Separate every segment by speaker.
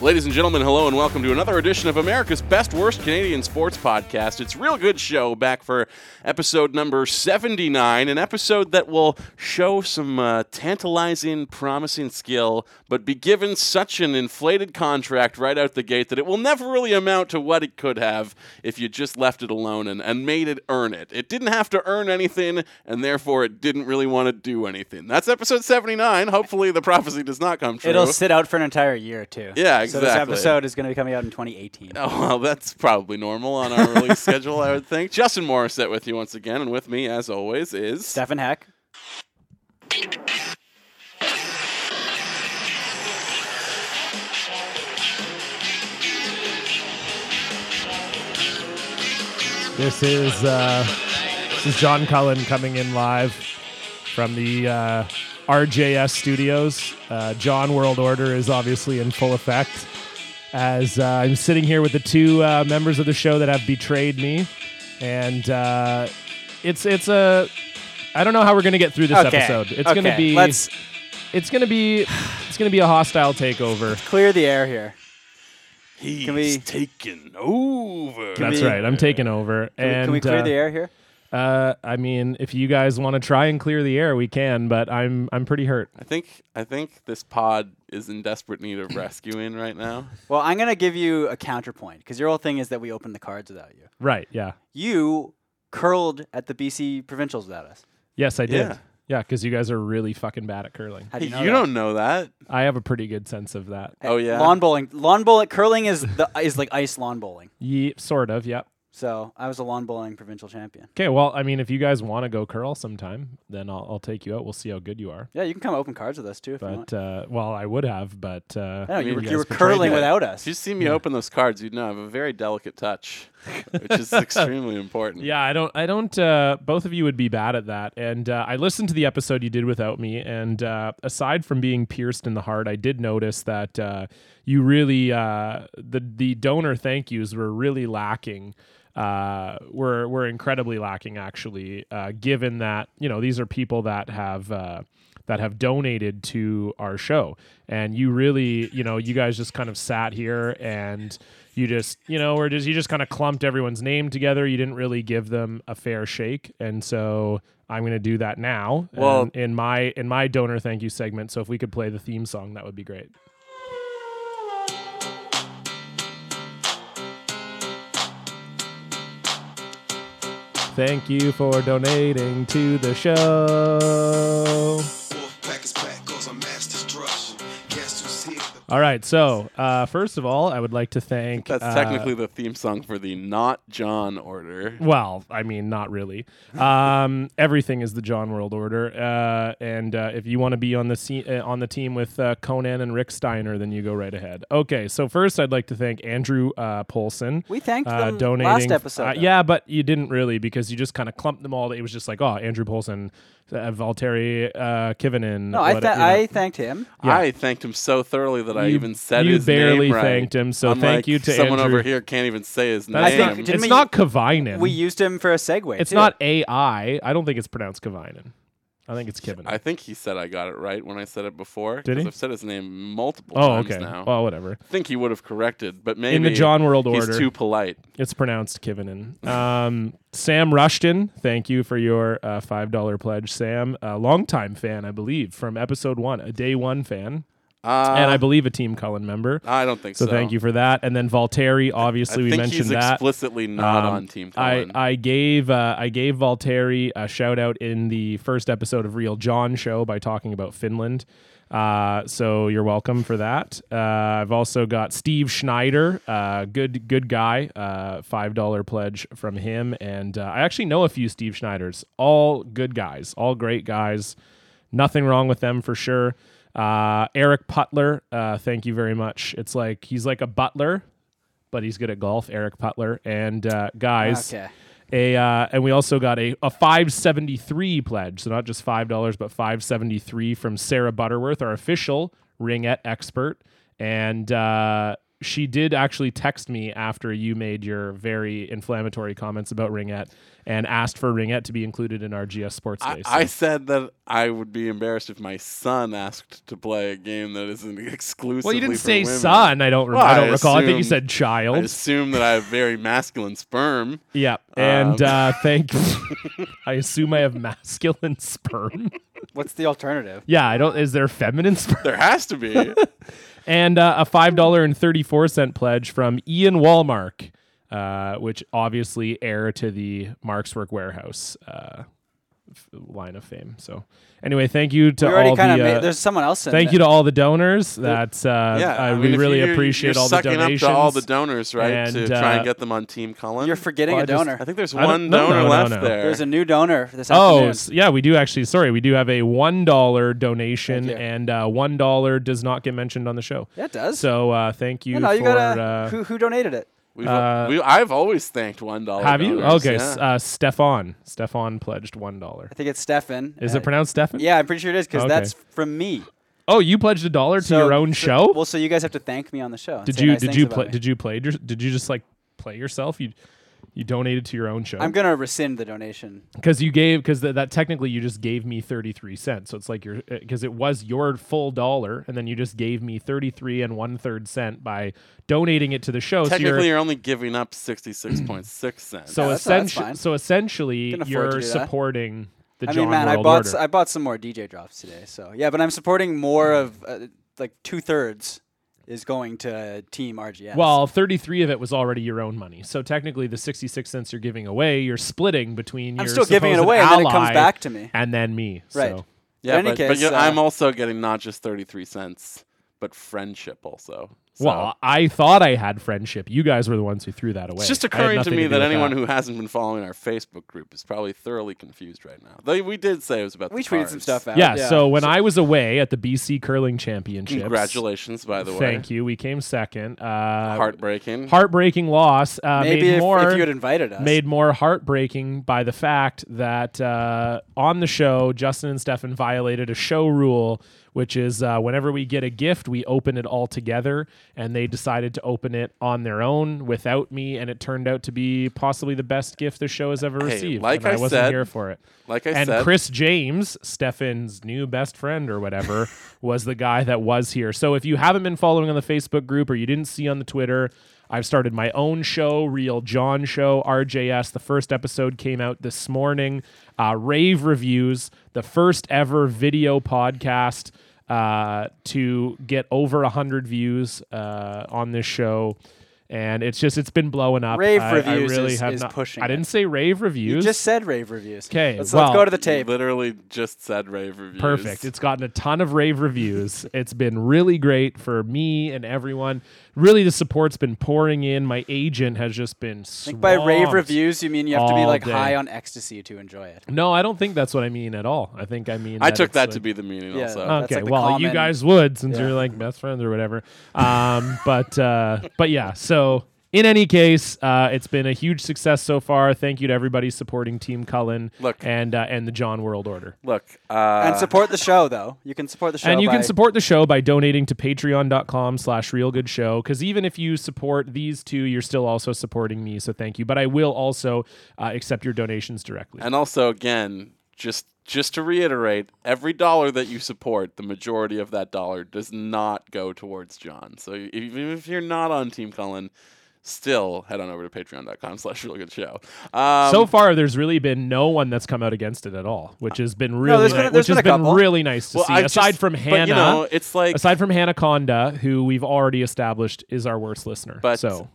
Speaker 1: Ladies and gentlemen, hello and welcome to another edition of America's Best Worst Canadian Sports Podcast. It's Real Good Show back for episode number 79, an episode that will show some uh, tantalizing, promising skill, but be given such an inflated contract right out the gate that it will never really amount to what it could have if you just left it alone and, and made it earn it. It didn't have to earn anything, and therefore it didn't really want to do anything. That's episode 79. Hopefully, the prophecy does not come true.
Speaker 2: It'll sit out for an entire year too.
Speaker 1: Yeah,
Speaker 2: So this
Speaker 1: exactly.
Speaker 2: episode is going to be coming out in 2018.
Speaker 1: Oh, well, that's probably normal on our release schedule, I would think. Justin Morissette with you once again, and with me, as always, is.
Speaker 2: Stefan Heck.
Speaker 3: This is uh, this is John Cullen coming in live from the uh, RJS studios. Uh, John World Order is obviously in full effect. As uh, I'm sitting here with the two uh, members of the show that have betrayed me, and uh, it's it's a I don't know how we're gonna get through this
Speaker 2: okay.
Speaker 3: episode. It's
Speaker 2: okay.
Speaker 3: gonna be
Speaker 2: Let's
Speaker 3: it's gonna be it's gonna be a hostile takeover.
Speaker 2: clear the air here.
Speaker 1: He's
Speaker 2: Can we-
Speaker 1: taken over.
Speaker 3: That's
Speaker 2: we-
Speaker 3: right. I'm taking over.
Speaker 2: Can, we-
Speaker 3: and
Speaker 2: can we clear
Speaker 3: uh,
Speaker 2: the air here?
Speaker 3: Uh, I mean, if you guys want to try and clear the air, we can, but I'm I'm pretty hurt.
Speaker 1: I think I think this pod is in desperate need of rescuing right now.
Speaker 2: Well, I'm going to give you a counterpoint because your whole thing is that we opened the cards without you.
Speaker 3: Right? Yeah.
Speaker 2: You curled at the BC Provincials without us.
Speaker 3: Yes, I did.
Speaker 1: Yeah.
Speaker 3: Yeah, because you guys are really fucking bad at curling.
Speaker 2: How do
Speaker 1: Hey,
Speaker 2: you
Speaker 1: you
Speaker 2: know? that?
Speaker 1: don't know that.
Speaker 3: I have a pretty good sense of that.
Speaker 1: Oh, yeah.
Speaker 2: Lawn bowling. Lawn bowling. Curling is the is like ice lawn bowling.
Speaker 3: Ye, sort of. Yep.
Speaker 2: So I was a lawn bowling provincial champion.
Speaker 3: Okay. Well, I mean, if you guys want to go curl sometime, then I'll, I'll take you out. We'll see how good you are.
Speaker 2: Yeah, you can come open cards with us too if you want.
Speaker 3: But uh, well, I would have, but uh,
Speaker 2: I know, you
Speaker 1: mean,
Speaker 2: were,
Speaker 1: you
Speaker 2: you were
Speaker 3: guys betrayed
Speaker 2: curling
Speaker 3: me.
Speaker 2: without us.
Speaker 1: If you see me open those cards, you'd know I have a very delicate touch, which is extremely important.
Speaker 3: Yeah, I don't. I don't. Uh, both of you would be bad at that. And uh, I listened to the episode you did without me. And uh, aside from being pierced in the heart, I did notice that uh, you really uh, the the donor thank yous were really lacking. Uh, were were incredibly lacking actually, uh, given that you know these are people that have. Uh, that have donated to our show and you really you know you guys just kind of sat here and you just you know or just you just kind of clumped everyone's name together you didn't really give them a fair shake and so i'm going to do that now
Speaker 1: Well-
Speaker 3: and in my in my donor thank you segment so if we could play the theme song that would be great Thank you for donating to the show.
Speaker 4: Wolf pack is pack, cause I'm mass destruction. Guess who's here?
Speaker 3: All right. So, uh, first of all, I would like to thank.
Speaker 1: That's
Speaker 3: uh,
Speaker 1: technically the theme song for the not John order.
Speaker 3: Well, I mean, not really. Um, everything is the John World Order, uh, and uh, if you want to be on the se- uh, on the team with uh, Conan and Rick Steiner, then you go right ahead. Okay, so first, I'd like to thank Andrew uh, Polson.
Speaker 2: We thanked
Speaker 3: uh,
Speaker 2: them
Speaker 3: donating
Speaker 2: last episode.
Speaker 3: uh,
Speaker 2: though.
Speaker 3: yeah, but you didn't really because you just kind of clumped them all. It was just like, oh, Andrew Polson, uh, Valteri uh, Kivinen.
Speaker 2: No, I,
Speaker 3: what-
Speaker 2: tha-
Speaker 3: you know.
Speaker 2: I thanked him.
Speaker 3: Yeah.
Speaker 1: I thanked him so thoroughly that I
Speaker 3: You-
Speaker 1: even said
Speaker 3: you
Speaker 1: his
Speaker 3: barely
Speaker 1: name right.
Speaker 3: thanked him, so
Speaker 1: Unlike
Speaker 3: thank you to
Speaker 1: someone
Speaker 3: Andrew.
Speaker 1: over here can't even say his
Speaker 3: That's
Speaker 1: name.
Speaker 3: not,
Speaker 2: think- didn't
Speaker 3: it's
Speaker 2: we-
Speaker 3: not Kivinen.
Speaker 2: We used him for a segue.
Speaker 3: It's
Speaker 2: too.
Speaker 3: not AI. I don't think it's pronounced Kivinen. I think it's Kivinen.
Speaker 1: I think he said I got it right when I said it before.
Speaker 3: Did
Speaker 1: 'cause
Speaker 3: he?
Speaker 1: I've said his name multiple
Speaker 3: oh,
Speaker 1: times
Speaker 3: okay.
Speaker 1: now.
Speaker 3: Well, whatever.
Speaker 1: I think he would have corrected, but maybe
Speaker 3: John World
Speaker 1: he's
Speaker 3: order.
Speaker 1: too polite.
Speaker 3: It's pronounced Kivinen. Um, Sam Rushton, thank you for your uh, five dollar pledge, Sam. A longtime fan, I believe, from episode one, a day one fan,
Speaker 1: Uh,
Speaker 3: and I believe a Team Cullen member.
Speaker 1: I don't think so.
Speaker 3: So, thank you for that. And then Volteri,
Speaker 1: I
Speaker 3: obviously, we
Speaker 1: think
Speaker 3: mentioned
Speaker 1: he's
Speaker 3: that.
Speaker 1: explicitly not
Speaker 3: Um,
Speaker 1: on Team
Speaker 3: I,
Speaker 1: Cullen.
Speaker 3: I gave uh, I gave Volteri a shout out in the first episode of Real John Show by talking about Finland. Uh, so you're welcome for that. Uh, I've also got Steve Schneider, uh, good good guy, uh, five dollar pledge from him, and uh, I actually know a few Steve Schneiders, all good guys, all great guys. Nothing wrong with them for sure. Uh, Eric Putler, uh, thank you very much. It's like he's like a butler, but he's good at golf. Eric Putler and uh, guys,
Speaker 2: Okay.
Speaker 3: A uh, and we also got a, a 573 pledge, so not just five dollars, but 573 from Sarah Butterworth, our official ringette expert, and uh, she did actually text me after you made your very inflammatory comments about ringette and asked for ringette to be included in our GS Sports
Speaker 1: I,
Speaker 3: Day.
Speaker 1: I said that I would be embarrassed if my son asked to play a game that isn't exclusively.
Speaker 3: well, you didn't
Speaker 1: for
Speaker 3: say
Speaker 1: women.
Speaker 3: son. I don't. Re-
Speaker 1: Well,
Speaker 3: I don't
Speaker 1: I
Speaker 3: recall. I think you
Speaker 1: assumed-
Speaker 3: said
Speaker 1: I
Speaker 3: child.
Speaker 1: assume that I have very masculine sperm.
Speaker 3: Yeah, and
Speaker 1: Um,
Speaker 3: uh, thank. I assume I have masculine sperm.
Speaker 2: What's the alternative?
Speaker 3: Yeah, I don't. Is there feminine sperm?
Speaker 1: There has to be.
Speaker 3: And uh, a five dollar and thirty four cent pledge from Ian Walmark, uh, which obviously heir to the Mark's Work Warehouse uh, f- line of fame. So, anyway, thank you to
Speaker 2: We
Speaker 3: all
Speaker 2: already
Speaker 3: the.
Speaker 2: kind of
Speaker 3: uh,
Speaker 2: made. There's someone else. in
Speaker 3: thank
Speaker 2: there.
Speaker 3: you to all the donors. That's uh,
Speaker 1: yeah,
Speaker 3: uh,
Speaker 1: I mean,
Speaker 3: we
Speaker 1: if
Speaker 3: really
Speaker 1: you're-
Speaker 3: appreciate
Speaker 1: you're
Speaker 3: all the
Speaker 1: sucking
Speaker 3: donations.
Speaker 1: up to all the donors, right? to
Speaker 3: And,
Speaker 1: try
Speaker 3: uh,
Speaker 1: and get them on Team Cullen.
Speaker 2: You're forgetting
Speaker 3: Well, Oh, I
Speaker 2: a
Speaker 3: just-
Speaker 2: donor.
Speaker 1: I think there's
Speaker 3: I don't-
Speaker 1: one
Speaker 3: no, no,
Speaker 1: donor
Speaker 3: no,
Speaker 1: left
Speaker 3: no.
Speaker 1: there.
Speaker 2: there's a new donor this
Speaker 3: Oh
Speaker 2: afternoon.
Speaker 3: s- yeah, we do actually. Sorry, we do have a one dollar donation,
Speaker 2: Thank you.
Speaker 3: and uh, one dollar does not get mentioned on the show.
Speaker 2: Yeah, it does.
Speaker 3: So uh, thank you
Speaker 2: no, no, you
Speaker 3: for.
Speaker 2: gotta.
Speaker 3: uh,
Speaker 2: who who donated it?
Speaker 1: We've,
Speaker 3: Uh,
Speaker 1: we, I've always thanked one dollar.
Speaker 3: have you?
Speaker 1: donors,
Speaker 3: Okay,
Speaker 1: yeah.
Speaker 3: s- uh, Stefan. Stefan pledged one dollar.
Speaker 2: I think it's Stefan.
Speaker 3: Is
Speaker 2: Uh,
Speaker 3: it pronounced Stefan?
Speaker 2: Yeah, I'm pretty sure it is because
Speaker 3: Okay.
Speaker 2: that's from me.
Speaker 3: Oh, you pledged a dollar to your own show.
Speaker 2: Well, so you guys have to thank me on the show. and
Speaker 3: did
Speaker 2: say
Speaker 3: you?
Speaker 2: nice
Speaker 3: did
Speaker 2: things
Speaker 3: you?
Speaker 2: about
Speaker 3: Pl-
Speaker 2: me.
Speaker 3: did you play? your- Did you just like play yourself? You. You donated to your own show
Speaker 2: I'm gonna rescind the donation.
Speaker 3: because you gave because th- that technically you just gave me 33 cents. So it's like your because it was your full dollar, and then you just gave me 33 and one third cent by donating it to the show. so you're-
Speaker 1: Technically, you're only giving up sixty-six point six cents.
Speaker 3: So
Speaker 2: Yeah, that's- that's
Speaker 3: essentially,
Speaker 2: fine.
Speaker 3: so essentially,
Speaker 2: Can afford to
Speaker 3: you're
Speaker 2: do that.
Speaker 3: supporting the
Speaker 2: I
Speaker 3: John
Speaker 2: mean, man, I
Speaker 3: World
Speaker 2: bought s-
Speaker 3: Order.
Speaker 2: I bought some more DJ drops today. So yeah, but I'm supporting more of uh, like two thirds is going to Team RGS.
Speaker 3: well, 33 of it was already your own money. So technically, the 66 cents you're giving away, you're splitting between.
Speaker 2: I'm
Speaker 3: your
Speaker 2: still giving it
Speaker 3: supposed
Speaker 2: away, and then it comes
Speaker 3: ally
Speaker 2: back to me.
Speaker 3: and then me.
Speaker 2: Right.
Speaker 3: So.
Speaker 1: yeah,
Speaker 2: in any
Speaker 1: but, but
Speaker 2: case,
Speaker 1: you-
Speaker 2: uh,
Speaker 1: I'm also getting not just thirty-three cents, but friendship also. So
Speaker 3: Well, I thought I had friendship. You guys were the ones who threw that away.
Speaker 1: It's just
Speaker 3: I had
Speaker 1: occurring to
Speaker 3: nothing
Speaker 1: me
Speaker 3: do
Speaker 1: that
Speaker 3: with
Speaker 1: anyone who hasn't been following our Facebook group is probably thoroughly confused right now. Though we did say it was about
Speaker 2: we
Speaker 1: the
Speaker 2: tweeted some
Speaker 1: cars.
Speaker 2: stuff out.
Speaker 3: Yeah, So when I was away at the BC Curling Championships,
Speaker 1: Congratulations, by the way.
Speaker 3: Thank you. We came second. Uh,
Speaker 1: Heartbreaking.
Speaker 3: heartbreaking loss. Uh,
Speaker 2: maybe
Speaker 3: made
Speaker 2: if,
Speaker 3: more.
Speaker 2: if you had invited us,
Speaker 3: made more heartbreaking by the fact that uh, on the show, Justin and Stefan violated a show rule, which is uh, whenever we get a gift, we open it all together. And they decided to open it on their own without me. And it turned out to be possibly the best gift the show has ever received.
Speaker 1: like
Speaker 3: and
Speaker 1: I
Speaker 3: I, wasn't
Speaker 1: said-
Speaker 3: here for it.
Speaker 1: like I
Speaker 3: and
Speaker 1: said,
Speaker 3: Chris James, Stefan's new best friend or whatever, was the guy that was here. So if you haven't been following on the Facebook group or you didn't see on the Twitter, I've started my own show, Real John Show, RJS. The first episode came out this morning. Uh, rave reviews, the first ever video podcast uh, to get over 100 views uh, on this show. And it's just, it's been blowing up.
Speaker 2: Rave
Speaker 3: I- I
Speaker 2: reviews
Speaker 3: really
Speaker 2: is-
Speaker 3: have
Speaker 2: is
Speaker 3: not-
Speaker 2: pushing
Speaker 3: I
Speaker 2: it.
Speaker 3: didn't say rave
Speaker 2: you
Speaker 3: reviews.
Speaker 2: just said rave reviews.
Speaker 3: 'Kay,
Speaker 2: let's,
Speaker 3: well-
Speaker 2: let's go to the
Speaker 1: You
Speaker 2: tape.
Speaker 1: literally just said rave reviews.
Speaker 3: Perfect. It's gotten a ton of rave reviews. it's been really great for me and everyone. Really, the support's been pouring in. My agent has just been.
Speaker 2: I think by rave
Speaker 3: swamped.
Speaker 2: reviews, you mean you have to be
Speaker 3: all
Speaker 2: like
Speaker 3: day.
Speaker 2: high on ecstasy to enjoy it.
Speaker 3: No, I don't think that's what I mean at all. I think I mean.
Speaker 1: I took
Speaker 3: it's
Speaker 1: that
Speaker 3: like-
Speaker 1: to be the meaning
Speaker 2: Yeah.
Speaker 1: also.
Speaker 2: Uh, That's
Speaker 3: Okay,
Speaker 2: like the
Speaker 3: well, you
Speaker 2: common-
Speaker 3: guys would since
Speaker 2: Yeah.
Speaker 3: you're like best friends or whatever. Um, but uh, but yeah, so in any case, uh, it's been a huge success so far. Thank you to everybody supporting Team Cullen
Speaker 1: Look.
Speaker 3: and uh, and the John World Order.
Speaker 1: Look, uh,
Speaker 2: and support the show, though. You can support the show.
Speaker 3: and you
Speaker 2: by-
Speaker 3: can support the show by donating to patreon.com slash real good show because even if you support these two you're still also supporting me so thank you but i will also uh, accept your donations directly
Speaker 1: and also again, just just to reiterate, every dollar that you support, the majority of that dollar does not go towards John. So e-, even if you're not on Team Cullen, still head on over to patreon.com slash really good show. Um,
Speaker 3: so far there's really been no one that's come out against it at all which has been really
Speaker 2: there's
Speaker 3: ni-
Speaker 2: been a-
Speaker 3: which
Speaker 2: there's
Speaker 3: has
Speaker 2: been a
Speaker 3: been
Speaker 2: couple.
Speaker 3: really nice to
Speaker 1: Well,
Speaker 3: see
Speaker 1: I
Speaker 3: aside
Speaker 1: just-
Speaker 3: from
Speaker 1: but,
Speaker 3: hannah
Speaker 1: you know, it's like
Speaker 3: aside from hannah conda who we've already established is our worst listener
Speaker 1: But
Speaker 3: so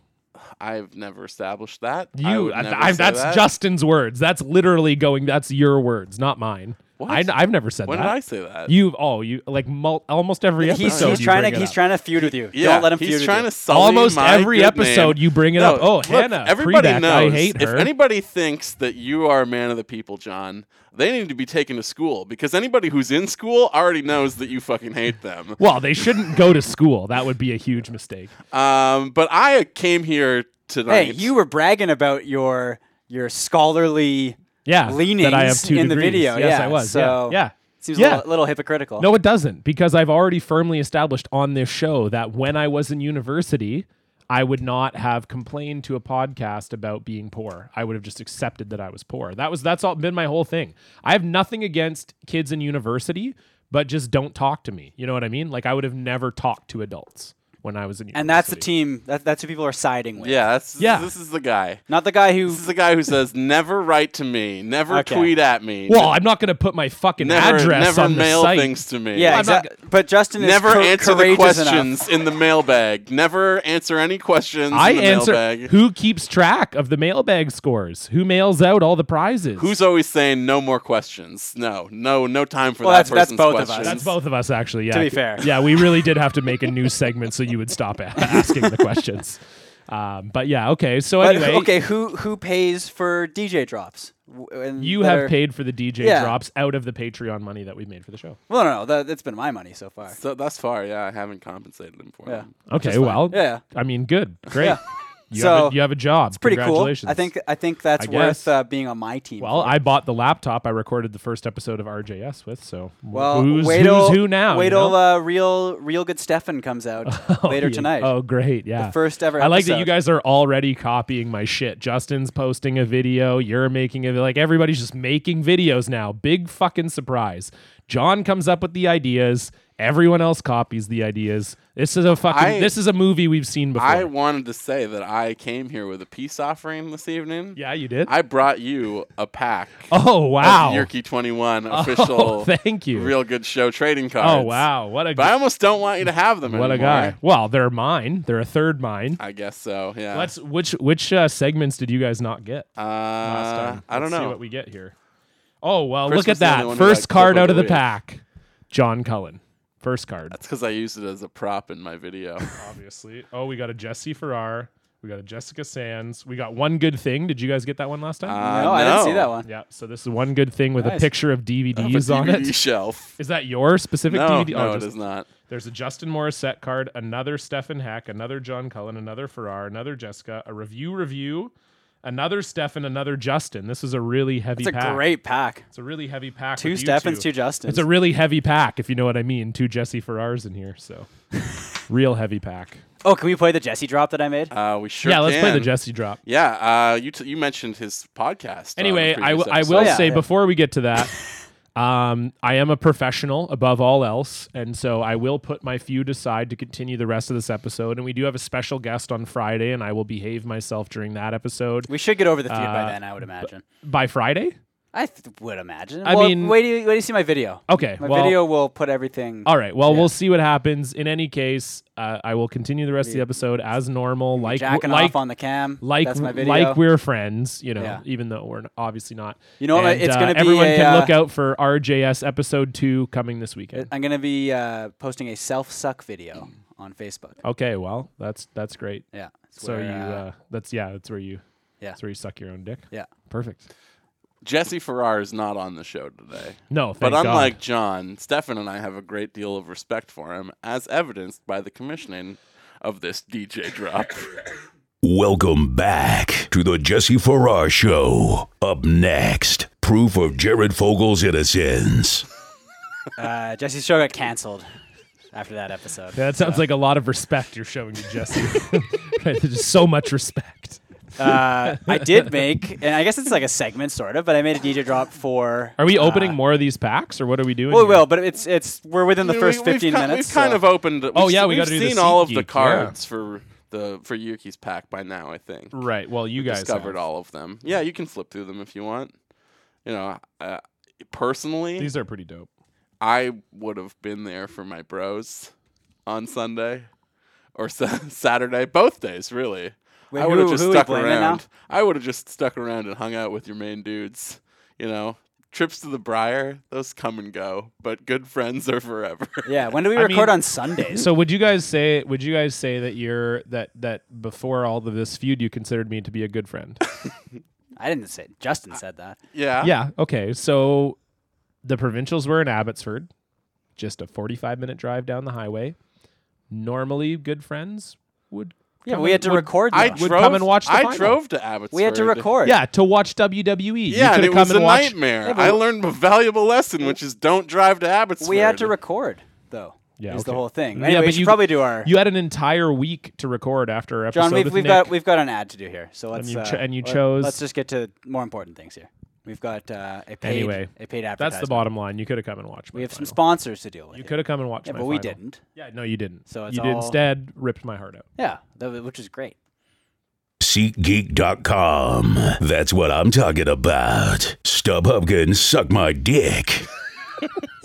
Speaker 1: I've never established that. I
Speaker 3: you
Speaker 1: would
Speaker 3: I
Speaker 1: never
Speaker 3: I-
Speaker 1: say
Speaker 3: that's
Speaker 1: that.
Speaker 3: justin's words that's literally going that's your words not mine
Speaker 1: What?
Speaker 3: I, have never said
Speaker 1: When
Speaker 3: that
Speaker 1: did I say that?
Speaker 3: You've oh you like mul- almost every episode.
Speaker 2: He's, he's
Speaker 3: you
Speaker 2: trying
Speaker 3: bring
Speaker 2: to
Speaker 3: it
Speaker 2: he's
Speaker 3: up.
Speaker 2: trying to feud with you.
Speaker 1: Yeah,
Speaker 2: Don't let him
Speaker 1: he's
Speaker 2: feud with
Speaker 1: trying
Speaker 2: you.
Speaker 1: to sully
Speaker 3: Almost
Speaker 1: my
Speaker 3: every
Speaker 1: good
Speaker 3: episode
Speaker 1: name.
Speaker 3: you bring it
Speaker 1: No,
Speaker 3: up. Oh,
Speaker 1: look,
Speaker 3: Hannah
Speaker 1: Everybody
Speaker 3: Prebeck, I
Speaker 1: knows.
Speaker 3: hate her.
Speaker 1: If anybody thinks that you are a man of the people, John, they need to be taken to school because anybody who's in school already knows that you fucking hate them.
Speaker 3: Well, they shouldn't go to school. That would be a huge mistake.
Speaker 1: Um, but I came here tonight.
Speaker 2: Hey, you were bragging about your your scholarly
Speaker 3: yeah,
Speaker 2: leanings
Speaker 3: that I have two
Speaker 2: in the
Speaker 3: degrees.
Speaker 2: video.
Speaker 3: Yes,
Speaker 2: yeah,
Speaker 3: I was. yeah,
Speaker 2: So
Speaker 3: yeah.
Speaker 2: seems
Speaker 3: Yeah.
Speaker 2: a little, little hypocritical.
Speaker 3: No, it doesn't, because I've already firmly established on this show that when I was in university, I would not have complained to a podcast about being poor. I would have just accepted that I was poor. That was that's all been my whole thing. I have nothing against kids in university, but just don't talk to me. You know what I mean? Like I would have never talked to adults when I was in university.
Speaker 2: and that's the team. That, that's who people are siding with.
Speaker 1: Yeah, that's,
Speaker 3: Yeah.
Speaker 1: This is the guy.
Speaker 2: Not the guy who.
Speaker 1: This is the guy who says, "Never write to me. Never
Speaker 2: Okay.
Speaker 1: tweet at me.
Speaker 3: Well, I'm not going to put my fucking
Speaker 1: never,
Speaker 3: address
Speaker 1: never
Speaker 3: on the
Speaker 1: mail
Speaker 3: site.
Speaker 1: things to me.
Speaker 2: Yeah,
Speaker 3: I'm not
Speaker 2: exactly. But Justin is
Speaker 1: Never
Speaker 2: cour-
Speaker 1: answer the
Speaker 2: courageous enough.
Speaker 1: questions in the mailbag. Never answer any questions
Speaker 3: I
Speaker 1: in the
Speaker 3: answer.
Speaker 1: mailbag.
Speaker 3: Who keeps track of the mailbag scores? Who mails out all the prizes?
Speaker 1: Who's always saying no more questions? No, no, no time for
Speaker 2: Well,
Speaker 1: that
Speaker 2: that's- that's
Speaker 1: person's
Speaker 2: both of us.
Speaker 1: questions.
Speaker 3: That's both of us, actually. Yeah.
Speaker 2: To be fair.
Speaker 3: Yeah, we really did have to make a new segment so you would stop a- asking the questions. Um, but yeah, okay. So
Speaker 2: But,
Speaker 3: anyway,
Speaker 2: okay, who who pays for DJ drops? W- and
Speaker 3: you
Speaker 2: that
Speaker 3: have
Speaker 2: are-
Speaker 3: paid for the DJ
Speaker 2: Yeah.
Speaker 3: drops out of the Patreon money that we made for the show.
Speaker 2: Well, no, no, that, that's been my money so far.
Speaker 1: So thus far, yeah, I haven't compensated him for
Speaker 2: Yeah.
Speaker 1: them.
Speaker 3: Okay, well,
Speaker 2: Yeah.
Speaker 3: I mean, good, great.
Speaker 2: Yeah.
Speaker 3: You,
Speaker 2: So,
Speaker 3: have a, you have a job.
Speaker 2: Pretty cool.
Speaker 3: Congratulations.
Speaker 2: I think I think that's
Speaker 3: I guess.
Speaker 2: worth uh, being on my team.
Speaker 3: Well,
Speaker 2: for.
Speaker 3: I bought the laptop I recorded the first episode of RJS with, so
Speaker 2: well,
Speaker 3: who's,
Speaker 2: wait
Speaker 3: who's
Speaker 2: till,
Speaker 3: who now?
Speaker 2: Wait
Speaker 3: you
Speaker 2: till
Speaker 3: know?
Speaker 2: uh, real real good Stefan comes out later
Speaker 3: yeah.
Speaker 2: tonight. Uh,
Speaker 3: Oh, great! Yeah,
Speaker 2: first ever
Speaker 3: I like that you
Speaker 2: episode.
Speaker 3: guys are already copying my shit. Justin's posting a video. You're making it. Like everybody's just making videos now. Big fucking surprise. John comes up with the ideas. Everyone else copies the ideas. This is a fucking.
Speaker 1: I-
Speaker 3: this is a movie we've seen before.
Speaker 1: I wanted to say that I came here with a peace offering this evening.
Speaker 3: yeah, you did.
Speaker 1: I brought you a pack.
Speaker 3: oh wow!
Speaker 1: Of Yerky 21
Speaker 3: oh,
Speaker 1: official
Speaker 3: thank you.
Speaker 1: real good show trading cards.
Speaker 3: oh wow! What a
Speaker 1: But I almost don't want you to have them
Speaker 3: what a
Speaker 1: anymore.
Speaker 3: guy. Well, they're mine. They're a third mine.
Speaker 1: I uh, guess so. Yeah.
Speaker 3: Let's which which uh, segments did you guys not get?
Speaker 1: uh,
Speaker 3: last time.
Speaker 1: I don't
Speaker 3: Let's See
Speaker 1: know.
Speaker 3: what we get here. Oh well,
Speaker 1: First
Speaker 3: look at
Speaker 1: one's the only
Speaker 3: that
Speaker 1: one we
Speaker 3: first
Speaker 1: like,
Speaker 3: card
Speaker 1: Clip
Speaker 3: out
Speaker 1: of
Speaker 3: of
Speaker 1: the
Speaker 3: the
Speaker 1: Week.
Speaker 3: pack. John Cullen, first card,
Speaker 1: That's because I used it as a prop in my video.
Speaker 3: obviously. Oh, we got a Jesse Farrar. We got a Jessica Sands. We got one good thing. Did you guys get that one last time?
Speaker 1: Uh,
Speaker 2: no, I didn't see that one.
Speaker 3: yeah. So this is one good thing with
Speaker 2: Nice.
Speaker 3: a picture of
Speaker 1: Off a
Speaker 3: DVDs on
Speaker 1: DVD
Speaker 3: it.
Speaker 1: shelf.
Speaker 3: Is that your specific
Speaker 1: No,
Speaker 3: DVD?
Speaker 1: no,
Speaker 3: oh,
Speaker 1: it
Speaker 3: just-
Speaker 1: is not.
Speaker 3: There's a Justin Morissette card, another Stefan Heck, another John Cullen, another Farrar, another Jessica, a review review, another Stefan, another Justin. This is a really heavy
Speaker 2: It's a
Speaker 3: pack.
Speaker 2: great pack.
Speaker 3: It's a really heavy pack.
Speaker 2: Two
Speaker 3: with you
Speaker 2: Stefans,
Speaker 3: two.
Speaker 2: two Justins.
Speaker 3: It's a really heavy pack, if you know what I mean. Two Jesse Ferrars in here, so real heavy pack.
Speaker 2: oh, can we play the Jesse drop that I made?
Speaker 1: Uh, we sure.
Speaker 3: yeah, let's play the
Speaker 1: can.
Speaker 3: Jesse drop.
Speaker 1: Yeah, uh, you t- you mentioned his podcast. on a
Speaker 3: Anyway, I,
Speaker 1: previous
Speaker 3: w- I
Speaker 1: episode.
Speaker 3: will
Speaker 2: Oh, Yeah,
Speaker 3: say
Speaker 2: yeah.
Speaker 3: before we get to that, um, I am a professional above all else, and so I will put my feud aside to continue the rest of this episode. And we do have a special guest on Friday, and I will behave myself during that episode.
Speaker 2: we should get over the feud by
Speaker 3: uh,
Speaker 2: then, I would imagine.
Speaker 3: By Friday,
Speaker 2: I th- would imagine.
Speaker 3: I
Speaker 2: well,
Speaker 3: mean-
Speaker 2: wait, do you, wait do you see my video.
Speaker 3: okay.
Speaker 2: My
Speaker 3: well,
Speaker 2: video will put everything.
Speaker 3: All right. Well,
Speaker 2: Yeah.
Speaker 3: we'll see what happens. In any case, uh, I will continue the rest of the episode as normal, like
Speaker 2: Jacking
Speaker 3: like
Speaker 2: off on the cam.
Speaker 3: like
Speaker 2: that's my video.
Speaker 3: like we're friends, you know,
Speaker 2: Yeah.
Speaker 3: even though we're n- obviously not.
Speaker 2: You know what,
Speaker 3: And,
Speaker 2: it's
Speaker 3: uh,
Speaker 2: gonna be
Speaker 3: everyone
Speaker 2: a,
Speaker 3: can
Speaker 2: uh,
Speaker 3: look out for RJS episode two coming this weekend.
Speaker 2: I'm gonna be uh, posting a self suck video on Facebook.
Speaker 3: okay, well that's that's great.
Speaker 2: Yeah. it's
Speaker 3: So
Speaker 2: where, uh,
Speaker 3: you uh, that's yeah that's where you
Speaker 2: Yeah.
Speaker 3: that's where you suck your own dick.
Speaker 2: Yeah.
Speaker 3: Perfect.
Speaker 1: Jesse Farrar is not on the show today.
Speaker 3: No, thank
Speaker 1: But
Speaker 3: God.
Speaker 1: unlike John, Stefan and I have a great deal of respect for him, as evidenced by the commissioning of this DJ drop.
Speaker 5: Welcome back to the Jesse Farrar Show. Up next, proof of Jared Fogel's innocence.
Speaker 2: uh, Jesse's show got canceled after that episode.
Speaker 3: that sounds like a lot of respect you're showing to Jesse. Right, There's so much respect.
Speaker 2: uh, I did make, and I guess it's like a segment sort of, but I made a DJ drop for.
Speaker 3: Are we opening more of these packs or what are we doing?
Speaker 2: Uh, Well, we
Speaker 3: here?
Speaker 2: will, but it's it's we're within the
Speaker 1: We-
Speaker 2: first
Speaker 1: we've
Speaker 2: 15
Speaker 1: ki-
Speaker 2: minutes.
Speaker 1: We've kind
Speaker 2: so-
Speaker 1: of uh, opened. We've,
Speaker 3: Oh, yeah, we
Speaker 1: have
Speaker 3: gotta do the
Speaker 1: seen all of
Speaker 3: SeatGeek,
Speaker 1: the
Speaker 3: yeah.
Speaker 1: cards for the for Yuki's pack by now. I think
Speaker 3: Right. Well, you guys
Speaker 1: discovered
Speaker 3: have.
Speaker 1: all of them. Yeah, you can flip through them if you want. You know, uh, personally,
Speaker 3: These are pretty dope.
Speaker 1: I would have been there for my bros on Sunday or sa- Saturday, both days, really.
Speaker 2: Wait,
Speaker 1: I would have
Speaker 2: who-
Speaker 1: just
Speaker 2: who are we
Speaker 1: stuck
Speaker 2: blaming now?
Speaker 1: around. I would have just stuck around and hung out with your main dudes. You know, trips to the Briar, those come and go, but good friends are forever.
Speaker 2: Yeah, when do we
Speaker 3: I
Speaker 2: record
Speaker 3: mean-
Speaker 2: on Sundays?
Speaker 3: So would you guys say would you guys say that you're that that before all of this feud you considered me to be a good friend?
Speaker 2: I didn't say. Justin said that.
Speaker 1: yeah.
Speaker 3: yeah. Okay. So the provincials were in Abbotsford, just a 45 minute drive down the highway. Normally good friends would
Speaker 2: Yeah,
Speaker 3: come
Speaker 2: we
Speaker 3: and-
Speaker 2: had to
Speaker 3: would-
Speaker 2: record.
Speaker 1: I
Speaker 2: though.
Speaker 3: would
Speaker 1: drove.
Speaker 3: come and watch the
Speaker 1: I
Speaker 3: final.
Speaker 1: drove to Abbotsford.
Speaker 2: we had to record.
Speaker 3: Yeah, to watch WWE. You
Speaker 1: Yeah, and
Speaker 3: coulda
Speaker 1: it was
Speaker 3: come
Speaker 1: a
Speaker 3: and watched-
Speaker 1: nightmare.
Speaker 2: Yeah, but-
Speaker 1: I learned a valuable lesson, which is don't drive to Abbotsford.
Speaker 2: we had to record though.
Speaker 3: Yeah,
Speaker 2: is the
Speaker 3: okay.
Speaker 2: whole thing.
Speaker 3: Yeah,
Speaker 2: Anyway,
Speaker 3: but
Speaker 2: we should
Speaker 3: you-
Speaker 2: probably do our.
Speaker 3: You had an entire week to record after our episode
Speaker 2: John, we've,
Speaker 3: with
Speaker 2: we've
Speaker 3: Nick.
Speaker 2: got we've got an ad to do here, so let's
Speaker 3: you
Speaker 2: uh,
Speaker 3: cho- and you
Speaker 2: let-
Speaker 3: chose-
Speaker 2: Let's just get to more important things here. We've got uh, a paid
Speaker 3: Anyway,
Speaker 2: a paid advertisement.
Speaker 3: That's the bottom line. You could have come and watched.
Speaker 2: We
Speaker 3: my
Speaker 2: have some
Speaker 3: final.
Speaker 2: sponsors to deal with.
Speaker 3: You
Speaker 2: here.
Speaker 3: could have come and watched.
Speaker 2: yeah,
Speaker 3: my
Speaker 2: but we
Speaker 3: final.
Speaker 2: didn't.
Speaker 3: Yeah, no, you didn't.
Speaker 2: So it's
Speaker 3: you
Speaker 2: all-
Speaker 3: did instead ripped my heart out.
Speaker 2: Yeah, that, wa- which is great.
Speaker 5: SeatGeek.com. That's what I'm talking about. StubHub can suck my dick.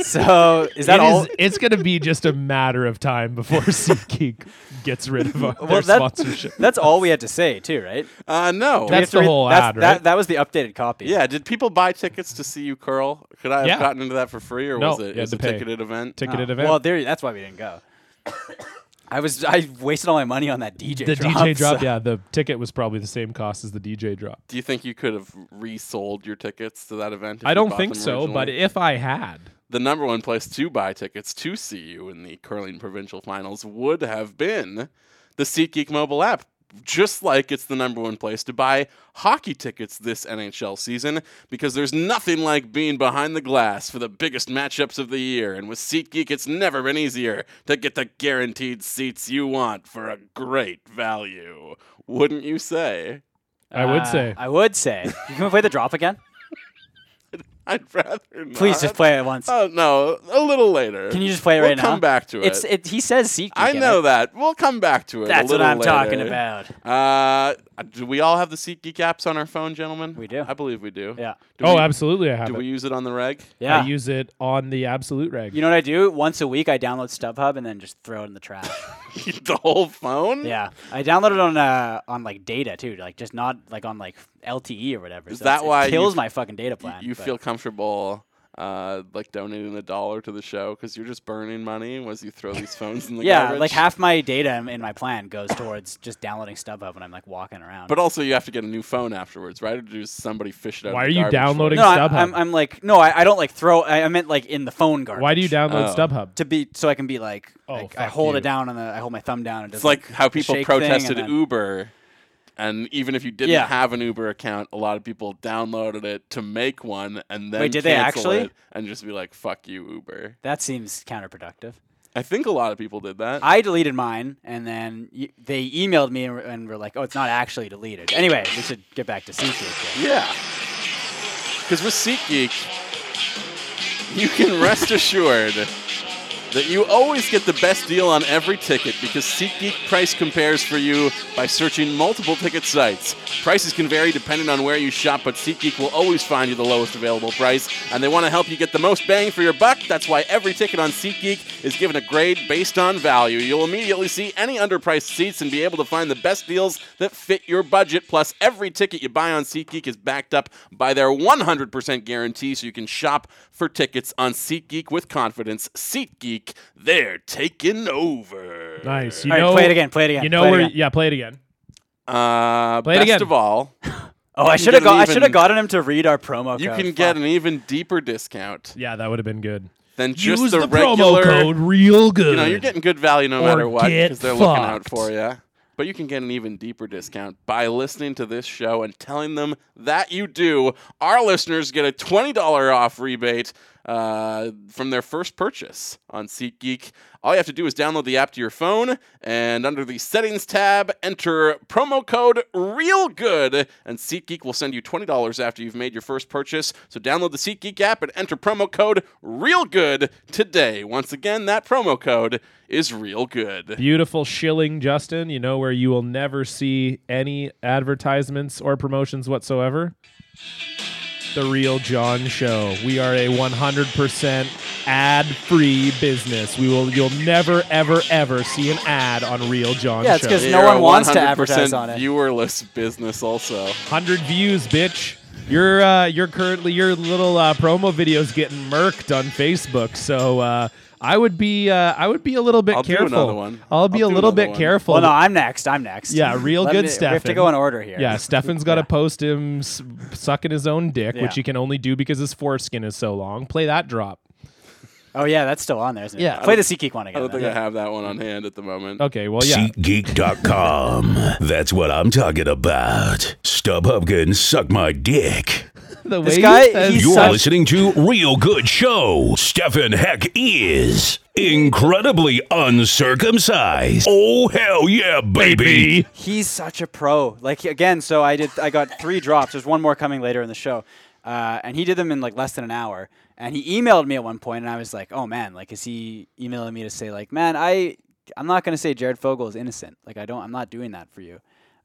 Speaker 2: So is that
Speaker 3: It
Speaker 2: all?
Speaker 3: is- it's going to be just a matter of time before SeatGeek gets rid of our, their
Speaker 2: that-
Speaker 3: sponsorship.
Speaker 2: That's all we had to say too, right?
Speaker 1: Uh, no.
Speaker 2: We
Speaker 3: That's
Speaker 2: have to
Speaker 3: the
Speaker 2: read-
Speaker 3: whole
Speaker 2: that's-
Speaker 3: ad,
Speaker 2: That,
Speaker 3: right?
Speaker 2: that was the updated copy.
Speaker 1: yeah. Did people buy tickets to see you curl? Could I have
Speaker 3: Yeah.
Speaker 1: gotten into that for free, or
Speaker 3: No,
Speaker 1: was it
Speaker 3: you had
Speaker 1: is
Speaker 3: to
Speaker 1: it a
Speaker 3: pay.
Speaker 1: ticketed event?
Speaker 3: Ticketed
Speaker 2: Oh,
Speaker 3: event.
Speaker 2: Well, there. That's why we didn't go. I was I wasted all my money on that DJ.
Speaker 3: the
Speaker 2: drop,
Speaker 3: DJ drop.
Speaker 2: so-
Speaker 3: Yeah, the ticket was probably the same cost as the DJ drop.
Speaker 1: Do you think you could have resold your tickets to that event? if
Speaker 3: I
Speaker 1: you
Speaker 3: don't
Speaker 1: bought
Speaker 3: think
Speaker 1: them
Speaker 3: so, but
Speaker 1: originally?
Speaker 3: if I had,
Speaker 1: the number one place to buy tickets to see you in the curling provincial finals would have been the SeatGeek mobile app. Just like it's the number one place to buy hockey tickets this NHL season, because there's nothing like being behind the glass for the biggest matchups of the year. And with SeatGeek, it's never been easier to get the guaranteed seats you want for a great value. Wouldn't you say?
Speaker 3: I would
Speaker 2: Uh,
Speaker 3: say. Oh,
Speaker 2: I would say. You can play the drop again.
Speaker 1: I'd rather not.
Speaker 2: Please just play it once.
Speaker 1: Oh no, a little later.
Speaker 2: Can you just play it
Speaker 1: We'll
Speaker 2: right now?
Speaker 1: Come back to it.
Speaker 2: It's it, he says SeatGeek.
Speaker 1: I
Speaker 2: in
Speaker 1: know
Speaker 2: it.
Speaker 1: that. We'll come back to it. a
Speaker 2: That's what
Speaker 1: little
Speaker 2: I'm talking
Speaker 1: later.
Speaker 2: about.
Speaker 1: Uh, do we all have the SeatGeek apps on our phone, gentlemen?
Speaker 2: We do.
Speaker 1: I believe we do.
Speaker 2: Yeah.
Speaker 1: Do
Speaker 3: Oh,
Speaker 1: we,
Speaker 3: absolutely, I have
Speaker 1: Do
Speaker 3: it.
Speaker 1: we use it on the reg?
Speaker 2: Yeah.
Speaker 3: I use it on the absolute reg.
Speaker 2: you know what I do? Once a week, I download StubHub and then just throw it in the trash.
Speaker 1: the whole phone?
Speaker 2: yeah, I download it on uh, on like data too, like just not like on like LTE or whatever.
Speaker 1: Is
Speaker 2: So
Speaker 1: that
Speaker 2: it's- it
Speaker 1: why you
Speaker 2: kills
Speaker 1: f-
Speaker 2: my fucking data
Speaker 1: Y-
Speaker 2: plan?
Speaker 1: You
Speaker 2: but-
Speaker 1: feel comfortable uh, like donating a dollar to the show because you're just burning money as you throw these phones in the
Speaker 2: yeah,
Speaker 1: garbage?
Speaker 2: like half my data in- in my plan goes towards just downloading StubHub when I'm like walking around.
Speaker 1: But also, you have to get a new phone afterwards, right? Or does somebody fish it out? of the
Speaker 3: Why are you
Speaker 1: garbage for
Speaker 3: downloading-
Speaker 2: no, I,
Speaker 3: StubHub.
Speaker 2: I'm I'm like no, I, I don't like throw. I, I meant like in the phone garbage.
Speaker 3: Why do you download
Speaker 1: Oh.
Speaker 3: StubHub?
Speaker 2: to be so I can be like,
Speaker 3: Oh,
Speaker 2: like I
Speaker 3: fuck
Speaker 2: hold
Speaker 3: you.
Speaker 2: it down and the, I hold my thumb down. And
Speaker 1: It's like how people protested
Speaker 2: Uber.
Speaker 1: Uber, and even if you didn't
Speaker 2: Yeah.
Speaker 1: have an Uber account, a lot of people downloaded it to make one and then
Speaker 2: Wait, did they
Speaker 1: cancel
Speaker 2: actually?
Speaker 1: it and just be like, "Fuck you, Uber."
Speaker 2: That seems counterproductive.
Speaker 1: I think a lot of people did that.
Speaker 2: I deleted mine, and then y- they emailed me and, were- and were like, "Oh, it's not actually deleted." Anyway, we should get back to CQ.
Speaker 1: yeah, because with SeatGeek, you can rest assured that you always get the best deal on every ticket because SeatGeek price compares for you by searching multiple ticket sites. Prices can vary depending on where you shop, but SeatGeek will always find you the lowest available price, and they want to help you get the most bang for your buck. That's why every ticket on SeatGeek is given a grade based on value. You'll immediately see any underpriced seats and be able to find the best deals that fit your budget. Plus, every ticket you buy on SeatGeek is backed up by their 100% guarantee, so you can shop for tickets on SeatGeek with confidence. SeatGeek, they're taking over.
Speaker 3: Nice. You
Speaker 2: All right,
Speaker 3: know,
Speaker 2: play it again. Play it again.
Speaker 3: You know
Speaker 2: play it
Speaker 3: where?
Speaker 2: again.
Speaker 3: Yeah, play it again.
Speaker 1: Uh,
Speaker 3: Play it
Speaker 1: best
Speaker 3: again.
Speaker 1: of all,
Speaker 2: Oh,
Speaker 1: can
Speaker 2: I should
Speaker 1: get an
Speaker 2: have got. I
Speaker 1: even-
Speaker 2: should have gotten him to read our promo.
Speaker 1: you
Speaker 2: code.
Speaker 1: can
Speaker 2: Fuck.
Speaker 1: get an even deeper discount
Speaker 3: Yeah, that would have been good.
Speaker 1: than just
Speaker 3: Use
Speaker 1: the,
Speaker 3: the,
Speaker 1: regular.
Speaker 3: promo code real good.
Speaker 1: You know, you're getting good value no
Speaker 3: Or
Speaker 1: matter what
Speaker 3: get
Speaker 1: because they're looking out
Speaker 3: fucked.
Speaker 1: for you. But you can get an even deeper discount by listening to this show and telling them that you do. Our listeners get a $20 off rebate uh, from their first purchase on SeatGeek. All you have to do is download the app to your phone and under the settings tab, enter promo code REALGOOD and SeatGeek will send you $20 after you've made your first purchase. So download the SeatGeek app and enter promo code REALGOOD today. Once again, that promo code is REALGOOD.
Speaker 3: Beautiful shilling, Justin. You know where you will never see any advertisements or promotions whatsoever? The Real John Show. We are a 100% ad-free business. We will. You'll never, ever, ever see an ad on Real John
Speaker 2: Yeah, it's
Speaker 3: Show.
Speaker 2: 'cause No
Speaker 1: You're
Speaker 2: one
Speaker 1: a
Speaker 2: wants to
Speaker 1: 100%
Speaker 2: advertise on it.
Speaker 1: Viewerless business also.
Speaker 3: Hundred views, bitch. Your uh, your currently your little uh, promo videos getting murked on Facebook. So uh, I would be uh, I would be a little bit
Speaker 1: I'll do
Speaker 3: careful.
Speaker 1: another one.
Speaker 3: I'll be
Speaker 1: I'll
Speaker 3: a
Speaker 1: do
Speaker 3: little
Speaker 1: another
Speaker 3: bit
Speaker 1: one.
Speaker 3: careful.
Speaker 2: Well, no, I'm next. I'm next.
Speaker 3: Yeah, real
Speaker 2: Let
Speaker 3: good
Speaker 2: me- We have to
Speaker 3: Stefan.
Speaker 2: go in order here.
Speaker 3: Yeah, Stefan's got to post him s- sucking his own dick,
Speaker 2: Yeah.
Speaker 3: which he can only do because his foreskin is so long. Play that drop.
Speaker 2: Oh yeah, that's still on there, isn't it?
Speaker 6: Yeah.
Speaker 2: Play the SeatGeek one
Speaker 1: I
Speaker 2: again.
Speaker 1: don't think
Speaker 2: then.
Speaker 1: I have that one on hand at the moment.
Speaker 3: Okay, well, yeah.
Speaker 5: SeatGeek.com. That's what I'm talking about. StubHub can suck my dick.
Speaker 6: The way
Speaker 2: This
Speaker 6: you
Speaker 2: guy,
Speaker 6: said-
Speaker 2: he's
Speaker 5: You're
Speaker 2: such-
Speaker 5: listening to Real Good Show. Stefan Heck is incredibly uncircumcised. Oh, hell yeah, baby.
Speaker 2: He's such a pro. Like again, so I did. I got three drops. There's one more coming later in the show, uh, and he did them in like less than an hour. And he emailed me at one point, and I was like, "Oh man, like is he emailing me to say like, man, I I'm not gonna say Jared Fogle is innocent. Like I don't. I'm not doing that for you."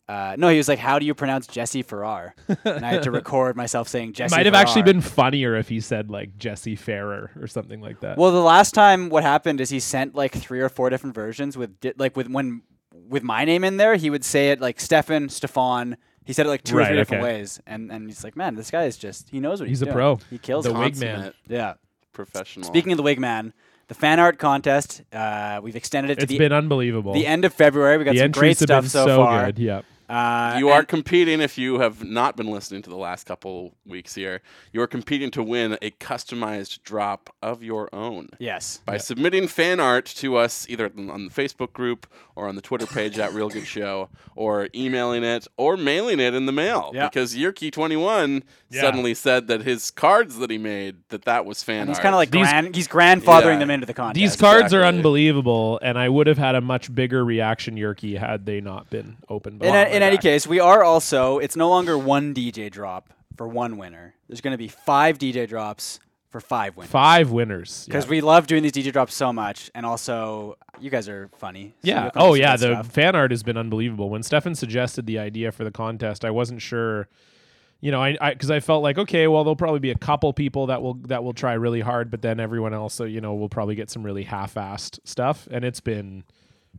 Speaker 2: Uh, no, he was like, "How do you pronounce Jesse Farrar?" And I had to record myself saying Jesse.
Speaker 3: Might have actually
Speaker 2: Farrar.
Speaker 3: been funnier if he said like Jesse Farrer or something like that.
Speaker 2: Well, the last time what happened is he sent like three or four different versions with di- like with when with my name in there, he would say it like Stefan, Stefan. He said it like two
Speaker 3: Right,
Speaker 2: or three different
Speaker 3: okay.
Speaker 2: ways, and and he's like, man, this guy is just he knows what
Speaker 3: He's
Speaker 2: he's,
Speaker 3: a
Speaker 2: doing.
Speaker 3: pro.
Speaker 2: He kills
Speaker 3: The
Speaker 2: it.
Speaker 3: wig man.
Speaker 2: Yeah.
Speaker 1: Professional.
Speaker 2: Speaking of the wig man, the fan art contest, uh, we've extended it to
Speaker 3: It's
Speaker 2: the,
Speaker 3: been unbelievable.
Speaker 2: the end of February. We got
Speaker 3: the
Speaker 2: some great
Speaker 3: entries have been
Speaker 2: stuff so,
Speaker 3: so,
Speaker 2: far.
Speaker 3: good. Yep.
Speaker 2: Uh,
Speaker 1: You are competing if you have not been listening to the last couple weeks here. You are competing to win a customized drop of your own.
Speaker 2: yes.
Speaker 1: By submitting fan art to us either on the Facebook group or on the Twitter page at Real Good Show or emailing it or mailing it in the mail
Speaker 2: Yeah.
Speaker 1: because Yerky21 suddenly said that his cards that he made that that was fan
Speaker 2: And he's
Speaker 1: art.
Speaker 2: kind of like
Speaker 3: These-
Speaker 2: grand, he's grandfathering
Speaker 1: Yeah.
Speaker 2: them into the contest.
Speaker 3: These cards are
Speaker 1: exactly.
Speaker 3: unbelievable, and I would have had a much bigger reaction, Yerky, had they not been Oh open.
Speaker 2: In, a, in any case, we are also, it's no longer one DJ drop for one winner. There's going to be five DJ drops for five winners.
Speaker 3: five winners. Yeah.
Speaker 2: Because we love doing these DJ drops so much. And also, you guys are funny. so
Speaker 3: Yeah.
Speaker 2: you'll come up
Speaker 3: Oh,
Speaker 2: with some
Speaker 3: yeah.
Speaker 2: good
Speaker 3: The
Speaker 2: stuff.
Speaker 3: fan art has been unbelievable. When Stefan suggested the idea for the contest, I wasn't sure. You know, I because I, felt like okay, well, there'll probably be a couple people that will that will try really hard, but then everyone else, so you know, will probably get some really half-assed stuff, and it's been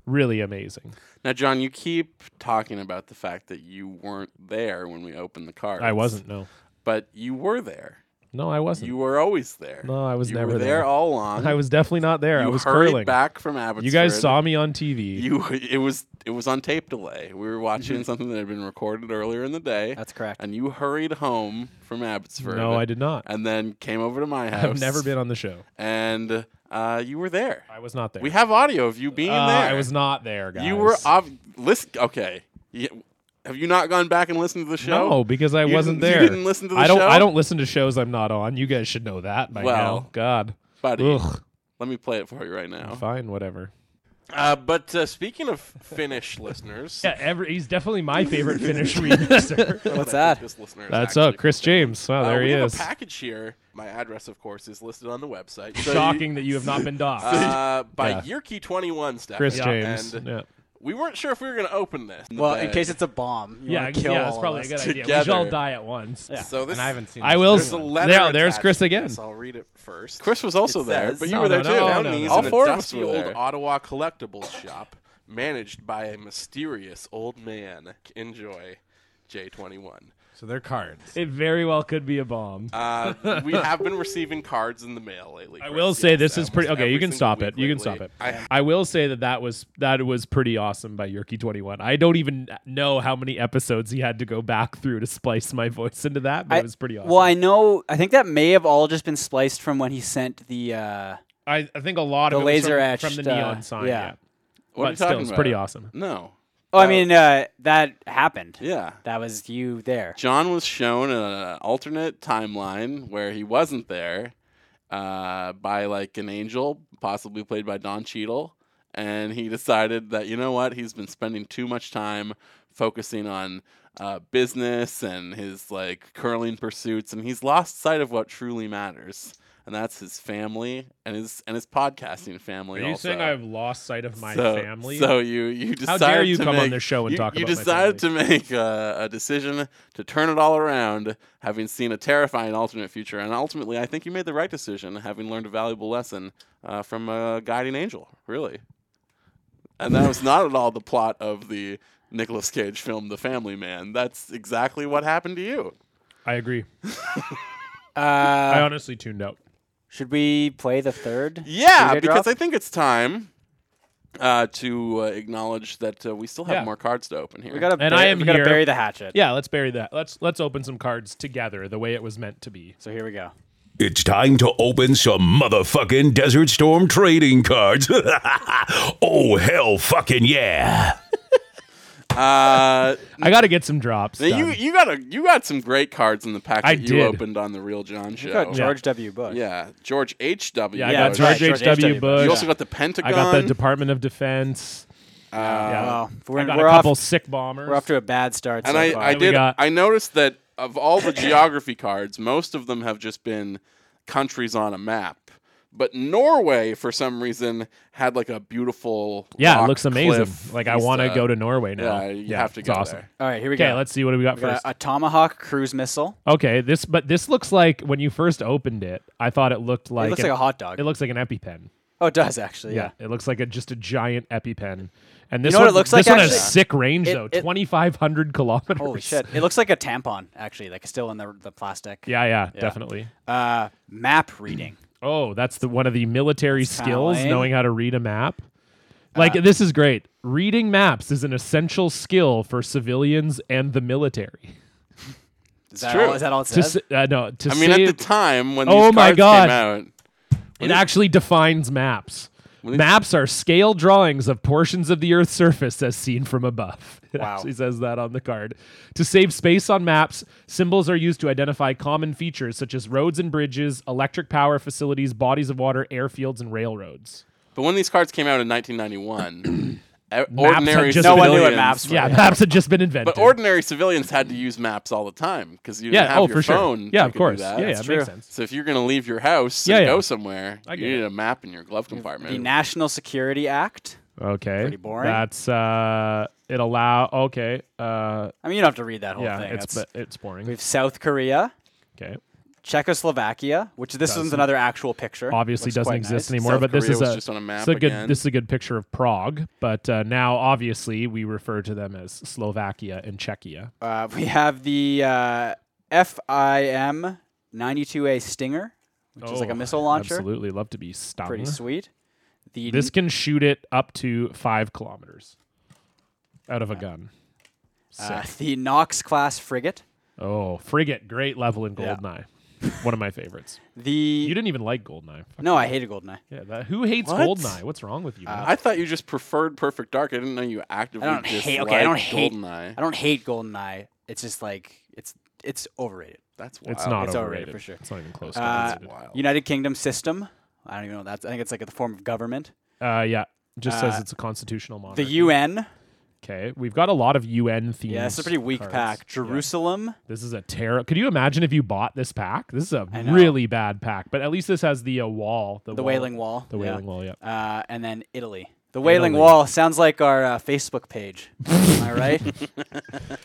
Speaker 3: really amazing.
Speaker 1: Now, John, you keep talking about the fact that you weren't there when we opened the cards.
Speaker 3: I wasn't. No,
Speaker 1: But you were there.
Speaker 3: no, I wasn't.
Speaker 1: You were always there.
Speaker 3: No, I was
Speaker 1: you
Speaker 3: never
Speaker 1: were there.
Speaker 3: there.
Speaker 1: all along.
Speaker 3: I was definitely not there.
Speaker 1: You
Speaker 3: I was
Speaker 1: hurried
Speaker 3: curling.
Speaker 1: back from Abbotsford.
Speaker 3: you guys saw me on TV.
Speaker 1: You. It was. It was on tape delay. We were
Speaker 3: Mm-hmm.
Speaker 1: watching something that had been recorded earlier in the day.
Speaker 2: That's correct.
Speaker 1: And you hurried home from Abbotsford.
Speaker 3: no, I did not.
Speaker 1: And then came over to my house.
Speaker 3: I've never been on the show.
Speaker 1: And uh, you were there.
Speaker 3: I was not there.
Speaker 1: We have audio of you being
Speaker 3: Uh,
Speaker 1: there.
Speaker 3: I was not there, guys.
Speaker 1: You were off. Listen. Okay. Yeah. Have you not gone back and listened to the show?
Speaker 3: No, because I
Speaker 1: You
Speaker 3: wasn't
Speaker 1: didn't- you
Speaker 3: there.
Speaker 1: didn't listen to the
Speaker 3: I don't.
Speaker 1: show?
Speaker 3: I don't listen to shows I'm not on. You guys should know that by
Speaker 1: Well,
Speaker 3: now. God.
Speaker 1: buddy.
Speaker 3: Ugh.
Speaker 1: Let me play it for you right now.
Speaker 3: Fine. Whatever.
Speaker 1: Uh, but uh, speaking of Finnish listeners,
Speaker 3: Yeah. Every, he's definitely my favorite Finnish remixer.
Speaker 2: What's that?
Speaker 1: this listener. is
Speaker 3: That's
Speaker 1: actually
Speaker 3: up, Chris James. Wow,
Speaker 1: Uh,
Speaker 3: there
Speaker 1: we
Speaker 3: he
Speaker 1: have
Speaker 3: is.
Speaker 1: a package here. My address, of course, is listed on the website. So you-
Speaker 3: Shocking that you have not been docked.
Speaker 1: uh, by
Speaker 3: Yeah.
Speaker 1: Yerky twenty one stuff.
Speaker 3: Chris James.
Speaker 1: And
Speaker 3: yeah.
Speaker 1: we weren't sure if we were going to open this.
Speaker 2: Well, in case it's a bomb. You
Speaker 3: Yeah.
Speaker 2: wanna kill
Speaker 3: yeah.
Speaker 2: all
Speaker 3: That's
Speaker 2: of
Speaker 3: probably a
Speaker 2: us.
Speaker 3: good idea. We should
Speaker 1: together.
Speaker 3: all die at once.
Speaker 1: so this.
Speaker 7: And I haven't seen.
Speaker 3: I
Speaker 7: this
Speaker 3: will.
Speaker 1: There's a
Speaker 7: one.
Speaker 1: letter.
Speaker 3: There- there's
Speaker 1: attached
Speaker 3: Chris
Speaker 1: to
Speaker 3: again.
Speaker 1: this. I'll read it first. Chris was also
Speaker 7: there,
Speaker 1: but
Speaker 7: but
Speaker 1: you
Speaker 3: you No,
Speaker 1: were
Speaker 3: were
Speaker 1: there
Speaker 3: there Oh, no, too. no,
Speaker 1: too.
Speaker 3: no, no,
Speaker 1: All
Speaker 3: no.
Speaker 1: four
Speaker 7: No.
Speaker 1: of us
Speaker 7: Dusty
Speaker 1: old
Speaker 7: old
Speaker 1: Ottawa collectibles shop, managed by a mysterious old man. Enjoy, J twenty one.
Speaker 7: So they're cards.
Speaker 3: It very well could be a bomb.
Speaker 1: Uh, we have been receiving cards in the mail lately.
Speaker 3: I
Speaker 1: Chris.
Speaker 3: will say
Speaker 1: Yes,
Speaker 3: this is
Speaker 1: almost
Speaker 3: pretty. Okay,
Speaker 1: every
Speaker 3: you can
Speaker 1: single
Speaker 3: stop
Speaker 1: week
Speaker 3: it. You can
Speaker 1: lately.
Speaker 3: stop it.
Speaker 1: I,
Speaker 3: I will say that that was that was pretty awesome by Yerky Twenty One. I don't even know how many episodes he had to go back through to splice my voice into that, but
Speaker 2: I-
Speaker 3: it was pretty awesome.
Speaker 2: Well, I know. I think that may have all just been spliced from when he sent the. Uh,
Speaker 3: I, I think a lot
Speaker 2: The
Speaker 3: of it was from-
Speaker 2: laser
Speaker 3: from,
Speaker 2: etched,
Speaker 3: the
Speaker 2: uh,
Speaker 3: neon sign.
Speaker 2: yeah.
Speaker 3: Yeah,
Speaker 1: what are you
Speaker 3: but still,
Speaker 1: talking
Speaker 3: it's
Speaker 1: about?
Speaker 3: pretty awesome.
Speaker 1: No.
Speaker 2: oh, I mean, uh, that happened.
Speaker 1: Yeah.
Speaker 2: That was you there.
Speaker 1: John was shown an alternate timeline where he wasn't there uh, by like an angel, possibly played by Don Cheadle, and he decided that you know what, he's been spending too much time focusing on uh, business and his like curling pursuits, and he's lost sight of what truly matters, and that's his family and his and his podcasting family. also.
Speaker 3: lost sight of
Speaker 1: so, So you you
Speaker 3: How
Speaker 1: decided
Speaker 3: dare you
Speaker 1: to
Speaker 3: come on
Speaker 1: make-
Speaker 3: this show and
Speaker 1: you,
Speaker 3: talk
Speaker 1: you
Speaker 3: about my
Speaker 1: decided to make uh, a decision to turn it all around, having seen a terrifying alternate future, and ultimately, I think you made the right decision, having learned a valuable lesson uh, from a guiding angel, really. And that was not at all the plot of the Nicolas Cage film, The Family Man. That's exactly what happened to you.
Speaker 3: I agree.
Speaker 2: Uh,
Speaker 3: I honestly tuned out.
Speaker 2: should we play the third?
Speaker 1: Yeah,
Speaker 2: DJ
Speaker 1: because
Speaker 2: drop?
Speaker 1: I think it's time. Uh, to uh, acknowledge that uh, we still have
Speaker 3: Yeah.
Speaker 1: more cards to open here.
Speaker 2: we gotta.
Speaker 3: And
Speaker 2: bur-
Speaker 3: I am
Speaker 2: we gotta
Speaker 3: here.
Speaker 2: bury the hatchet.
Speaker 3: Yeah, let's bury that. Let's let's open some cards together the way it was meant to be.
Speaker 2: So here we go.
Speaker 5: It's time to open some motherfucking Desert Storm trading cards. oh, hell fucking yeah.
Speaker 1: Uh,
Speaker 3: I got to get some drops.
Speaker 1: now you
Speaker 3: done.
Speaker 1: you got a you got some great cards in the pack that
Speaker 3: I
Speaker 1: you
Speaker 3: did.
Speaker 1: opened on the Real John
Speaker 2: You
Speaker 1: show.
Speaker 2: got George W. Bush.
Speaker 1: yeah, George H W.
Speaker 3: yeah, I
Speaker 2: Yeah,
Speaker 3: got
Speaker 2: that's
Speaker 3: George
Speaker 2: right, George
Speaker 3: H.W.
Speaker 2: H.W.
Speaker 3: Bush.
Speaker 1: You also got the Pentagon.
Speaker 3: I got the Department of Defense. yeah.
Speaker 2: Wow. Uh, We're,
Speaker 3: I got
Speaker 2: we're
Speaker 3: a couple
Speaker 2: off,
Speaker 3: sick bombers.
Speaker 2: we're off to a bad start.
Speaker 1: and
Speaker 2: so
Speaker 1: I,
Speaker 2: far.
Speaker 1: I
Speaker 3: we
Speaker 1: did.
Speaker 3: got-
Speaker 1: I noticed that of all the geography cards, most of them have just been countries on a map. But Norway, for some reason, had like a beautiful
Speaker 3: yeah,
Speaker 1: rock
Speaker 3: it looks amazing.
Speaker 1: cliff.
Speaker 3: like I
Speaker 1: It's,
Speaker 3: want to
Speaker 1: uh,
Speaker 3: go to Norway now.
Speaker 1: Yeah, you have to
Speaker 3: it's
Speaker 1: go
Speaker 3: awesome.
Speaker 1: there.
Speaker 2: All right, here we
Speaker 3: Okay,
Speaker 2: go.
Speaker 3: let's see what do we got
Speaker 2: We got
Speaker 3: first.
Speaker 2: a, a Tomahawk cruise missile.
Speaker 3: okay, this but this looks like when you first opened it, I thought it looked like
Speaker 2: it looks
Speaker 3: an,
Speaker 2: like a hot dog.
Speaker 3: It looks like an EpiPen.
Speaker 2: oh, it does actually. Yeah.
Speaker 3: Yeah, it looks like a, just a giant EpiPen. And this
Speaker 2: know what
Speaker 3: one,
Speaker 2: it looks like,
Speaker 3: this one
Speaker 2: actually?
Speaker 3: has sick range
Speaker 2: It-
Speaker 3: though,
Speaker 2: it-
Speaker 3: twenty five hundred kilometers.
Speaker 2: Holy shit! It looks like a tampon actually, like still in the the plastic.
Speaker 3: Yeah, yeah, definitely.
Speaker 2: Uh, map reading.
Speaker 3: Oh, that's the one of the military
Speaker 2: That's kinda
Speaker 3: skills,
Speaker 2: lame.
Speaker 3: knowing how to read a map. Like this is great. Reading maps is an essential skill for civilians and the military.
Speaker 2: Is that
Speaker 1: true.
Speaker 2: all? Is that all it
Speaker 3: To
Speaker 2: says?
Speaker 3: s- uh, no, to
Speaker 1: I mean,
Speaker 3: save,
Speaker 1: at the time when
Speaker 3: Oh
Speaker 1: these
Speaker 3: my
Speaker 1: cards
Speaker 3: God.
Speaker 1: came out,
Speaker 3: it actually defines maps.
Speaker 1: is-
Speaker 3: Maps are scale drawings of portions of the Earth's surface as seen from above. It
Speaker 2: Wow.
Speaker 3: actually says that on the card. To save space on maps, symbols are used to identify common features such as roads and bridges, electric power facilities, bodies of water, airfields, and railroads.
Speaker 1: but when these cards came out in 1991, e-
Speaker 3: had
Speaker 1: ordinary
Speaker 3: just No one
Speaker 2: knew what
Speaker 1: civilians-
Speaker 2: maps were.
Speaker 3: Yeah, maps had just been invented.
Speaker 1: But ordinary civilians had to use maps all the time because you didn't
Speaker 3: yeah,
Speaker 1: have
Speaker 3: oh,
Speaker 1: your
Speaker 3: for
Speaker 1: phone.
Speaker 3: sure. Yeah,
Speaker 1: that could
Speaker 3: of
Speaker 1: do
Speaker 3: course.
Speaker 1: that.
Speaker 3: Yeah, yeah,
Speaker 2: That's
Speaker 3: it makes
Speaker 2: true.
Speaker 3: sense.
Speaker 1: So if you're gonna leave your house
Speaker 3: Yeah,
Speaker 1: and
Speaker 3: yeah.
Speaker 1: go somewhere, you
Speaker 3: get
Speaker 1: need
Speaker 3: it.
Speaker 1: a map in your glove compartment.
Speaker 2: The National Security Act.
Speaker 3: Okay.
Speaker 2: Pretty boring.
Speaker 3: That's uh it allow okay. Uh
Speaker 2: I mean, you don't have to read that whole
Speaker 3: yeah,
Speaker 2: thing.
Speaker 3: it's
Speaker 2: That's-
Speaker 3: but it's boring.
Speaker 2: we have South Korea,
Speaker 3: okay.
Speaker 2: Czechoslovakia, which this one's another actual picture.
Speaker 3: Obviously
Speaker 2: Looks
Speaker 3: doesn't
Speaker 2: quite
Speaker 3: exist
Speaker 2: nice.
Speaker 3: anymore,
Speaker 1: South
Speaker 3: but this
Speaker 1: Korea
Speaker 3: is
Speaker 1: was
Speaker 3: a,
Speaker 1: just on a map
Speaker 3: this is a good
Speaker 1: again.
Speaker 3: this is a good picture of Prague, but uh, now obviously we refer to them as Slovakia and Czechia.
Speaker 2: Uh, we have the uh, FIM 92A Stinger, which is like a
Speaker 3: Oh,
Speaker 2: missile launcher.
Speaker 3: Absolutely love to be stung.
Speaker 2: Pretty sweet. The
Speaker 3: This can shoot it up to 5 kilometers out of a gun.
Speaker 2: uh, the Knox class frigate.
Speaker 3: Oh, frigate, great level in
Speaker 2: Yeah.
Speaker 3: Goldeneye. One of my favorites.
Speaker 2: The
Speaker 3: You didn't even like Goldeneye. Fuck
Speaker 2: no, Uh, I hated Goldeneye.
Speaker 3: Yeah, that, who hates
Speaker 1: What?
Speaker 3: Goldeneye? What's wrong with you? man?
Speaker 1: I thought you just preferred Perfect Dark. I didn't know you actively
Speaker 2: I don't
Speaker 1: disliked
Speaker 2: hate. Okay, I don't hate.
Speaker 1: Goldeneye.
Speaker 2: I don't hate Goldeneye. It's just like it's it's overrated.
Speaker 1: That's wild.
Speaker 3: it's not
Speaker 2: uh, It's
Speaker 3: overrated.
Speaker 2: overrated for sure.
Speaker 3: It's not even close.
Speaker 2: Uh,
Speaker 3: to
Speaker 1: That's wild.
Speaker 2: United Kingdom system. I don't even know what that's. I think it's like a form of government.
Speaker 3: it. Uh, yeah, just
Speaker 2: uh,
Speaker 3: says it's a constitutional monarchy.
Speaker 2: The UN.
Speaker 3: Okay, we've got a lot of UN themes.
Speaker 2: Yeah, it's a pretty weak
Speaker 3: cards.
Speaker 2: pack.
Speaker 3: Yeah.
Speaker 2: Jerusalem.
Speaker 3: This is a terror. Could you imagine if you bought this pack? This is a
Speaker 2: I know.
Speaker 3: really bad pack, but at least this has the uh, wall, the,
Speaker 2: The
Speaker 3: wall-
Speaker 2: Wailing Wall.
Speaker 3: the
Speaker 2: yeah.
Speaker 3: Wailing Wall. Yeah.
Speaker 2: Uh, and then Italy. The Wailing
Speaker 3: Italy.
Speaker 2: Wall sounds like our uh, Facebook page. Am I right?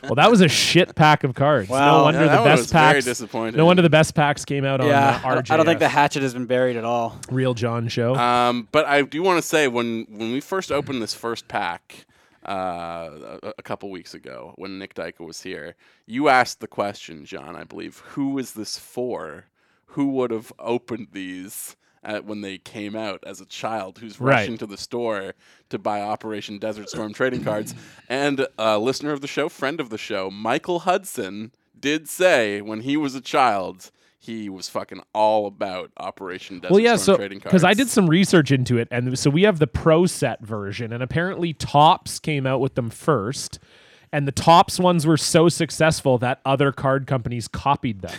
Speaker 3: Well, that was a shit pack of cards.
Speaker 2: Wow.
Speaker 3: no
Speaker 2: Yeah,
Speaker 3: wonder
Speaker 1: that
Speaker 3: the
Speaker 1: one
Speaker 3: best
Speaker 1: was very
Speaker 3: packs.
Speaker 1: disappointing.
Speaker 3: No wonder the best packs came out
Speaker 2: yeah. I
Speaker 3: on uh,
Speaker 2: don't- I don't think the Uh,
Speaker 3: RJF,
Speaker 2: hatchet has been buried at all.
Speaker 3: real John show.
Speaker 1: Um, but I do want to say when when we first opened this first pack uh, a, a couple weeks ago, when Nick Dyke was here, you asked the question, John. I believe who is this for? Who would have opened these? At when they came out as a child, who's
Speaker 3: Right.
Speaker 1: rushing to the store to buy Operation Desert Storm trading cards, and a listener of the show, friend of the show, Michael Hudson, did say when he was a child he was fucking all about Operation Desert
Speaker 3: well, yeah,
Speaker 1: Storm
Speaker 3: so
Speaker 1: trading cards.
Speaker 3: because I did some research into it, and so we have the pro set version, and apparently Tops came out with them first, and the Tops ones were so successful that other card companies copied them.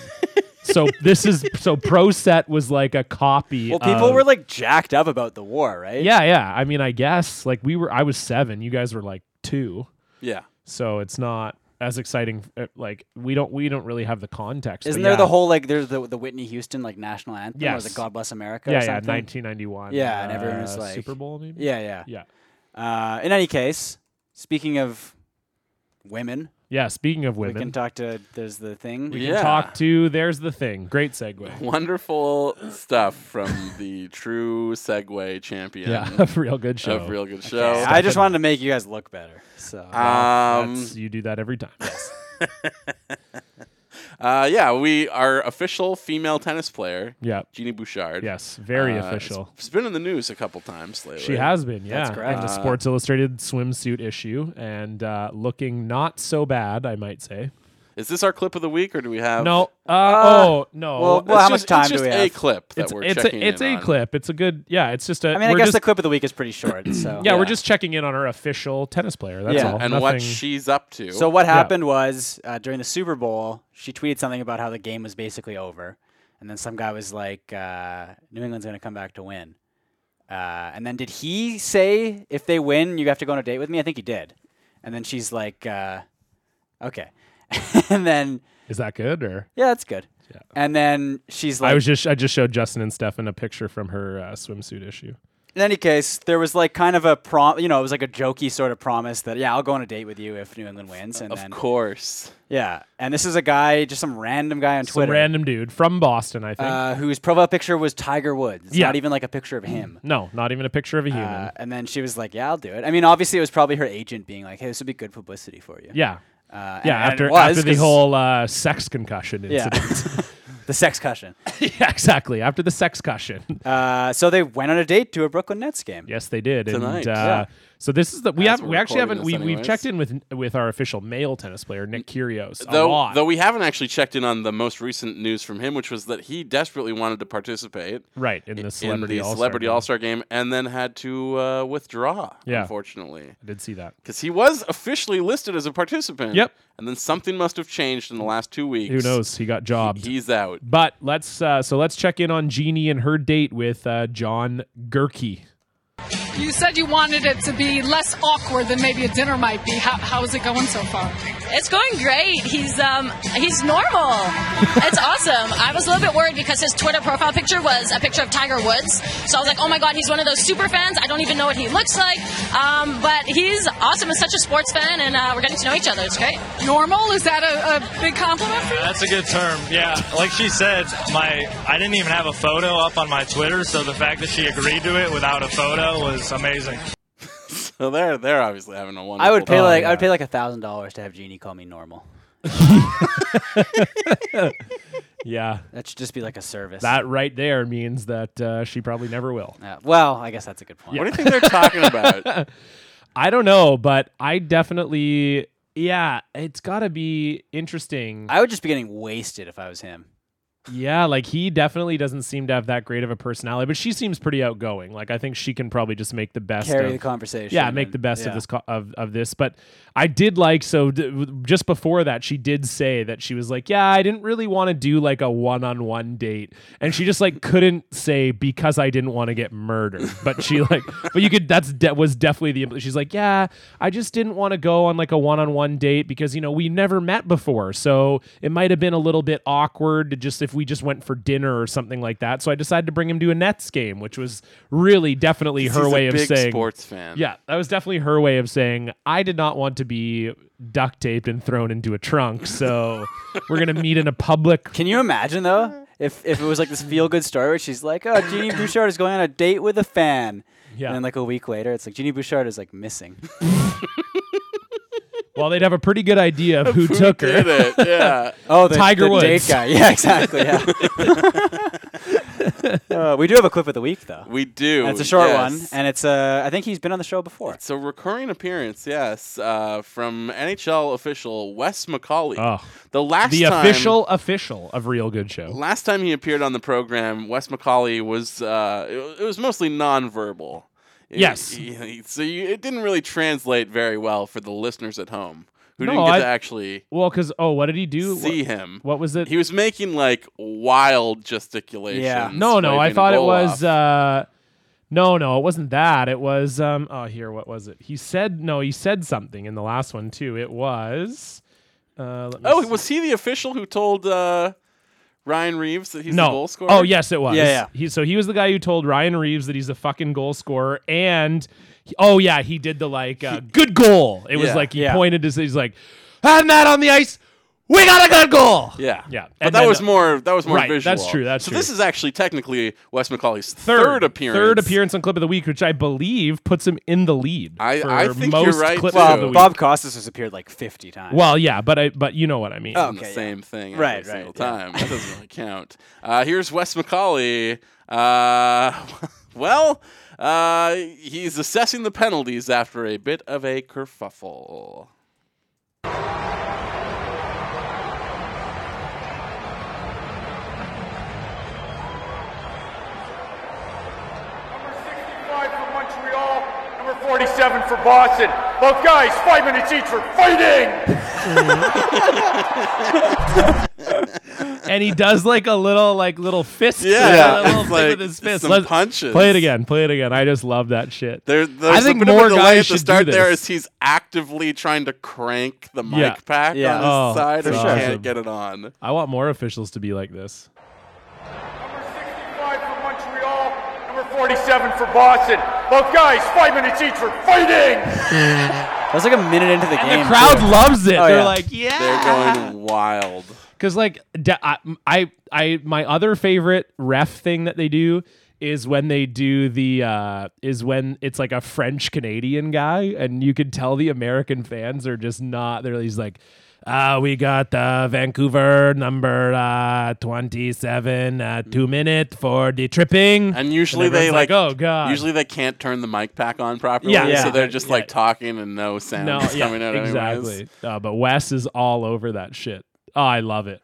Speaker 3: so this is so pro set was like a copy.
Speaker 2: Well, people
Speaker 3: of-
Speaker 2: were like jacked up about the war, right?
Speaker 3: yeah, yeah. I mean, I guess like we were. I was seven. You guys were like two,
Speaker 1: Yeah.
Speaker 3: so it's not as exciting. uh, Like we don't we don't really have the context. but
Speaker 2: Isn't there
Speaker 3: yeah.
Speaker 2: the whole like there's the the Whitney Houston like national anthem or
Speaker 3: Yes.
Speaker 2: the God Bless America?
Speaker 3: yeah
Speaker 2: or
Speaker 3: yeah
Speaker 2: something?
Speaker 3: 1991
Speaker 2: Yeah, and everyone was
Speaker 3: uh,
Speaker 2: like-
Speaker 3: Super Bowl maybe
Speaker 2: Yeah, yeah.
Speaker 3: yeah.
Speaker 2: Uh, in any case, speaking of women,
Speaker 3: Yeah, speaking of women,
Speaker 2: we can talk to. There's the thing.
Speaker 3: We
Speaker 1: Yeah.
Speaker 3: can talk to. There's the thing. Great segue.
Speaker 1: Wonderful stuff from the true Segway champion
Speaker 3: Yeah, a real good show.
Speaker 1: of Real Good Show.
Speaker 2: I just wanted to make you guys look better. So
Speaker 1: um,
Speaker 3: Uh, That's- you do that every time.
Speaker 1: uh, yeah, we our official female tennis player,
Speaker 3: yeah.
Speaker 1: Jeannie Bouchard.
Speaker 3: Yes. Very
Speaker 1: Uh,
Speaker 3: official.
Speaker 1: It's been in the news a couple times lately.
Speaker 3: She has been. Yeah.
Speaker 2: That's correct.
Speaker 3: In
Speaker 2: Uh,
Speaker 3: the Sports Illustrated swimsuit issue, and uh, looking not so bad, I might say.
Speaker 1: Is this our clip of the week, or do we have
Speaker 3: No. Uh,
Speaker 2: Uh,
Speaker 3: oh no.
Speaker 2: well,
Speaker 1: It's
Speaker 2: well, how
Speaker 1: just-
Speaker 2: much time
Speaker 1: it's
Speaker 2: do
Speaker 1: just
Speaker 2: we
Speaker 1: a
Speaker 2: have?
Speaker 1: clip that
Speaker 3: it's
Speaker 1: we're
Speaker 3: it's
Speaker 1: checking
Speaker 3: a, it's
Speaker 1: in
Speaker 3: a
Speaker 1: on.
Speaker 3: clip. It's a good. Yeah. It's just a.
Speaker 2: I mean, I
Speaker 3: we're
Speaker 2: guess
Speaker 3: just,
Speaker 2: the clip of the week is pretty short. So
Speaker 3: yeah, we're just checking in on our official tennis player. That's
Speaker 2: Yeah.
Speaker 3: all.
Speaker 1: and
Speaker 3: Nothing,
Speaker 1: what she's up to.
Speaker 2: So what happened was uh, during the Super Bowl, she tweeted something about how the game was basically over, and then some guy was like, uh, "New England's going to come back to win." Uh, and then did he say if they win, you have to go on a date with me? I think he did. And then she's like, uh, "Okay." and then
Speaker 3: is that good or?
Speaker 2: yeah, that's good. And then she's like,
Speaker 3: I was just I just showed Justin and Stefan a picture from her uh, swimsuit issue.
Speaker 2: In any case, there was like kind of a prom, you know, it was like a jokey sort of promise that yeah, I'll go on a date with you if New England wins, and
Speaker 1: of
Speaker 2: then
Speaker 1: course,
Speaker 2: yeah, and this is a guy, just some random guy on
Speaker 3: Some
Speaker 2: Twitter,
Speaker 3: random dude from Boston, I think.
Speaker 2: uh, whose profile picture was Tiger Woods. It's
Speaker 3: Yeah. Mm-hmm.
Speaker 2: not even like a picture of him.
Speaker 3: no, not even a picture of a human.
Speaker 2: Uh, and then she was like, "Yeah, I'll do it." I mean, obviously, it was probably her agent being like, "Hey, this would be good publicity for you."
Speaker 3: yeah.
Speaker 2: uh, and-
Speaker 3: Yeah,
Speaker 2: and it
Speaker 3: after,
Speaker 2: was,
Speaker 3: after the
Speaker 2: 'cause-
Speaker 3: whole uh, sex concussion
Speaker 2: yeah,
Speaker 3: incident.
Speaker 2: the sex cushion.
Speaker 3: Yeah. exactly. After the sex concussion.
Speaker 2: Uh, so they went on a date to a Brooklyn Nets game.
Speaker 3: Yes, they did.
Speaker 1: Tonight.
Speaker 3: And, uh,
Speaker 2: Yeah.
Speaker 3: So this is the we
Speaker 1: As
Speaker 3: have
Speaker 1: we're
Speaker 3: we actually
Speaker 1: recording
Speaker 3: haven't
Speaker 1: this
Speaker 3: we we've
Speaker 1: anyways.
Speaker 3: checked in with with our official male tennis player Nick Kyrgios a
Speaker 1: though
Speaker 3: lot.
Speaker 1: though we haven't actually checked in on the most recent news from him, which was that he desperately wanted to participate
Speaker 3: right in the
Speaker 1: in
Speaker 3: celebrity
Speaker 1: the
Speaker 3: All-Star
Speaker 1: celebrity
Speaker 3: game.
Speaker 1: All Star game, and then had to uh, withdraw.
Speaker 3: Yeah.
Speaker 1: unfortunately,
Speaker 3: I did see that.
Speaker 1: because he was officially listed as a participant.
Speaker 3: Yep.
Speaker 1: and then something must have changed in the last two weeks.
Speaker 3: Who knows? He got jobbed.
Speaker 1: He's out.
Speaker 3: but let's uh, so let's check in on Jeannie and her date with uh, John Gerke.
Speaker 6: You said you wanted it to be less awkward than maybe a dinner might be. How, how is it going so far?
Speaker 7: It's going great. He's um he's normal. It's awesome. I was a little bit worried because his Twitter profile picture was a picture of Tiger Woods. So I was like, oh my god, he's one of those super fans. I don't even know what he looks like. Um, but he's awesome. He's such a sports fan, and uh, we're getting to know each other. It's great.
Speaker 6: Normal? Is that a, a big compliment for you?
Speaker 8: That's a good term. Yeah, like she said, my I didn't even have a photo up on my Twitter, so the fact that she agreed to it without a photo was amazing.
Speaker 1: So they're they're obviously having a wonderful.
Speaker 2: I would pay
Speaker 3: Oh,
Speaker 2: like
Speaker 3: yeah.
Speaker 2: I would pay like a thousand dollars to have Jeannie call me normal.
Speaker 3: Yeah,
Speaker 2: That should just be like a service.
Speaker 3: that right there means that uh, she probably never will.
Speaker 2: Uh, well, I guess that's a good point.
Speaker 1: What do you think they're talking about?
Speaker 3: I don't know, but I definitely yeah, it's got to be interesting.
Speaker 2: I would just be getting wasted if I was him.
Speaker 3: Yeah, like he definitely doesn't seem to have that great of a personality, but she seems pretty outgoing. Like I think she can probably just make the best
Speaker 2: Carry
Speaker 3: of,
Speaker 2: the conversation.
Speaker 3: Yeah, make
Speaker 2: and-
Speaker 3: the best
Speaker 2: yeah.
Speaker 3: of this co- of of this. But I did like so d- w- just before that she did say that she was like, "Yeah, I didn't really want to do like a one-on-one date." And she just like couldn't say because I didn't want to get murdered. But she like but you could that's de- was definitely the impl- she's like, "Yeah, I just didn't want to go on like a one-on-one date because, you know, we never met before. So, it might have been a little bit awkward to just if we just went for dinner or something like that. So, I decided to bring him to a Nets game, which was really definitely her
Speaker 1: He's
Speaker 3: way
Speaker 1: a
Speaker 3: of
Speaker 1: big
Speaker 3: saying
Speaker 1: sports fan.
Speaker 3: yeah, that was definitely her way of saying I did not want to be duct taped and thrown into a trunk. So we're gonna meet in a public.
Speaker 2: Can you imagine though? If if it was like this feel good story where she's like, Oh, Jeannie Bouchard is going on a date with a fan.
Speaker 3: Yeah.
Speaker 2: And then like a week later it's like Jeannie Bouchard is like missing.
Speaker 3: Well, they'd have a pretty good idea of who took
Speaker 1: Did
Speaker 3: her.
Speaker 1: it? Yeah.
Speaker 2: Oh the
Speaker 3: Tiger
Speaker 2: the date
Speaker 3: Woods.
Speaker 2: guy. Yeah, exactly. Yeah. uh, we do have a clip of the week though.
Speaker 1: We do.
Speaker 2: and it's a short
Speaker 1: Oh, yes.
Speaker 2: one. And it's uh I think he's been on the show before.
Speaker 1: It's a recurring appearance, yes, uh, from NHL official Wes McCauley.
Speaker 3: Oh.
Speaker 1: the last
Speaker 3: The
Speaker 1: time,
Speaker 3: official official of Real Good Show.
Speaker 1: last time he appeared on the program, Wes McCauley was uh, it, it was mostly nonverbal. It-
Speaker 3: Yes.
Speaker 1: he- he- so you, it didn't really translate very well for the listeners at home who
Speaker 3: No,
Speaker 1: didn't get
Speaker 3: I-
Speaker 1: to actually
Speaker 3: Well, because oh, what did he do?
Speaker 1: see
Speaker 3: what,
Speaker 1: him.
Speaker 3: what was it?
Speaker 1: He was making like wild gesticulations.
Speaker 2: Yeah.
Speaker 3: no, no, I
Speaker 1: waving a
Speaker 3: thought it
Speaker 1: goal
Speaker 3: was.
Speaker 1: off.
Speaker 3: Uh, no, no, it wasn't that. It was. Um, oh, here, what was it? He said no. He said something in the last one too. It was. Uh, let me
Speaker 1: oh,
Speaker 3: see.
Speaker 1: was he the official who told uh, Ryan Reeves that he's
Speaker 3: no.
Speaker 1: the goal scorer?
Speaker 3: Oh, yes, it was.
Speaker 2: Yeah, yeah.
Speaker 3: He, so he was the guy who told Ryan Reeves that he's a fucking goal scorer, and he- oh yeah, he did the like uh, good goal. It was
Speaker 1: Yeah.
Speaker 3: like he
Speaker 2: Yeah.
Speaker 3: pointed to he's like, I'm not on the ice. We got a good goal.
Speaker 1: Yeah,
Speaker 3: yeah.
Speaker 1: But
Speaker 3: And
Speaker 1: that
Speaker 3: then- uh,
Speaker 1: was more that was more
Speaker 3: Right,
Speaker 1: visual.
Speaker 3: that's true, that's
Speaker 1: so
Speaker 3: true.
Speaker 1: this is actually technically Wes McCauley's third,
Speaker 3: Third,
Speaker 1: appearance.
Speaker 3: third appearance on clip of the week, which I believe puts him in the lead.
Speaker 1: I-
Speaker 3: for
Speaker 1: I think you're
Speaker 3: most
Speaker 1: right,
Speaker 3: clip
Speaker 1: Bob-
Speaker 3: of the week.
Speaker 2: Bob Costas has appeared like fifty times.
Speaker 3: Well, yeah, but I but you know what I mean.
Speaker 1: on
Speaker 2: Okay,
Speaker 1: the
Speaker 2: yeah.
Speaker 1: same thing every
Speaker 2: Right,
Speaker 1: single
Speaker 2: right, yeah.
Speaker 1: time. That doesn't really count. Uh, here's Wes McCauley. Uh, well, uh, he's assessing the penalties after a bit of a kerfuffle.
Speaker 9: 47 for Boston. Both guys, five minutes each for fighting.
Speaker 3: and he does like a little like little fist.
Speaker 1: Yeah,
Speaker 3: a little
Speaker 1: it's
Speaker 3: thing
Speaker 1: like
Speaker 3: with his fist.
Speaker 1: some
Speaker 3: Let's-
Speaker 1: punches.
Speaker 3: Play it again. Play it again. I just love that shit.
Speaker 1: There, there's
Speaker 3: I think
Speaker 1: a bit of
Speaker 3: more
Speaker 1: a delay
Speaker 3: guys
Speaker 1: at
Speaker 3: should
Speaker 1: the start
Speaker 3: do
Speaker 1: there
Speaker 3: this.
Speaker 1: as he's actively trying to crank the mic
Speaker 3: Yeah.
Speaker 1: pack on
Speaker 3: Yeah.
Speaker 1: his
Speaker 3: Oh,
Speaker 1: side, or
Speaker 3: that's
Speaker 1: he
Speaker 3: awesome.
Speaker 1: can't get it on.
Speaker 3: I want more officials to be like this.
Speaker 9: Five for Montreal. Number 47 for Boston. Both guys, five minutes each for fighting.
Speaker 2: That was like a minute into the
Speaker 3: And
Speaker 2: game.
Speaker 3: the crowd
Speaker 2: too.
Speaker 3: loves it.
Speaker 2: Oh,
Speaker 3: They're
Speaker 2: yeah.
Speaker 3: like, yeah.
Speaker 1: They're going wild.
Speaker 3: Because like da- I, I I my other favorite ref thing that they do is when they do the uh is when it's like a French Canadian guy and you can tell the American fans are just not they're he's like uh, we got uh, Vancouver number uh, 27, uh, two minute for the tripping.
Speaker 1: And usually they
Speaker 3: everyone's
Speaker 1: like,
Speaker 3: oh, God.
Speaker 1: Usually they can't turn the mic pack on properly,
Speaker 3: Yeah, yeah.
Speaker 1: so they're just like talking and no sound
Speaker 3: no,
Speaker 1: is
Speaker 3: yeah,
Speaker 1: coming out.
Speaker 3: exactly.
Speaker 1: Anyways.
Speaker 3: Uh, but Wes is all over that shit. Oh, I love it.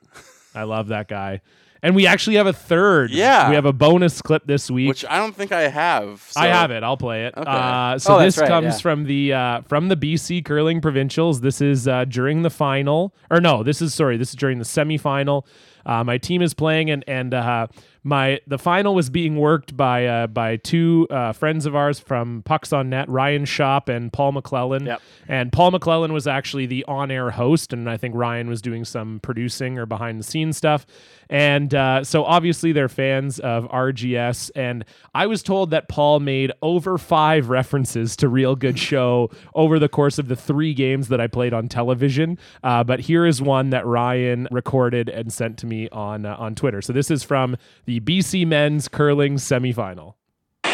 Speaker 3: I love that guy. And we actually have a third.
Speaker 1: Yeah.
Speaker 3: we have a bonus clip this week.
Speaker 1: Which I don't think I have.
Speaker 3: I
Speaker 1: so-
Speaker 3: have it. I'll play it.
Speaker 1: Okay.
Speaker 3: Uh, so
Speaker 2: Oh, that's
Speaker 3: this
Speaker 2: right,
Speaker 3: comes
Speaker 2: yeah.
Speaker 3: from the uh, from the BC curling provincials. This is uh, during the final, or no, this is sorry, this is during the semifinal. Uh, my team is playing, and and uh, my the final was being worked by uh, by two uh, friends of ours from Pucks on Net, Ryan Shop and Paul McClellan.
Speaker 2: Yep.
Speaker 3: And Paul McClellan was actually the on air host, and I think Ryan was doing some producing or behind the scenes stuff. And uh, so obviously they're fans of RGS. And I was told that Paul made over five references to Real Good Show over the course of the three games that I played on television. Uh, but here is one that Ryan recorded and sent to me on, uh, on Twitter. So this is from the BC men's curling semifinal.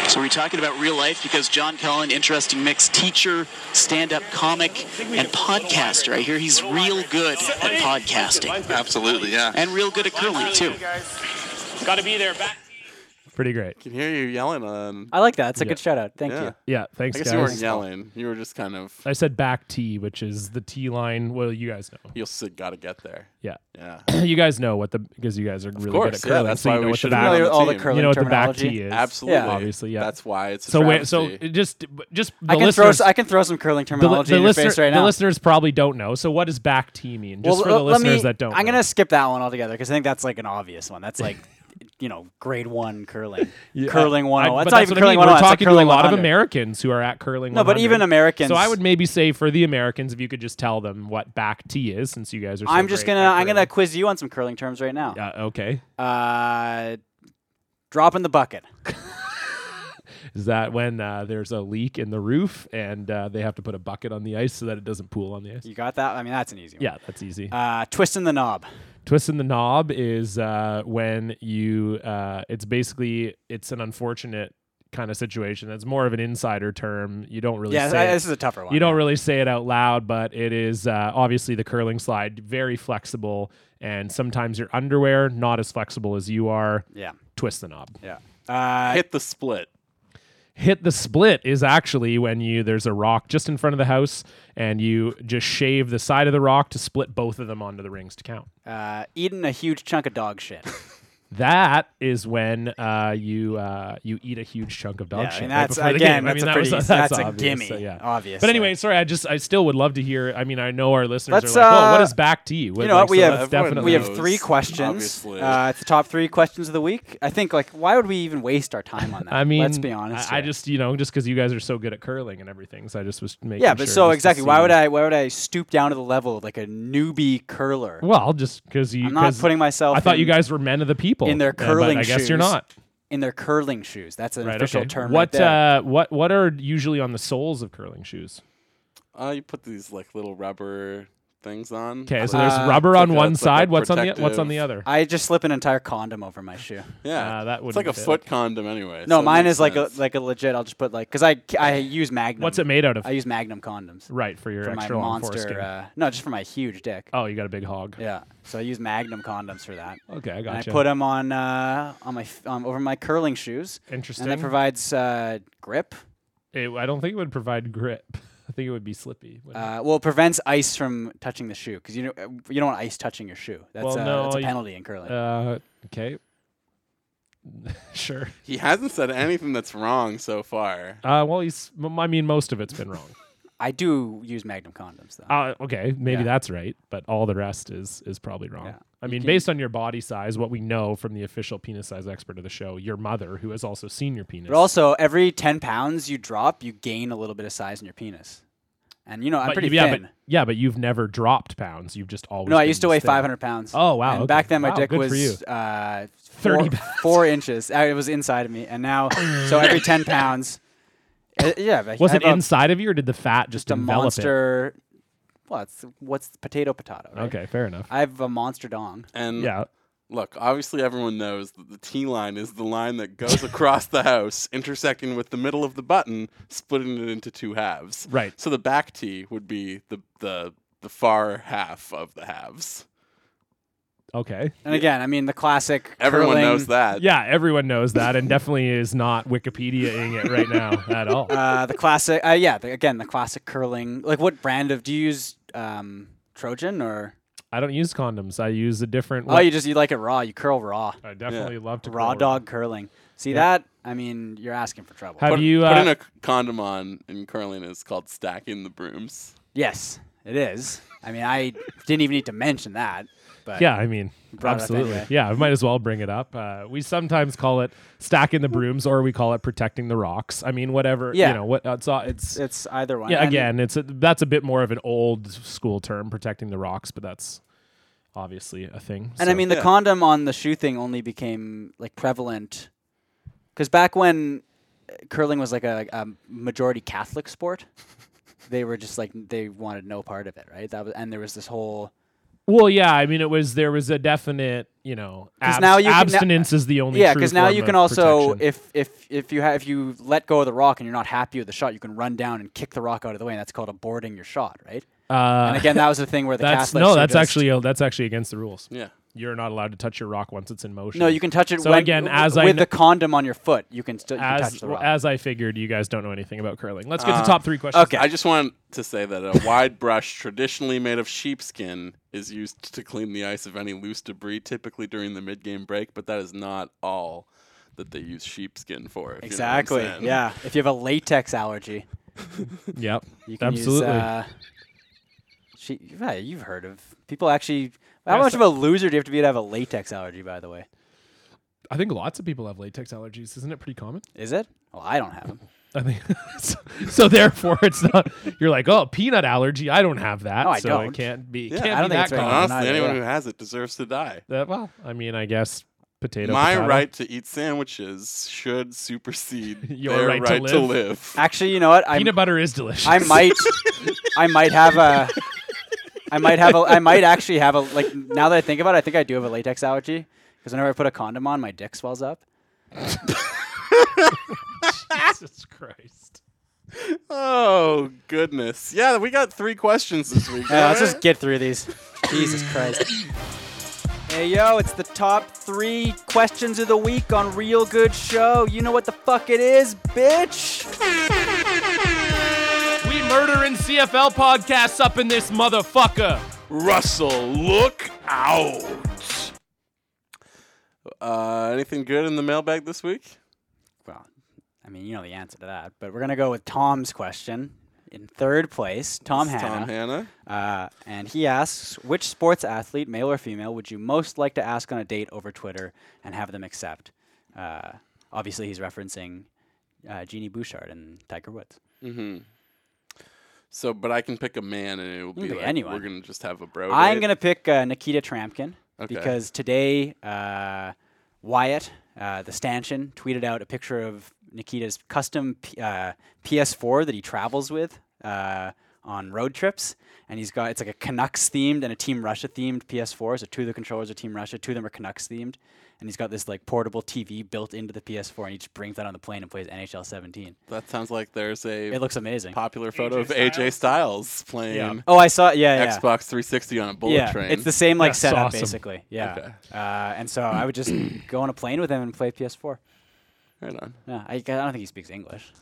Speaker 10: So we're talking about real life because John Cullen, interesting mix, teacher, stand-up comic, and podcaster. I hear he's real good at podcasting.
Speaker 11: Absolutely, yeah.
Speaker 10: And real good at curling too.
Speaker 11: Got to be there. Back.
Speaker 3: Pretty great.
Speaker 1: Can hear you yelling on.
Speaker 2: I like that. It's a good shout out. Thank
Speaker 1: Yeah.
Speaker 2: you.
Speaker 3: Yeah, thanks,
Speaker 1: I guess you weren't
Speaker 3: guys.
Speaker 1: yelling. You were just kind of.
Speaker 3: I said back T, which is the T line. Well, you guys know.
Speaker 1: You still got to get there.
Speaker 3: Yeah.
Speaker 1: Yeah.
Speaker 3: you guys know what the because you guys are really good
Speaker 1: course,
Speaker 3: at
Speaker 1: yeah,
Speaker 3: curling.
Speaker 1: that's
Speaker 3: so
Speaker 1: why
Speaker 3: you know
Speaker 1: we
Speaker 3: what the
Speaker 1: should have
Speaker 3: back,
Speaker 1: known the All the team.
Speaker 3: you know what the back
Speaker 2: terminology.
Speaker 3: T is.
Speaker 1: Absolutely.
Speaker 3: obviously, yeah.
Speaker 1: That's why it's a
Speaker 3: so. Wait, so
Speaker 1: travesty.
Speaker 3: it just just the
Speaker 2: I can throw
Speaker 3: listeners.
Speaker 2: s- I can throw some curling
Speaker 3: the li-
Speaker 2: terminology
Speaker 3: the
Speaker 2: in your face
Speaker 3: listener-
Speaker 2: right
Speaker 3: The
Speaker 2: now.
Speaker 3: listeners probably don't know. So what does back T mean? Just for the
Speaker 2: l- uh, let
Speaker 3: listeners
Speaker 2: me-
Speaker 3: that don't.
Speaker 2: I'm
Speaker 3: know.
Speaker 2: gonna skip that one altogether because I think that's like an obvious one. That's like, you know, grade one curling,
Speaker 3: Yeah.
Speaker 2: curling
Speaker 3: I-
Speaker 2: one.
Speaker 3: but
Speaker 2: That's not even
Speaker 3: what I mean.
Speaker 2: curling one.
Speaker 3: We're talking
Speaker 2: curling
Speaker 3: to a lot
Speaker 2: 100.
Speaker 3: of Americans who are at curling.
Speaker 2: No, but
Speaker 3: 100.
Speaker 2: even Americans-
Speaker 3: So I would maybe say for the Americans, if you could just tell them what back T is, since you guys are. So
Speaker 2: I'm just
Speaker 3: great
Speaker 2: gonna
Speaker 3: at
Speaker 2: I'm gonna
Speaker 3: curling.
Speaker 2: quiz you on some curling terms right now.
Speaker 3: Uh, okay.
Speaker 2: Uh, drop in the bucket.
Speaker 3: Is that when uh, there's a leak in the roof and uh, they have to put a bucket on the ice so that it doesn't pool on the ice?
Speaker 2: You got that? I mean, that's an easy one.
Speaker 3: Yeah, that's easy.
Speaker 2: Uh, twisting the knob.
Speaker 3: Twisting the knob is uh, when you. Uh, it's basically it's an unfortunate kind of situation. That's more of an insider term. You don't really.
Speaker 2: Yeah,
Speaker 3: say
Speaker 2: I-
Speaker 3: it-
Speaker 2: this is a tougher one,
Speaker 3: You don't really say it out loud, but it is uh, obviously the curling slide, very flexible, and sometimes your underwear not as flexible as you are.
Speaker 2: Yeah.
Speaker 3: Twist the knob.
Speaker 2: Yeah. Uh,
Speaker 1: Hit the split.
Speaker 3: hit the split is actually when you there's a rock just in front of the house and you just shave the side of the rock to split both of them onto the rings to count
Speaker 2: Uh, eating a huge chunk of dog shit.
Speaker 3: that is when uh, you uh, you eat a huge chunk of dog
Speaker 2: Yeah, I
Speaker 3: shit.
Speaker 2: mean,
Speaker 3: right
Speaker 2: that's-
Speaker 3: before the
Speaker 2: again,
Speaker 3: game. I
Speaker 2: that's
Speaker 3: mean,
Speaker 2: a
Speaker 3: that
Speaker 2: pretty-
Speaker 3: was,
Speaker 2: that's a
Speaker 3: obvious, so
Speaker 2: gimme,
Speaker 3: yeah.
Speaker 2: obviously.
Speaker 3: But anyway, sorry. I just I still would love to hear. I mean, I know our listeners
Speaker 2: Let's,
Speaker 3: are like, "Well, what
Speaker 2: uh,
Speaker 3: is back to you?"
Speaker 2: you know what?
Speaker 3: Like,
Speaker 2: We
Speaker 3: so
Speaker 2: have
Speaker 3: that's definitely
Speaker 2: we have three questions. Uh, it's the top three questions of the week. I think like why would we even waste our time on that?
Speaker 3: I mean,
Speaker 2: let's be honest.
Speaker 3: I, I
Speaker 2: here.
Speaker 3: just you know just because you guys are so good at curling and everything, so I just was making
Speaker 2: yeah, but
Speaker 3: sure
Speaker 2: so
Speaker 3: just to
Speaker 2: exactly
Speaker 3: see-
Speaker 2: why would I why would I stoop down to the level of like a newbie curler?
Speaker 3: Well, just because you.
Speaker 2: I'm not
Speaker 3: 'cause
Speaker 2: putting myself
Speaker 3: I thought you
Speaker 2: in-
Speaker 3: guys were men of the people
Speaker 2: in their
Speaker 3: uh, but
Speaker 2: curling.
Speaker 3: I guess
Speaker 2: shoes,
Speaker 3: you're not.
Speaker 2: in their curling shoes. That's an
Speaker 3: Right,
Speaker 2: official
Speaker 3: okay.
Speaker 2: term.
Speaker 3: What
Speaker 2: right there.
Speaker 3: uh, what what are usually on the soles of curling shoes?
Speaker 1: Uh, you put these like little rubber things on.
Speaker 3: Okay, so
Speaker 1: Uh,
Speaker 3: there's rubber
Speaker 1: it's
Speaker 3: on
Speaker 1: like a-
Speaker 3: one
Speaker 1: it's like a
Speaker 3: side. what's on the what's on the
Speaker 1: protective-
Speaker 3: other?
Speaker 2: I just slip an entire condom over my shoe.
Speaker 1: Yeah,
Speaker 3: Uh, that
Speaker 1: It's like a
Speaker 3: wouldn't fit.
Speaker 1: foot condom anyway.
Speaker 2: No,
Speaker 1: so it
Speaker 2: mine
Speaker 1: makes
Speaker 2: is like a
Speaker 1: sense.
Speaker 2: like a legit. I'll just put like because I I use Magnum.
Speaker 3: What's it made out of?
Speaker 2: I use Magnum condoms.
Speaker 3: Right, for your
Speaker 2: for my
Speaker 3: extra long foreskin.
Speaker 2: monster. Uh, no, just for my huge dick.
Speaker 3: oh, you got a big hog.
Speaker 2: Yeah, so I use Magnum condoms for that.
Speaker 3: Okay, I
Speaker 2: And
Speaker 3: gotcha.
Speaker 2: I put them on uh, on my f- um, over my curling shoes. And
Speaker 3: Interesting.
Speaker 2: that provides uh, grip.
Speaker 3: It- I don't think it would provide grip. I think it would be slippy. wouldn't it?
Speaker 2: Uh, well, it prevents ice from touching the shoe because you know you don't want ice touching your shoe. That's,
Speaker 3: well,
Speaker 2: uh,
Speaker 3: no,
Speaker 2: that's a
Speaker 3: you-
Speaker 2: penalty in curling.
Speaker 3: Uh, okay. sure.
Speaker 1: He hasn't said anything that's wrong so far.
Speaker 3: Uh, well, he's. m- I mean, most of it's been wrong.
Speaker 2: I do use Magnum condoms though.
Speaker 3: Uh, okay, maybe
Speaker 2: Yeah.
Speaker 3: that's right, but all the rest is is probably wrong. I
Speaker 2: You
Speaker 3: mean,
Speaker 2: can-
Speaker 3: based on your body size, what we know from the official penis size expert of the show, your mother, who has also seen your penis,
Speaker 2: But also, every ten pounds you drop, you gain a little bit of size in your penis. And you know, I'm
Speaker 3: But
Speaker 2: pretty
Speaker 3: you- yeah,
Speaker 2: thin.
Speaker 3: But, Oh, yeah, but you've never dropped pounds. You've just always.
Speaker 2: no, I
Speaker 3: been
Speaker 2: used to
Speaker 3: this
Speaker 2: weigh
Speaker 3: thin.
Speaker 2: 500 pounds.
Speaker 3: Oh wow!
Speaker 2: And
Speaker 3: okay.
Speaker 2: back then my
Speaker 3: Wow,
Speaker 2: dick
Speaker 3: good for you.
Speaker 2: was uh, four,
Speaker 3: 30
Speaker 2: four inches. Uh, It was inside of me, and now so every 10 pounds. uh, yeah, but
Speaker 3: Was
Speaker 2: I
Speaker 3: it
Speaker 2: have a-
Speaker 3: inside of you, or did the fat just
Speaker 2: Just a
Speaker 3: envelop
Speaker 2: monster. What's what's potato potato?
Speaker 3: it?
Speaker 2: right?
Speaker 3: Okay, fair enough.
Speaker 2: I have a monster dong.
Speaker 1: And
Speaker 3: Yeah.
Speaker 1: look, obviously everyone knows that the T line is the line that goes across the house, intersecting with the middle of the button, splitting it into two halves.
Speaker 3: Right.
Speaker 1: So the back T would be the the the far half of the halves.
Speaker 3: Okay.
Speaker 2: And again, I mean the classic.
Speaker 1: Everyone
Speaker 2: curling-
Speaker 1: knows that.
Speaker 3: Yeah, everyone knows that, and definitely is not Wikipediaing it right now at all.
Speaker 2: Uh, the classic. Uh, yeah, the, again the classic curling. Like what brand of do you use? Um, Trojan or
Speaker 3: I don't use condoms. I use a different.
Speaker 2: oh, you just you like it raw. You curl raw.
Speaker 3: I definitely love to
Speaker 2: raw
Speaker 3: curl raw.
Speaker 2: dog curling. See
Speaker 3: Yeah.
Speaker 2: that? I mean, you're asking for trouble.
Speaker 3: Have
Speaker 1: Put-
Speaker 3: you,
Speaker 1: putting
Speaker 3: uh,
Speaker 1: a condom on in curling is called stacking the brooms?
Speaker 2: Yes, it is. I mean, I didn't even need to mention that. But
Speaker 3: Yeah, I mean,
Speaker 2: you brought it up
Speaker 3: absolutely.
Speaker 2: anyway.
Speaker 3: Yeah, I might as well bring it up. Uh, we sometimes call it stacking the brooms, or we call it protecting the rocks. I mean, whatever.
Speaker 2: Yeah.
Speaker 3: You know what? It's all- it's
Speaker 2: It's either one.
Speaker 3: yeah.
Speaker 2: And
Speaker 3: Again, it's a, that's a bit more of an old school term, protecting the rocks, but that's obviously a thing.
Speaker 2: And I
Speaker 3: so-
Speaker 2: mean, the condom on the shoe thing only became like prevalent because back when uh, curling was like a, a majority Catholic sport, they were just like they wanted no part of it, right? That was, and there was this whole
Speaker 3: Well, yeah. I mean, it was there was a definite, you know,
Speaker 2: because
Speaker 3: abs-
Speaker 2: now you can- now-
Speaker 3: abstinence is the only.
Speaker 2: yeah
Speaker 3: because
Speaker 2: now you can also if if if you ha- if you let go of the rock and you're not happy with the shot, you can run down and kick the rock out of the way, and that's called aborting your shot, right?
Speaker 3: Uh,
Speaker 2: and again, that was the thing where the
Speaker 3: that's,
Speaker 2: Catholics
Speaker 3: No,
Speaker 2: were
Speaker 3: that's
Speaker 2: just-
Speaker 3: actually that's actually against the rules.
Speaker 1: Yeah,
Speaker 3: you're not allowed to touch your rock once it's in motion.
Speaker 2: No, you can touch it.
Speaker 3: So
Speaker 2: when-
Speaker 3: again, as
Speaker 2: with
Speaker 3: I
Speaker 2: the condom on your foot, you can still you can
Speaker 3: as
Speaker 2: touch the rock.
Speaker 3: as I figured, you guys don't know anything about curling. Let's get
Speaker 1: Uh,
Speaker 3: to top three questions.
Speaker 1: I just want to say that a wide brush traditionally made of sheepskin is used to clean the ice of any loose debris, typically during the mid-game break. But that is not all that they use sheepskin for. if you know what I'm
Speaker 2: Exactly.
Speaker 1: saying.
Speaker 2: yeah. If you have a latex allergy,
Speaker 3: Yep.
Speaker 2: you can
Speaker 3: Absolutely.
Speaker 2: use. Uh, she, yeah, you've heard of people actually. How
Speaker 3: Yeah,
Speaker 2: much
Speaker 3: so-
Speaker 2: of a loser do you have to be to have a latex allergy? By the way,
Speaker 3: I think lots of people have latex allergies. Isn't it pretty common?
Speaker 2: is it? Well, I don't have them.
Speaker 3: I think so, so Therefore, it's not. You're like, oh, peanut allergy. I don't have that,
Speaker 2: No, I
Speaker 3: so
Speaker 2: don't.
Speaker 3: it can't be.
Speaker 2: Yeah,
Speaker 3: can't
Speaker 2: I don't
Speaker 3: be
Speaker 2: think it's
Speaker 3: that
Speaker 2: very
Speaker 3: common.
Speaker 2: common
Speaker 1: Honestly, anyone who has it deserves to die.
Speaker 3: That- well, I mean, I guess potato.
Speaker 1: My
Speaker 3: potato.
Speaker 1: right to eat sandwiches should supersede
Speaker 3: Your
Speaker 1: their
Speaker 3: right
Speaker 1: right,
Speaker 3: to
Speaker 1: to
Speaker 3: live.
Speaker 1: live.
Speaker 2: Actually, you know what? I'm,
Speaker 3: Peanut butter is delicious.
Speaker 2: I might. I might have a. I might have a. I might actually have a. Like now that I think about it, I think I do have a latex allergy because whenever I put a condom on, my dick swells up.
Speaker 3: Jesus Christ.
Speaker 1: Oh goodness! Yeah, we got three questions this week.
Speaker 2: Yeah, let's
Speaker 1: right?
Speaker 2: just get through these. Jesus Christ. Hey yo, it's the top three questions of the week on Real Good Show. You know what the fuck it is, bitch.
Speaker 3: We murdering CFL podcasts up in this motherfucker.
Speaker 1: Russell, look out! Uh, anything good in the mailbag this week?
Speaker 2: Well, I mean, you know the answer to that, but we're gonna go with Tom's question in third place. Tom
Speaker 1: It's
Speaker 2: Hanna.
Speaker 1: Tom Hanna.
Speaker 2: Uh, and he asks, which sports athlete, male or female, would you most like to ask on a date over Twitter and have them accept? Uh, obviously, he's referencing uh, Jeannie Bouchard and Tiger Woods.
Speaker 1: Mm-hmm. So, but I can pick a man, and it will
Speaker 2: You
Speaker 1: be
Speaker 2: can pick
Speaker 1: like,
Speaker 2: anyone.
Speaker 1: We're gonna just have a bro.
Speaker 2: I'm
Speaker 1: date.
Speaker 2: going to pick uh, Nikita Trampkin
Speaker 1: Okay.
Speaker 2: because today uh, Wyatt, uh, the stanchion, tweeted out a picture of Nikita's custom P- uh, PS4 that he travels with uh, on road trips. And he's got it's like a Canucks themed and a Team Russia themed PS4. So two of the controllers are Team Russia, two of them are Canucks themed. And he's got this like portable TV built into the PS4, and he just brings that on the plane and plays NHL 17.
Speaker 1: That sounds like there's a.
Speaker 2: It looks amazing.
Speaker 1: Popular photo of AJ Styles playing.
Speaker 2: Oh, I saw. Yeah, yeah.
Speaker 1: Xbox 360 on a bullet
Speaker 2: yeah,
Speaker 1: train.
Speaker 2: It's the same like
Speaker 3: That's
Speaker 2: setup
Speaker 3: awesome.
Speaker 2: basically. Yeah.
Speaker 1: Okay.
Speaker 2: Uh, and so I would just go on a plane with him and play PS4.
Speaker 1: Right on.
Speaker 2: Yeah, I, I don't think he speaks English.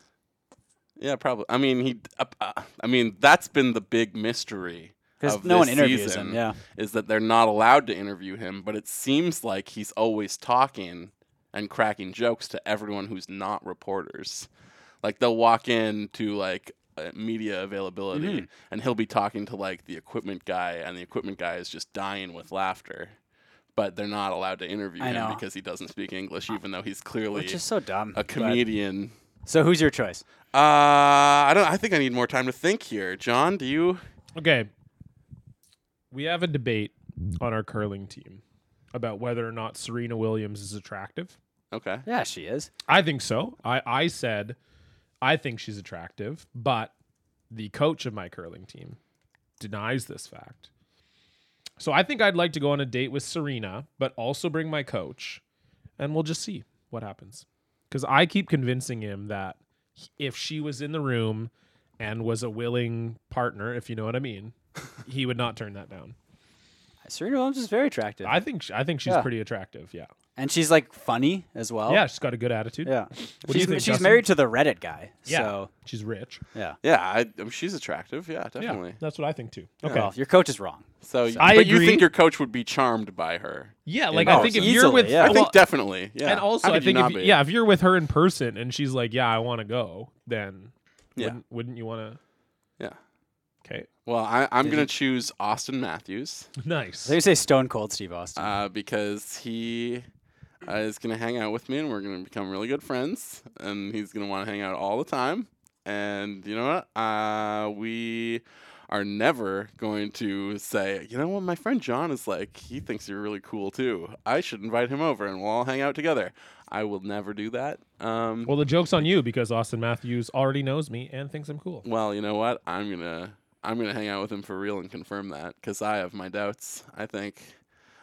Speaker 1: Yeah, probably. I mean, he. Uh, uh, I mean, that's been the big mystery.
Speaker 2: 'Cause
Speaker 1: of
Speaker 2: no one
Speaker 1: this
Speaker 2: interviews him,
Speaker 1: season,
Speaker 2: yeah.
Speaker 1: is that they're not allowed to interview him, but it seems like he's always talking and cracking jokes to everyone who's not reporters. Like they'll walk in to like uh, media availability
Speaker 2: Mm-hmm.
Speaker 12: Mhm.
Speaker 1: and he'll be talking to like the equipment guy and the equipment guy is just dying with laughter. But they're not allowed to interview
Speaker 2: I
Speaker 1: him
Speaker 2: know.
Speaker 1: because he doesn't speak English, even though he's clearly
Speaker 2: Which is so dumb,
Speaker 1: a
Speaker 2: but-
Speaker 1: comedian.
Speaker 2: So who's your choice?
Speaker 1: Uh, I don't. I think I need more time to think here. John, do you?
Speaker 3: Okay. We have a debate on our curling team about whether or not Serena Williams is attractive.
Speaker 1: Okay.
Speaker 2: Yeah, she is.
Speaker 3: I think so. I, I said I think she's attractive, but the coach of my curling team denies this fact. So I think I'd like to go on a date with Serena, but also bring my coach, and we'll just see what happens. Because I keep convincing him that he- if she was in the room and was a willing partner, if you know what I mean, he would not turn that down.
Speaker 2: Serena Williams is very attractive.
Speaker 3: I think sh- I think she's
Speaker 2: Yeah.
Speaker 3: pretty attractive. Yeah.
Speaker 2: And she's like funny as well.
Speaker 3: Yeah, she's got a good attitude.
Speaker 2: Yeah.
Speaker 3: What do you
Speaker 2: she's
Speaker 3: think,
Speaker 2: she's
Speaker 3: Justin?
Speaker 2: married to the Reddit guy.
Speaker 3: Yeah.
Speaker 2: So
Speaker 3: she's rich.
Speaker 2: Yeah.
Speaker 1: Yeah, I, I mean, she's attractive. Yeah, definitely.
Speaker 3: that's what I think too.
Speaker 1: Yeah.
Speaker 3: Okay.
Speaker 2: Well, your coach is wrong.
Speaker 1: So,
Speaker 3: So- I
Speaker 1: but you
Speaker 3: agree.
Speaker 1: think your coach would be charmed by her?
Speaker 3: Yeah,
Speaker 1: in
Speaker 3: like I think
Speaker 1: person?
Speaker 3: if you're with,
Speaker 1: I
Speaker 3: well,
Speaker 1: think definitely. Yeah,
Speaker 3: and also
Speaker 1: How
Speaker 3: I
Speaker 1: could you
Speaker 3: think
Speaker 1: not
Speaker 3: if,
Speaker 1: be?
Speaker 3: yeah, if you're with her in person and she's like, yeah, I want to go, then
Speaker 1: Yeah.
Speaker 3: wouldn't, wouldn't you want to?
Speaker 1: Yeah.
Speaker 3: Okay.
Speaker 1: Well, I, I'm
Speaker 3: Did
Speaker 1: gonna
Speaker 3: you-
Speaker 1: choose Austin Matthews.
Speaker 3: Nice.
Speaker 2: They say Stone Cold Steve Austin.
Speaker 1: Uh, because he uh, is going to hang out with me and we're going to become really good friends. And he's going to want to hang out all the time. And you know what? Uh, we are never going to say, you know what? My friend John is like, he thinks you're really cool too. I should invite him over and we'll all hang out together. I will never do that. Um,
Speaker 3: Well, the joke's on you because Austin Matthews already knows me and thinks I'm cool.
Speaker 1: well, you know what? I'm gonna I'm gonna hang out with him for real and confirm that because I have my doubts. I think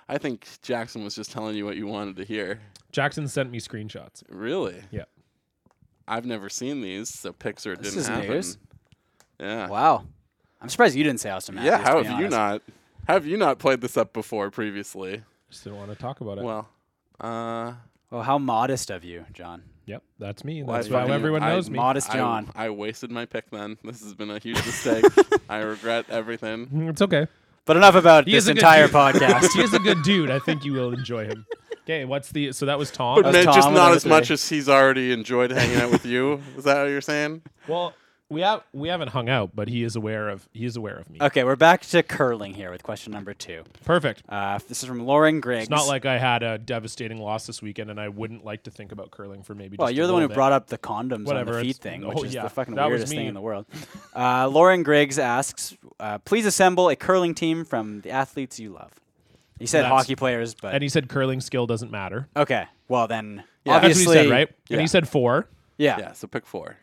Speaker 1: I think Jackson was just telling you what you wanted to hear.
Speaker 3: Jackson sent me screenshots.
Speaker 1: Really?
Speaker 3: Yeah.
Speaker 1: I've never seen these, so Pixar didn't
Speaker 2: is
Speaker 1: happen.
Speaker 2: news.
Speaker 1: Yeah.
Speaker 2: Wow. I'm surprised you didn't say Austin Matthews.
Speaker 1: yeah. How
Speaker 2: to be
Speaker 1: have you
Speaker 2: honest.
Speaker 1: not? how Have you not played this up before previously?
Speaker 3: Just didn't want to talk about it.
Speaker 1: Well, uh,
Speaker 2: Well, how modest of you, John.
Speaker 3: Yep, that's me.
Speaker 1: Well,
Speaker 3: That's
Speaker 1: I fucking-
Speaker 3: why everyone
Speaker 1: I-
Speaker 3: knows me.
Speaker 2: Modest
Speaker 1: I-
Speaker 2: John.
Speaker 1: I, wasted my pick then. This has been a huge mistake. I regret everything.
Speaker 3: It's okay.
Speaker 2: But enough about
Speaker 3: He
Speaker 2: this
Speaker 3: is a good
Speaker 2: entire
Speaker 3: dude.
Speaker 2: podcast.
Speaker 3: he is a good dude. I think you will enjoy him. Okay, what's the? So that was Tom.
Speaker 1: But man, just not as much as he's already enjoyed hanging out with you. Is that what you're saying?
Speaker 3: Well, we have we haven't hung out, but he is aware of he is aware of me.
Speaker 2: Okay, we're back to curling here with question number two.
Speaker 3: Perfect.
Speaker 2: Uh, this is from Lauren Griggs.
Speaker 3: It's not like I had a devastating loss this weekend, and I wouldn't like to think about curling for maybe.
Speaker 2: Well,
Speaker 3: just a
Speaker 2: you're the one who
Speaker 3: little bit.
Speaker 2: brought up the condoms
Speaker 3: Whatever,
Speaker 2: on the feet
Speaker 3: it's-
Speaker 2: thing,
Speaker 3: oh,
Speaker 2: which is
Speaker 3: yeah,
Speaker 2: the fucking
Speaker 3: that was
Speaker 2: weirdest
Speaker 3: me.
Speaker 2: thing in the world. Uh, Lauren Griggs asks, uh, please assemble a curling team from the athletes you love. He said
Speaker 3: That's-
Speaker 2: hockey players, but
Speaker 3: and he said curling skill doesn't matter.
Speaker 2: okay. Well, then
Speaker 3: That's
Speaker 2: obviously,
Speaker 3: what he said, right?
Speaker 2: Yeah.
Speaker 3: And he said four.
Speaker 2: yeah.
Speaker 1: Yeah. So pick four.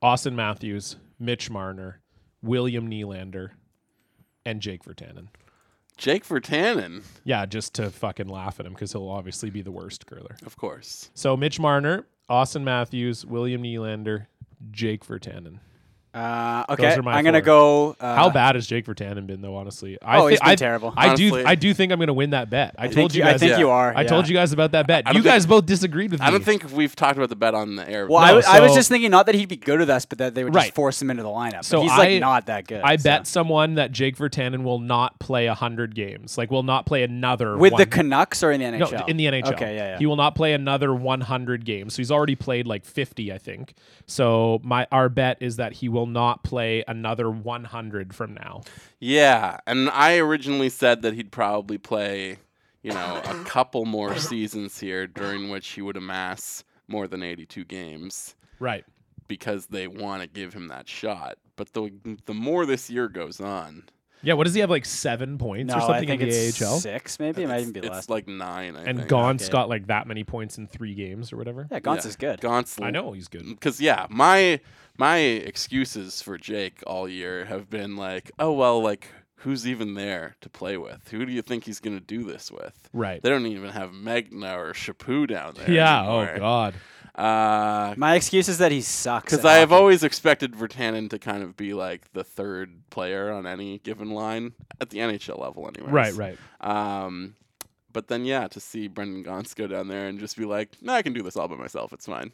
Speaker 3: Austin Matthews, Mitch Marner, William Nylander, and Jake Vertanen.
Speaker 1: Jake Vertanen,
Speaker 3: Yeah, just to fucking laugh at him because he'll obviously be the worst curler.
Speaker 1: of course.
Speaker 3: So Mitch Marner, Austin Matthews, William Nylander, Jake Vertanen.
Speaker 2: Uh,
Speaker 3: Those
Speaker 2: okay,
Speaker 3: are my
Speaker 2: I'm gonna
Speaker 3: four.
Speaker 2: go. Uh,
Speaker 3: How bad has Jake Vertanen been though? Honestly, I
Speaker 2: Oh, he's
Speaker 3: thi-
Speaker 2: been
Speaker 3: I,
Speaker 2: terrible.
Speaker 3: I
Speaker 1: Honestly.
Speaker 3: do. I do think I'm going to win that bet. I,
Speaker 2: I
Speaker 3: told
Speaker 2: think
Speaker 3: you.
Speaker 2: you- I
Speaker 3: Guys,
Speaker 2: think you are,
Speaker 3: I told
Speaker 2: yeah.
Speaker 3: you guys about that bet.
Speaker 1: I
Speaker 3: You
Speaker 1: don't
Speaker 3: guys both disagreed with me.
Speaker 1: I don't think we've talked about the bet on the air.
Speaker 2: Well, I
Speaker 3: No,
Speaker 2: was- I was
Speaker 3: so-
Speaker 2: just thinking not that he'd be good with us, but that they would
Speaker 3: Right.
Speaker 2: just force him into the lineup.
Speaker 3: So
Speaker 2: So he's
Speaker 3: I-
Speaker 2: like not that good.
Speaker 3: I
Speaker 2: so.
Speaker 3: bet someone that Jake Vertanen will not play hundred games. Like, will not play another
Speaker 2: with the
Speaker 3: one.
Speaker 2: Canucks or in the
Speaker 3: No,
Speaker 2: NHL.
Speaker 3: in the NHL.
Speaker 2: Okay, yeah, yeah.
Speaker 3: He will not play another 100 games. So he's already played like 50, I think. So my our bet is that he will not play another 100 from now.
Speaker 1: Yeah, and I originally said that he'd probably play, you know, a couple more seasons here during which he would amass more than 82 games
Speaker 3: Right.
Speaker 1: because they want to give him that shot. But the the more this year goes on,
Speaker 3: Yeah. What does he have? Like seven points
Speaker 2: no,
Speaker 3: or something
Speaker 2: I think
Speaker 3: in the
Speaker 2: it's
Speaker 3: AHL.
Speaker 2: six, maybe it might even be
Speaker 1: it's
Speaker 2: less.
Speaker 1: like 9, I
Speaker 3: And
Speaker 1: think.
Speaker 3: Gaunt's got like that many points in three games or whatever.
Speaker 2: yeah, Gauntz is good.
Speaker 1: Gaunt's
Speaker 3: I know he's good.
Speaker 1: Because yeah, my my excuses for Jake all year have been like, oh well, like who's even there to play with? Who do you think he's gonna do this with?
Speaker 3: Right.
Speaker 1: They don't even have Megna or Chapu down there.
Speaker 3: Yeah.
Speaker 1: anymore.
Speaker 3: Oh, God.
Speaker 1: Uh,
Speaker 2: My excuse is that he sucks.
Speaker 1: because
Speaker 2: at
Speaker 1: I have
Speaker 2: hockey.
Speaker 1: always expected Vertanen to kind of be like the third player on any given line at the NHL level, anyway.
Speaker 3: Right, right.
Speaker 1: Um, but then yeah, to see Brendan Gaunce go down there and just be like, "No, I can do this all by myself. It's fine."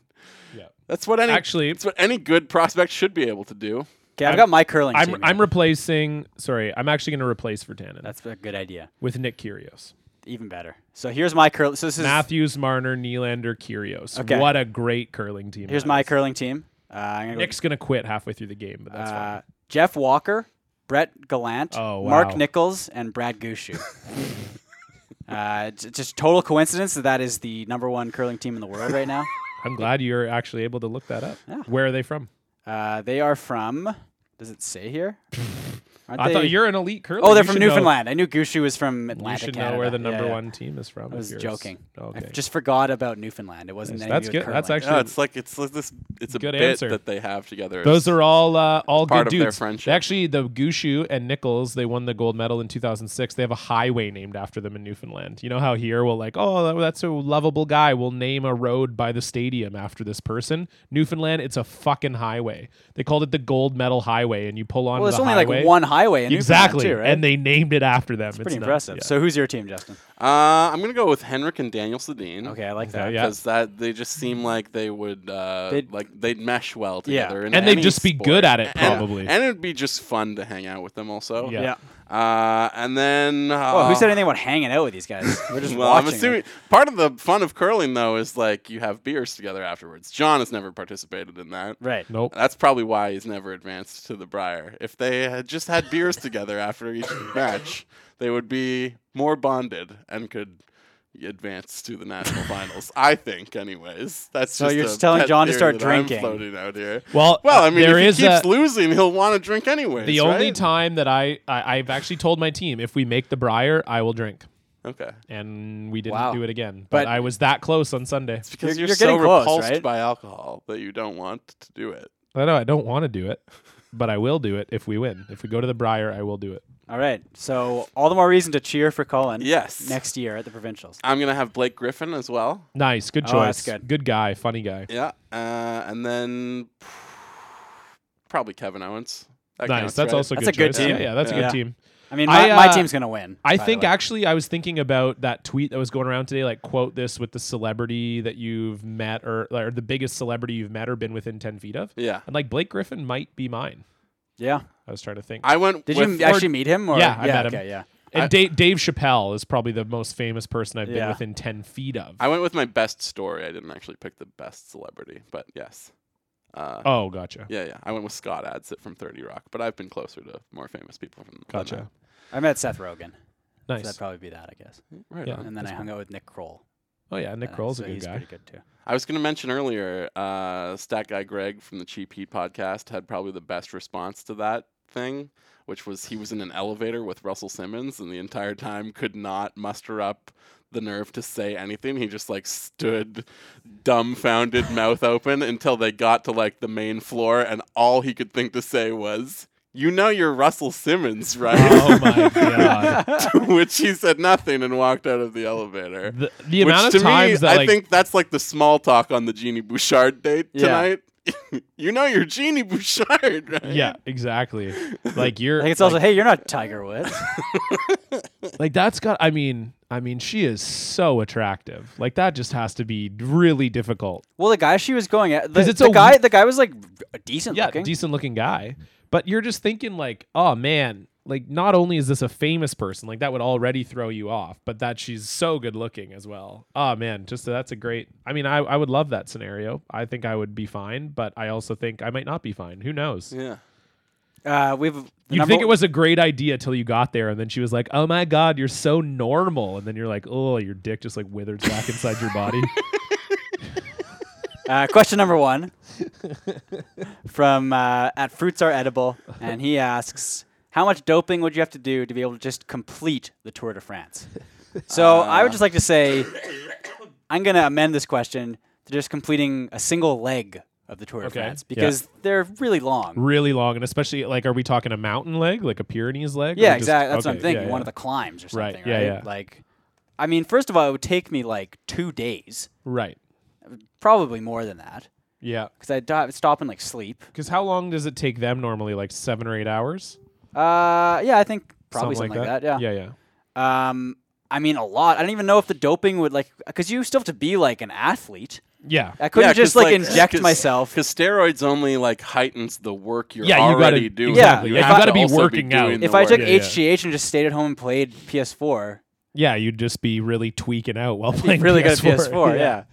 Speaker 3: Yeah.
Speaker 1: That's what any
Speaker 3: Actually-
Speaker 1: it's what any good prospect should be able to do.
Speaker 2: Okay, I've got my curling
Speaker 3: I'm,
Speaker 2: team.
Speaker 3: I'm replacing. Sorry. I'm actually going to replace Vertanen
Speaker 2: That's a good idea.
Speaker 3: with Nick Kyrgios.
Speaker 2: even better. So here's my curl. So this is
Speaker 3: Matthews, Marner, Nylander, Kyrgios.
Speaker 2: Okay.
Speaker 3: What a great curling team.
Speaker 2: Here's
Speaker 3: that
Speaker 2: my
Speaker 3: is.
Speaker 2: curling team. Uh, I'm gonna go-
Speaker 3: Nick's gonna quit halfway through the game, but that's
Speaker 2: uh, Jeff Walker, Brett Gallant,
Speaker 3: Oh, wow.
Speaker 2: Mark Nichols, and Brad Gushu. uh, j- just total coincidence that that is the number one curling team in the world right now.
Speaker 3: fine. I'm glad you're actually able to look that up.
Speaker 2: Yeah.
Speaker 3: Where are they from?
Speaker 2: Uh, they are from. Does it say here? Aren't
Speaker 3: I thought
Speaker 2: they-
Speaker 3: you're an elite curler.
Speaker 2: Oh, they're
Speaker 3: You
Speaker 2: from
Speaker 3: should know-
Speaker 2: Newfoundland. I knew Gushu was from Atlanta.
Speaker 3: should know
Speaker 2: Canada.
Speaker 3: where the
Speaker 2: Yeah,
Speaker 3: number
Speaker 2: yeah.
Speaker 3: one team is from
Speaker 2: I
Speaker 3: if
Speaker 2: was
Speaker 3: you're s-
Speaker 2: joking.
Speaker 3: Okay.
Speaker 2: I just forgot about Newfoundland. It wasn't.
Speaker 3: Yes,
Speaker 2: anything
Speaker 3: that's
Speaker 2: to do with
Speaker 3: good. That's
Speaker 2: curling.
Speaker 3: actually-
Speaker 1: No, it's like it's like this. It's a
Speaker 3: Good
Speaker 1: bit
Speaker 3: answer.
Speaker 1: that they have together.
Speaker 3: Those are all uh, all
Speaker 1: part
Speaker 3: good
Speaker 1: of their
Speaker 3: dudes.
Speaker 1: friendship.
Speaker 3: Actually, the Gushu and Nichols, they won the gold medal in 2006. They have a highway named after them in Newfoundland. You know how here we'll like, oh, that- that's a lovable guy. We'll name a road by the stadium after this person. Newfoundland, it's a fucking highway. They called it the Gold Medal Highway, and you pull on.
Speaker 2: Well, it's
Speaker 3: the
Speaker 2: only, like,
Speaker 3: highway.
Speaker 2: one highway in Newfoundland,
Speaker 3: exactly,
Speaker 2: too, right?
Speaker 3: and they named it after them.
Speaker 2: It's pretty
Speaker 3: nuts.
Speaker 2: impressive.
Speaker 3: Yeah.
Speaker 2: So who's your team, Justin?
Speaker 1: Uh, I'm gonna go with Henrik and Daniel Sedin. Okay,
Speaker 2: I like
Speaker 3: that. yeah.
Speaker 1: because that they just seem like they would uh,
Speaker 2: They'd-
Speaker 1: like they'd mesh well
Speaker 3: Yeah.
Speaker 1: together, in
Speaker 3: And they'd
Speaker 1: any
Speaker 3: just be
Speaker 1: sport.
Speaker 3: good at it,
Speaker 1: And-
Speaker 3: probably.
Speaker 1: And it'd be just fun to hang out with them, also.
Speaker 3: Yeah.
Speaker 1: Uh, and then uh,
Speaker 2: Oh, who said anything about hanging out with these guys? We're just
Speaker 1: well,
Speaker 2: watching.
Speaker 1: I'm assuming part of the fun of curling though is like you have beers together afterwards. John has never participated in that.
Speaker 2: Right.
Speaker 3: Nope.
Speaker 1: That's probably why he's never advanced to the Briar. If they had just had beers together after each match, they would be more bonded and could advance to the national finals. I think, anyways. That's
Speaker 2: So
Speaker 1: just
Speaker 2: you're
Speaker 1: a
Speaker 2: just telling
Speaker 1: pet
Speaker 2: John to
Speaker 1: theory
Speaker 2: start
Speaker 1: that I'm
Speaker 2: drinking.
Speaker 1: floating out here.
Speaker 3: Well,
Speaker 1: well, I
Speaker 3: uh,
Speaker 1: mean,
Speaker 3: there
Speaker 1: if
Speaker 3: is
Speaker 1: he keeps
Speaker 3: a-
Speaker 1: losing, he'll want to drink anyways.
Speaker 3: The only
Speaker 1: right?
Speaker 3: time that I, I I've actually told my team if we make the Briar, I will drink.
Speaker 1: Okay.
Speaker 3: And we didn't
Speaker 1: Wow.
Speaker 3: do it again. But,
Speaker 1: But-
Speaker 3: I was that close on Sunday. It's
Speaker 1: because you're, so repulsed by alcohol that you don't want to do it.
Speaker 3: I know I don't want to do it, but I will do it if we win. If we go to the Briar, I will do it.
Speaker 2: All right. So all the more reason to cheer for Colin.
Speaker 1: Yes.
Speaker 2: Next year at the provincials.
Speaker 1: I'm gonna have Blake Griffin as well.
Speaker 3: Nice, good choice.
Speaker 2: Oh, that's
Speaker 3: good. guy, funny guy.
Speaker 1: Yeah, uh, and then probably Kevin Owens. That
Speaker 3: nice,
Speaker 1: counts,
Speaker 3: that's
Speaker 1: right?
Speaker 3: also good choice. Yeah, yeah, that's a good team.
Speaker 2: I mean, my- my team's gonna win,
Speaker 3: uh, I
Speaker 2: by the
Speaker 3: think
Speaker 2: way.
Speaker 3: actually, I was thinking about that tweet that was going around today. Like, quote this with the celebrity that you've met, or or the biggest celebrity you've met or been within ten feet of.
Speaker 1: Yeah.
Speaker 3: and like Blake Griffin might be mine.
Speaker 2: Yeah,
Speaker 3: I was trying to think.
Speaker 1: I went
Speaker 2: Did you with- actually meet him, or-
Speaker 3: yeah, I
Speaker 2: yeah,
Speaker 3: met him.
Speaker 2: okay, yeah.
Speaker 3: And
Speaker 2: I-
Speaker 3: Dave, Dave Chappelle is probably the most famous person I've been
Speaker 1: Yeah.
Speaker 3: within ten feet of.
Speaker 1: I went with my best story. I didn't actually pick the best celebrity, but yes. Uh,
Speaker 3: Oh, gotcha.
Speaker 1: Yeah, yeah. I went with Scott Adsit from Thirty Rock, but I've been closer to more famous people from. than
Speaker 3: Gotcha.
Speaker 1: that.
Speaker 2: I met Seth Rogen.
Speaker 3: Nice.
Speaker 2: So that'd probably be that, I guess.
Speaker 1: Right
Speaker 3: Yeah, on.
Speaker 2: And then I
Speaker 3: that's
Speaker 2: hung
Speaker 3: cool.
Speaker 2: out with Nick Kroll.
Speaker 3: Oh yeah, Nick
Speaker 2: Uh,
Speaker 3: Kroll's
Speaker 2: so
Speaker 3: a good
Speaker 2: he's
Speaker 3: guy.
Speaker 2: pretty good too.
Speaker 1: I was going to mention earlier, uh, Stat Guy Greg from the Cheap Heat podcast had probably the best response to that thing, which was he was in an elevator with Russell Simmons and the entire time could not muster up the nerve to say anything. He just like stood dumbfounded, mouth open until they got to like the main floor, and all he could think to say was. You know you're Russell Simmons, right?
Speaker 3: Oh my god!
Speaker 1: to which he said nothing and walked out of the elevator.
Speaker 3: The, the
Speaker 1: Which
Speaker 3: amount of
Speaker 1: to me,
Speaker 3: times that,
Speaker 1: I
Speaker 3: like-
Speaker 1: think that's like the small talk on the Jeannie Bouchard date
Speaker 3: Yeah.
Speaker 1: tonight. you know you're Jeannie Bouchard, right?
Speaker 3: Yeah, exactly. Like you're.
Speaker 2: I think it's also, hey, you're not Tiger Woods.
Speaker 3: like that's got. I mean, I mean, she is so attractive. Like that just has to be really difficult.
Speaker 2: well, the guy she was going at, the,
Speaker 3: 'Cause it's
Speaker 2: the
Speaker 3: a
Speaker 2: guy,
Speaker 3: w-
Speaker 2: the guy was like a decent
Speaker 3: yeah,
Speaker 2: looking.
Speaker 3: decent looking guy. But you're just thinking like, oh man, like not only is this a famous person, like that would already throw you off, but that she's so good looking as well. Oh man, just that's a great. I mean, I I would love that scenario. I think I would be fine, but I also think I might not be fine. Who knows?
Speaker 1: Yeah.
Speaker 2: Uh, we've. the
Speaker 3: You
Speaker 2: number-
Speaker 3: think it was a great idea till you got there, and then she was like, "Oh my God, you're so normal," and then you're like, "Oh, your dick just like withers back inside your body."
Speaker 2: Uh, question number one from uh, at Fruits Are Edible, and he asks, "How much doping would you have to do to be able to just complete the Tour de France?" So I would just like to say, I'm going to amend this question to just completing a single leg of the Tour de
Speaker 3: Okay.
Speaker 2: France
Speaker 3: Yeah.
Speaker 2: because they're really long.
Speaker 3: really long, and especially like, are we talking a mountain leg, like a Pyrenees leg?
Speaker 2: Yeah,
Speaker 3: or just-
Speaker 2: exactly. That's what
Speaker 3: okay,
Speaker 2: I'm thinking.
Speaker 3: yeah,
Speaker 2: One
Speaker 3: yeah.
Speaker 2: of the climbs or something. Right.
Speaker 3: Right. Yeah, yeah.
Speaker 2: Like, I mean, first of all, it would take me like two days.
Speaker 3: Right.
Speaker 2: Probably more than that.
Speaker 3: Yeah.
Speaker 2: Because I'd do- stop and like sleep.
Speaker 3: Because how long does it take them normally? Like seven or eight hours?
Speaker 2: Uh, yeah, I think probably
Speaker 3: Something
Speaker 2: something,
Speaker 3: like
Speaker 2: like that.
Speaker 3: that?
Speaker 2: Yeah.
Speaker 3: Yeah,
Speaker 2: yeah. Um, I mean, a lot. I don't even know if the doping would like, because you still have to be like an athlete.
Speaker 3: Yeah.
Speaker 2: I couldn't
Speaker 1: Yeah, 'cause,
Speaker 2: just like, inject
Speaker 1: cause,
Speaker 2: myself.
Speaker 1: Because steroids only like heightens the work you're
Speaker 3: Yeah, you gotta-
Speaker 1: already doing.
Speaker 3: exactly. Yeah, you
Speaker 1: have
Speaker 3: gotta be
Speaker 1: also
Speaker 3: working out.
Speaker 1: doing
Speaker 2: If
Speaker 1: the
Speaker 2: I took
Speaker 1: work.
Speaker 2: HGH and just stayed at home and played PS4,
Speaker 3: Yeah, you'd just be really tweaking out while playing.
Speaker 2: really good at
Speaker 3: PS4,
Speaker 2: PS4. Yeah.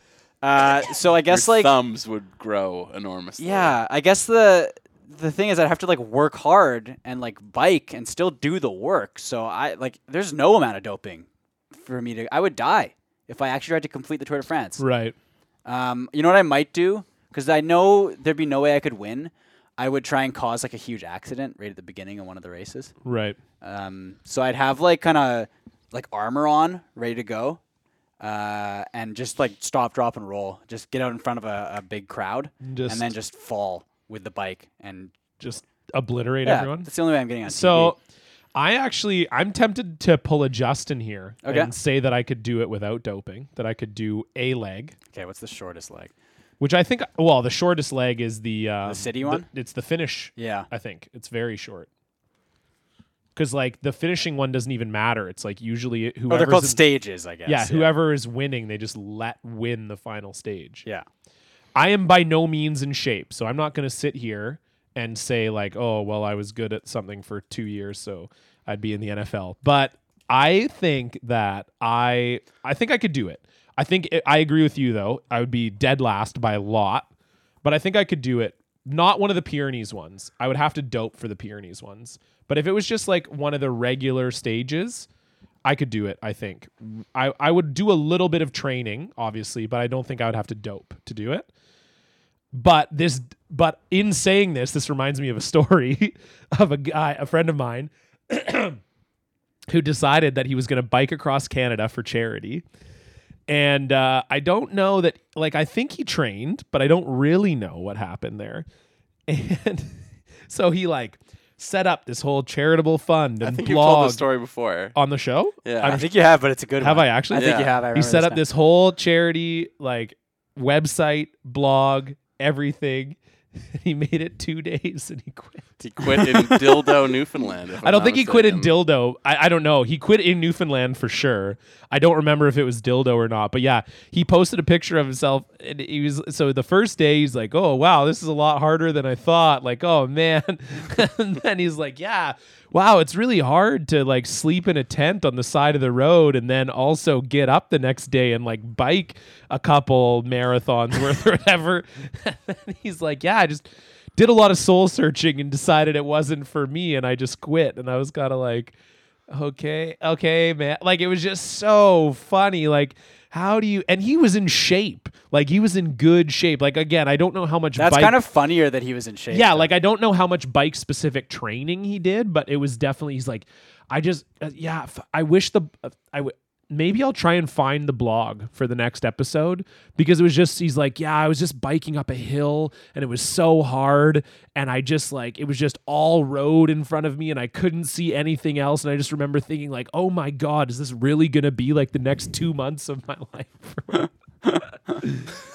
Speaker 2: Uh, so I guess
Speaker 1: Your
Speaker 2: like
Speaker 1: thumbs would grow enormously.
Speaker 2: yeah, I guess the the thing is I'd have to like work hard and like bike and still do the work. So I like there's no amount of doping for me to. I would die if I actually tried to complete the Tour de France.
Speaker 3: Right.
Speaker 2: Um, you know what I might do? Because I know there'd be no way I could win. I would try and cause like a huge accident right at the beginning of one of the races.
Speaker 3: Right.
Speaker 2: Um, so I'd have like kind of like armor on, ready to go, uh, and just like stop, drop, and roll. Just get out in front of a, a big crowd,
Speaker 3: Just-
Speaker 2: and then just fall with the bike and
Speaker 3: just obliterate
Speaker 2: yeah,
Speaker 3: everyone.
Speaker 2: That's the only way I'm getting on.
Speaker 3: So I actually I'm tempted to pull a Justin here
Speaker 2: Okay.
Speaker 3: and say that I could do it without doping, that I could do a leg.
Speaker 2: Okay, what's the shortest leg?
Speaker 3: Which I think well, the shortest leg is the uh
Speaker 2: city one?
Speaker 3: it's the finish.
Speaker 2: Yeah.
Speaker 3: I think. It's very short. Cuz like the finishing one doesn't even matter. It's like usually whoever
Speaker 2: Oh, called stages, I
Speaker 3: Yeah,
Speaker 2: guess, yeah.
Speaker 3: whoever is winning, they just let win the final stage.
Speaker 2: Yeah.
Speaker 3: I am by no means in shape, so I'm not going to sit here and say like, "Oh, well, I was good at something for 2 years, so I'd be in the NFL." But I think that I I think I could do it. I think I agree with you though. I would be dead last by a lot, but I think I could do it. Not one of the Pyrenees ones. I would have to dope for the Pyrenees ones. But if it was just like one of the regular stages, I could do it, I think. I, I would do a little bit of training, obviously, but I don't think I would have to dope to do it. But this but in saying this, this reminds me of a story of a guy, a friend of mine who decided that he was going to bike across Canada for charity. And uh, I don't know that, like, I think he trained, but I don't really know what happened there. And so he, like, set up this whole charitable fund and
Speaker 1: I think
Speaker 3: blog
Speaker 1: you've told this story before.
Speaker 3: on the show.
Speaker 1: Yeah.
Speaker 3: Uh, I'm-
Speaker 1: I think you have, but it's a good
Speaker 3: Have
Speaker 1: one.
Speaker 3: I actually?
Speaker 1: I think you Yeah. have. I
Speaker 3: he
Speaker 1: remember
Speaker 3: set
Speaker 1: this
Speaker 3: up
Speaker 1: now.
Speaker 3: this whole charity like website, blog, everything. he made it two days and he quit.
Speaker 1: He quit in Dildo, Newfoundland, if
Speaker 3: I
Speaker 1: I'm
Speaker 3: don't
Speaker 1: not
Speaker 3: think he quit in Dildo. I, I don't know. He quit in Newfoundland for sure. I don't remember if it was Dildo or not. But yeah, he posted a picture of himself. And he was so the first day he's like, "Oh wow, this is a lot harder than I thought." Like, "Oh man," and then he's like, "Yeah, wow, it's really hard to like sleep in a tent on the side of the road and then also get up the next day and like bike a couple marathons worth or whatever." and then he's like, "Yeah, I just." did a lot of soul searching and decided it wasn't for me and I just quit and I was kind of like okay okay man like it was just so funny like how do you and he was in shape like he was in good shape like again I don't know how much
Speaker 2: That's
Speaker 3: bike-
Speaker 2: kind of funnier that he was in shape.
Speaker 3: yeah, like I don't know how much bike specific training he did, but it was definitely he's like, I just uh, yeah, f- I wish the uh, I would maybe I'll try and find the blog for the next episode because it was just he's like, yeah, I was just biking up a hill and it was so hard and I just like it was just all road in front of me and I couldn't see anything else and I just remember thinking like, oh my god, is this really gonna be like the next two months of my life?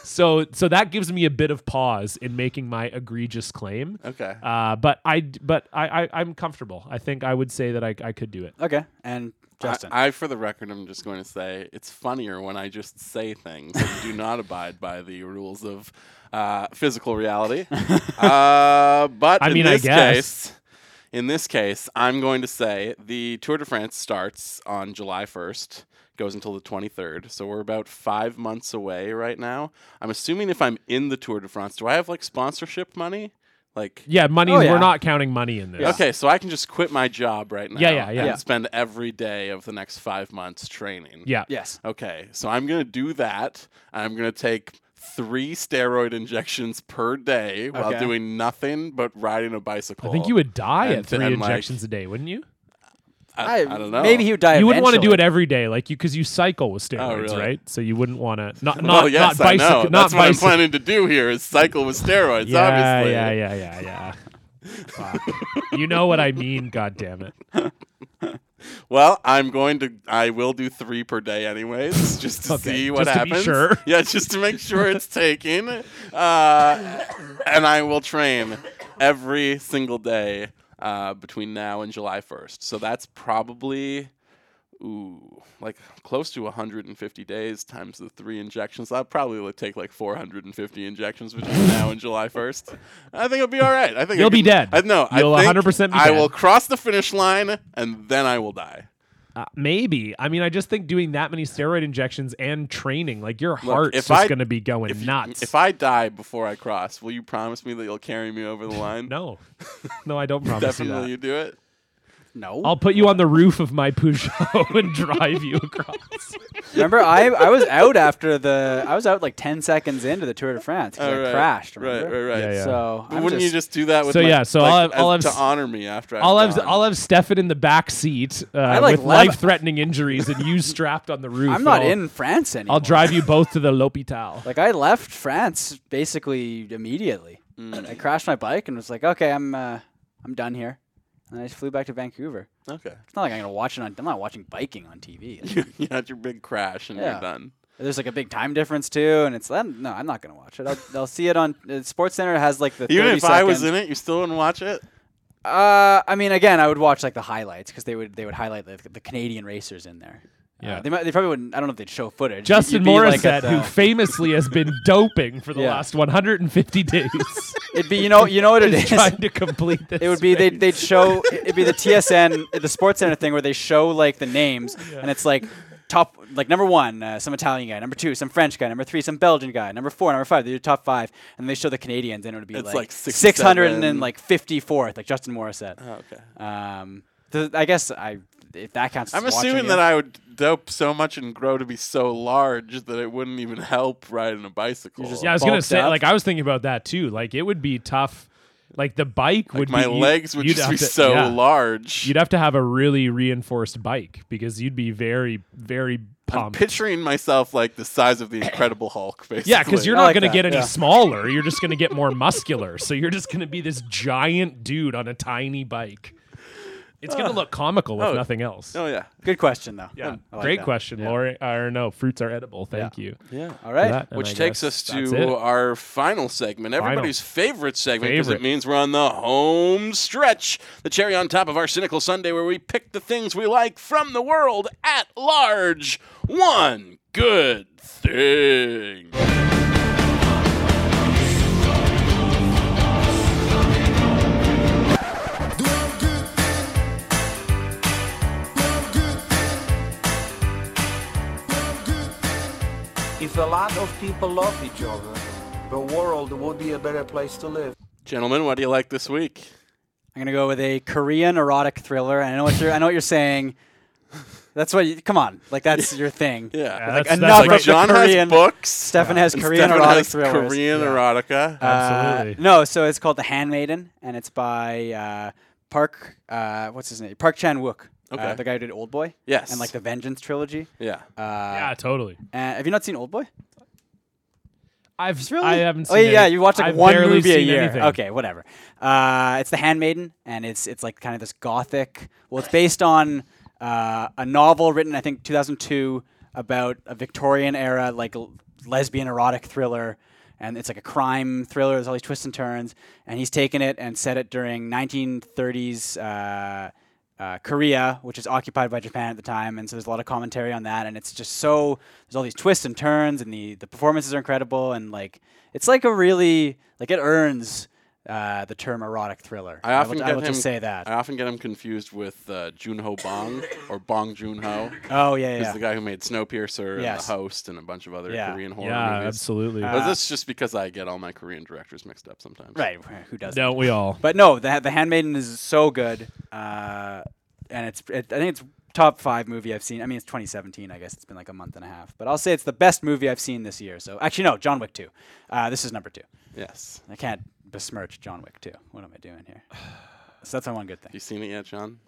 Speaker 3: so so that gives me a bit of pause in making my egregious claim.
Speaker 1: Okay.
Speaker 3: Uh, but I d- but I, I I'm comfortable. I think I would say that I I could do it.
Speaker 2: Okay, and
Speaker 1: I-
Speaker 2: Justin.
Speaker 1: I, for the record, I'm just going to say it's funnier when I just say things and do not abide by the rules of uh, physical reality. uh, but
Speaker 3: I
Speaker 1: in
Speaker 3: mean, I
Speaker 1: this
Speaker 3: guess.
Speaker 1: case, in this case, I'm going to say the Tour de France starts on July 1st, goes until the 23rd. So we're about five months away right now. I'm assuming if I'm in the Tour de France, do I have like sponsorship money? Like
Speaker 3: Yeah, money. We're not counting money in this.
Speaker 1: Okay, so I can just quit my job right now.
Speaker 3: Yeah, yeah, yeah.
Speaker 1: And
Speaker 3: Yeah.
Speaker 1: spend every day of the next five months training.
Speaker 3: Yeah.
Speaker 2: Yes.
Speaker 1: Okay, so I'm gonna do that. and I'm gonna take three steroid injections per day while
Speaker 3: Okay.
Speaker 1: doing nothing but riding a bicycle.
Speaker 3: I think you would die
Speaker 1: And
Speaker 3: at
Speaker 1: to-
Speaker 3: three
Speaker 1: and, like,
Speaker 3: injections a day, wouldn't you?
Speaker 1: I, I don't know.
Speaker 3: You wouldn't want to do it every day, like you, because you cycle with steroids,
Speaker 1: Oh, really?
Speaker 3: right? So you wouldn't want to not not
Speaker 1: well, yes,
Speaker 3: not bicycle.
Speaker 1: I know.
Speaker 3: Not
Speaker 1: That's what I'm
Speaker 3: bicycle.
Speaker 1: planning to do here is cycle with steroids.
Speaker 3: Yeah,
Speaker 1: obviously.
Speaker 3: yeah, yeah, yeah, yeah. Fuck. you know what I mean? God damn it.
Speaker 1: Well, I'm going to. I will do three per day, anyways, just to
Speaker 3: Okay,
Speaker 1: see what
Speaker 3: just to be
Speaker 1: happens.
Speaker 3: sure.
Speaker 1: Yeah, just to make sure it's taken. Uh, and I will train every single day uh, between now and July 1st. So that's probably. Ooh, like close to 150 days times the three injections. I'll probably li- take like 450 injections between now and July 1st. I think it'll be all right. I think I
Speaker 3: You'll be
Speaker 1: can-
Speaker 3: dead.
Speaker 1: I, no,
Speaker 3: You'll
Speaker 1: I think
Speaker 3: 100% be
Speaker 1: I
Speaker 3: dead.
Speaker 1: will cross the finish line and then I will die.
Speaker 3: Uh, maybe. I mean, I just think doing that many steroid injections and training, like your
Speaker 1: Look,
Speaker 3: heart's
Speaker 1: if
Speaker 3: just
Speaker 1: I-
Speaker 3: going to be going
Speaker 1: if,
Speaker 3: nuts.
Speaker 1: If I die before I cross, will you promise me that you'll carry me over the line?
Speaker 3: no. no, I don't promise you
Speaker 1: Definitely
Speaker 3: that.
Speaker 1: you do it.
Speaker 2: No.
Speaker 3: I'll put you on the roof of my Peugeot and drive you across.
Speaker 2: Remember, I I was out after the I was out like ten seconds into the Tour de France 'cause
Speaker 1: Oh,
Speaker 2: I
Speaker 1: right.
Speaker 2: crashed.
Speaker 1: Right,
Speaker 2: Remember?
Speaker 1: right, right. Yeah, yeah.
Speaker 2: So
Speaker 1: But
Speaker 2: I'm
Speaker 1: wouldn't you just do that with
Speaker 3: so
Speaker 1: my-
Speaker 3: yeah, so
Speaker 1: like,
Speaker 3: I'll have, I'll have
Speaker 1: as- to
Speaker 3: s-
Speaker 1: honor me after I'm
Speaker 3: I'll have
Speaker 1: gone.
Speaker 3: I'll have Stefan in the back seat uh,
Speaker 2: like
Speaker 3: with
Speaker 2: love-
Speaker 3: life-threatening injuries and you strapped on the roof.
Speaker 2: I'm
Speaker 3: and
Speaker 2: not
Speaker 3: I'll-
Speaker 2: in France anymore.
Speaker 3: I'll drive you both to the l'hôpital.
Speaker 2: Like I left France basically immediately.
Speaker 1: Mm.
Speaker 2: I crashed my bike and was like, okay, I'm uh, I'm done here, and I just flew back to Vancouver.
Speaker 1: Okay.
Speaker 2: It's not like I'm gonna watch it on. I'm not watching biking on TV.
Speaker 1: you had your big crash and
Speaker 2: Yeah.
Speaker 1: you're done.
Speaker 2: There's like a big time difference too, and it's no, I'm not gonna watch it. I'll, I'll see it on uh, Sports Center has like the
Speaker 1: Even
Speaker 2: 30
Speaker 1: if I was
Speaker 2: second-
Speaker 1: in it, you still wouldn't watch it.
Speaker 2: Uh, I mean, again, I would watch like the highlights because they would they would highlight the, the Canadian racers in there. Uh,
Speaker 3: Yeah.
Speaker 2: they might, they probably wouldn't. I don't know if they'd show footage.
Speaker 3: Justin
Speaker 2: You'd be, like,
Speaker 3: Morissette,
Speaker 2: at the-
Speaker 3: who famously has been doping for the
Speaker 2: Yeah.
Speaker 3: last 150 days.
Speaker 2: It'd be you know you know what it
Speaker 3: Is
Speaker 2: is.
Speaker 3: trying to complete this.
Speaker 2: It would be they'd, they'd show it'd be the TSN the Sports Center thing where they show like the names and it's like top like number one uh, some Italian guy number two some French guy number three some Belgian guy number four number five they're the top five and they show the Canadians and it would be
Speaker 1: It's
Speaker 2: like,
Speaker 1: like 67.
Speaker 2: six hundred and then like fifty fourth like Justin Morissette.
Speaker 1: Oh, okay.
Speaker 2: Um, the, I guess I if that counts. as
Speaker 1: I'm
Speaker 2: watching
Speaker 1: assuming
Speaker 2: it.
Speaker 1: that I would dope so much and grow to be so large that it wouldn't even help riding a bicycle.
Speaker 3: yeah, I was gonna say like I was thinking about that too. Like it would be tough. Like the bike would.
Speaker 1: my
Speaker 3: be, you-
Speaker 1: legs would
Speaker 3: you'd
Speaker 1: just
Speaker 3: have
Speaker 1: be
Speaker 3: to-
Speaker 1: so
Speaker 3: yeah.
Speaker 1: large.
Speaker 3: You'd have to have a really reinforced bike because you'd be very, very
Speaker 1: I'm
Speaker 3: pumped.
Speaker 1: picturing myself like the size of the Incredible Hulk, basically.
Speaker 3: Yeah, because you're not going to get any smaller. You're just going to get more muscular. So you're just going to be this giant dude on a tiny bike. It's going to
Speaker 1: Ah.
Speaker 3: look comical if
Speaker 1: Oh.
Speaker 3: nothing else.
Speaker 1: Oh yeah.
Speaker 2: Good question though.
Speaker 3: Yeah.
Speaker 2: I like
Speaker 3: Great
Speaker 2: that.
Speaker 3: question, Lori. Or no, fruits are edible. Thank you.
Speaker 2: Yeah. All
Speaker 3: for
Speaker 2: right.
Speaker 3: that, and
Speaker 1: Which
Speaker 3: I
Speaker 1: takes
Speaker 3: guess
Speaker 1: us
Speaker 3: that's
Speaker 1: to
Speaker 3: it.
Speaker 1: our final segment,
Speaker 3: Final.
Speaker 1: everybody's favorite segment, because it
Speaker 3: Favorite.
Speaker 1: means we're on the home stretch. The cherry on top of our cynical Sunday, where we pick the things we like from the world at large. One good thing.
Speaker 12: If a lot of people love each other, the world would be a better place to live.
Speaker 1: Gentlemen, what do you like this week?
Speaker 2: I'm gonna go with a Korean erotic thriller. And I know what you're. I know what you're saying. That's what. You, come on, like that's your thing.
Speaker 1: Yeah,
Speaker 2: like
Speaker 1: that's- that's
Speaker 2: enough
Speaker 1: like
Speaker 2: of the
Speaker 1: John has
Speaker 2: Korean
Speaker 1: books.
Speaker 2: Stefan
Speaker 1: Yeah.
Speaker 2: has
Speaker 1: And
Speaker 2: Korean
Speaker 1: Stefan
Speaker 2: erotic
Speaker 1: has
Speaker 2: thrillers.
Speaker 1: Korean erotica.
Speaker 2: Uh,
Speaker 1: Absolutely.
Speaker 2: no, so it's called The Handmaiden, and it's by uh, Park. Uh, what's his name? Park Chan Wook.
Speaker 1: Okay.
Speaker 2: the guy who did Old Boy.
Speaker 1: Yes.
Speaker 2: And like the Vengeance trilogy.
Speaker 1: Yeah.
Speaker 2: Uh,
Speaker 3: yeah, totally.
Speaker 2: And have you not seen Old Boy?
Speaker 3: I've
Speaker 2: really.
Speaker 3: I haven't
Speaker 2: oh
Speaker 3: seen
Speaker 2: yeah, yeah,
Speaker 3: any-
Speaker 2: you watch like
Speaker 3: I've
Speaker 2: one
Speaker 3: barely
Speaker 2: movie a
Speaker 3: seen
Speaker 2: year.
Speaker 3: anything.
Speaker 2: Okay, whatever. Uh, it's The Handmaiden, and it's it's like kind of this gothic. Well, it's based on uh, a novel written I think 2002 about a Victorian era like l- lesbian erotic thriller, and it's like a crime thriller. There's all these twists and turns, and he's taken it and set it during 1930s. Uh, uh, Korea, which is occupied by Japan at the time, and so there's a lot of commentary on that, and it's just so there's all these twists and turns, and the the performances are incredible, and like it's like a really like it earns uh, the term erotic thriller.
Speaker 1: I often
Speaker 2: will,
Speaker 1: get
Speaker 2: I will
Speaker 1: him,
Speaker 2: just say that.
Speaker 1: I often get him confused with uh, Junho Bong or Bong Junho.
Speaker 2: Oh, yeah, yeah,
Speaker 1: He's
Speaker 2: yeah.
Speaker 1: the guy who made Snowpiercer and
Speaker 2: Yes.
Speaker 1: The Host and a bunch of other
Speaker 2: Yeah.
Speaker 1: Korean horror
Speaker 3: Yeah,
Speaker 1: movies.
Speaker 3: absolutely.
Speaker 1: But
Speaker 2: Uh,
Speaker 1: this is just because I get all my Korean directors mixed up sometimes.
Speaker 2: Right, who doesn't?
Speaker 3: Don't we all?
Speaker 2: But no, the the Handmaiden is so good, uh, and it's it, I think it's top five movie I've seen. I mean, it's 2017, I guess it's been like a month and a half, but I'll say it's the best movie I've seen this year. So actually, no, John Wick two. Uh, this is number two.
Speaker 1: Yes.
Speaker 2: I can't besmirch John Wick two. What am I doing here? So that's my one good thing.
Speaker 1: You seen it yet, John?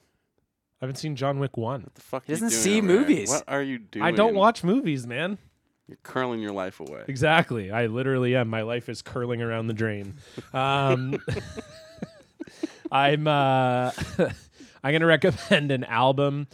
Speaker 3: I haven't seen John Wick one. What
Speaker 1: the fuck?
Speaker 2: He doesn't see movies.
Speaker 1: What are you doing?
Speaker 3: I don't watch movies, man.
Speaker 1: You're curling your life away.
Speaker 3: Exactly. I literally am. My life is curling around the drain. Um, I'm uh, I'm gonna recommend an album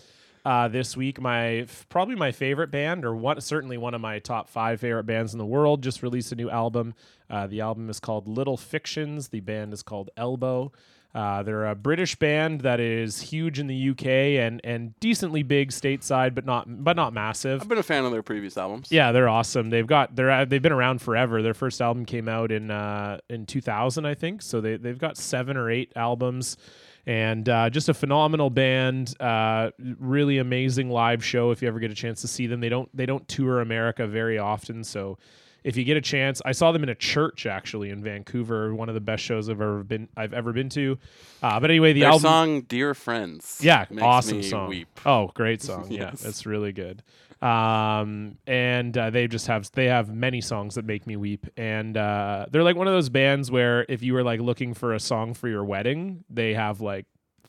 Speaker 3: uh, this week. My probably my favorite band, or one certainly one of my top five favorite bands in the world, just released a new album. Uh, the album is called Little Fictions. The band is called Elbow. Uh, they're a British band that is huge in the UK and and decently big stateside, but not but not massive.
Speaker 1: I've been a fan of their previous albums.
Speaker 3: Yeah, they're awesome. They've got they're uh, they've been around forever. Their first album came out in uh, in 2000, I think. So they they've got seven or eight albums, and uh, just a phenomenal band. Uh, really amazing live show if you ever get a chance to see them. They don't they don't tour America very often, so if you get a chance, I saw them in a church actually in Vancouver. One of the best shows I've ever been I've ever been to. Uh, but anyway, the
Speaker 1: Their
Speaker 3: album
Speaker 1: song "Dear Friends."
Speaker 3: yeah,
Speaker 1: makes
Speaker 3: awesome
Speaker 1: me
Speaker 3: song.
Speaker 1: Weep.
Speaker 3: Oh, great song. Yeah,
Speaker 1: Yes.
Speaker 3: it's really good. Um, and uh, they just have they have many songs that make me weep, and uh, they're like one of those bands where if you were like looking for a song for your wedding, they have like.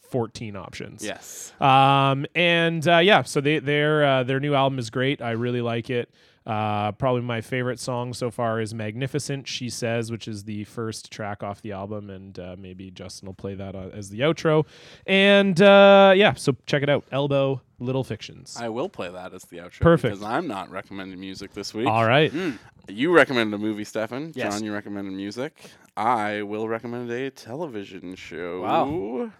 Speaker 3: 14 options.
Speaker 1: Yes.
Speaker 3: Um and uh, yeah, so they their uh, their new album is great. I really like it. Uh probably my favorite song so far is Magnificent She Says, which is the first track off the album and uh, maybe Justin will play that uh, as the outro. And uh yeah, so check it out. Elbow Little Fictions.
Speaker 1: I will play that as the outro.
Speaker 3: Perfect.
Speaker 1: Because I'm not recommending music this week.
Speaker 3: All right.
Speaker 1: You recommended a movie, Stefan.
Speaker 3: Yes.
Speaker 1: John, you recommended music. I will recommend a television show.
Speaker 2: Wow.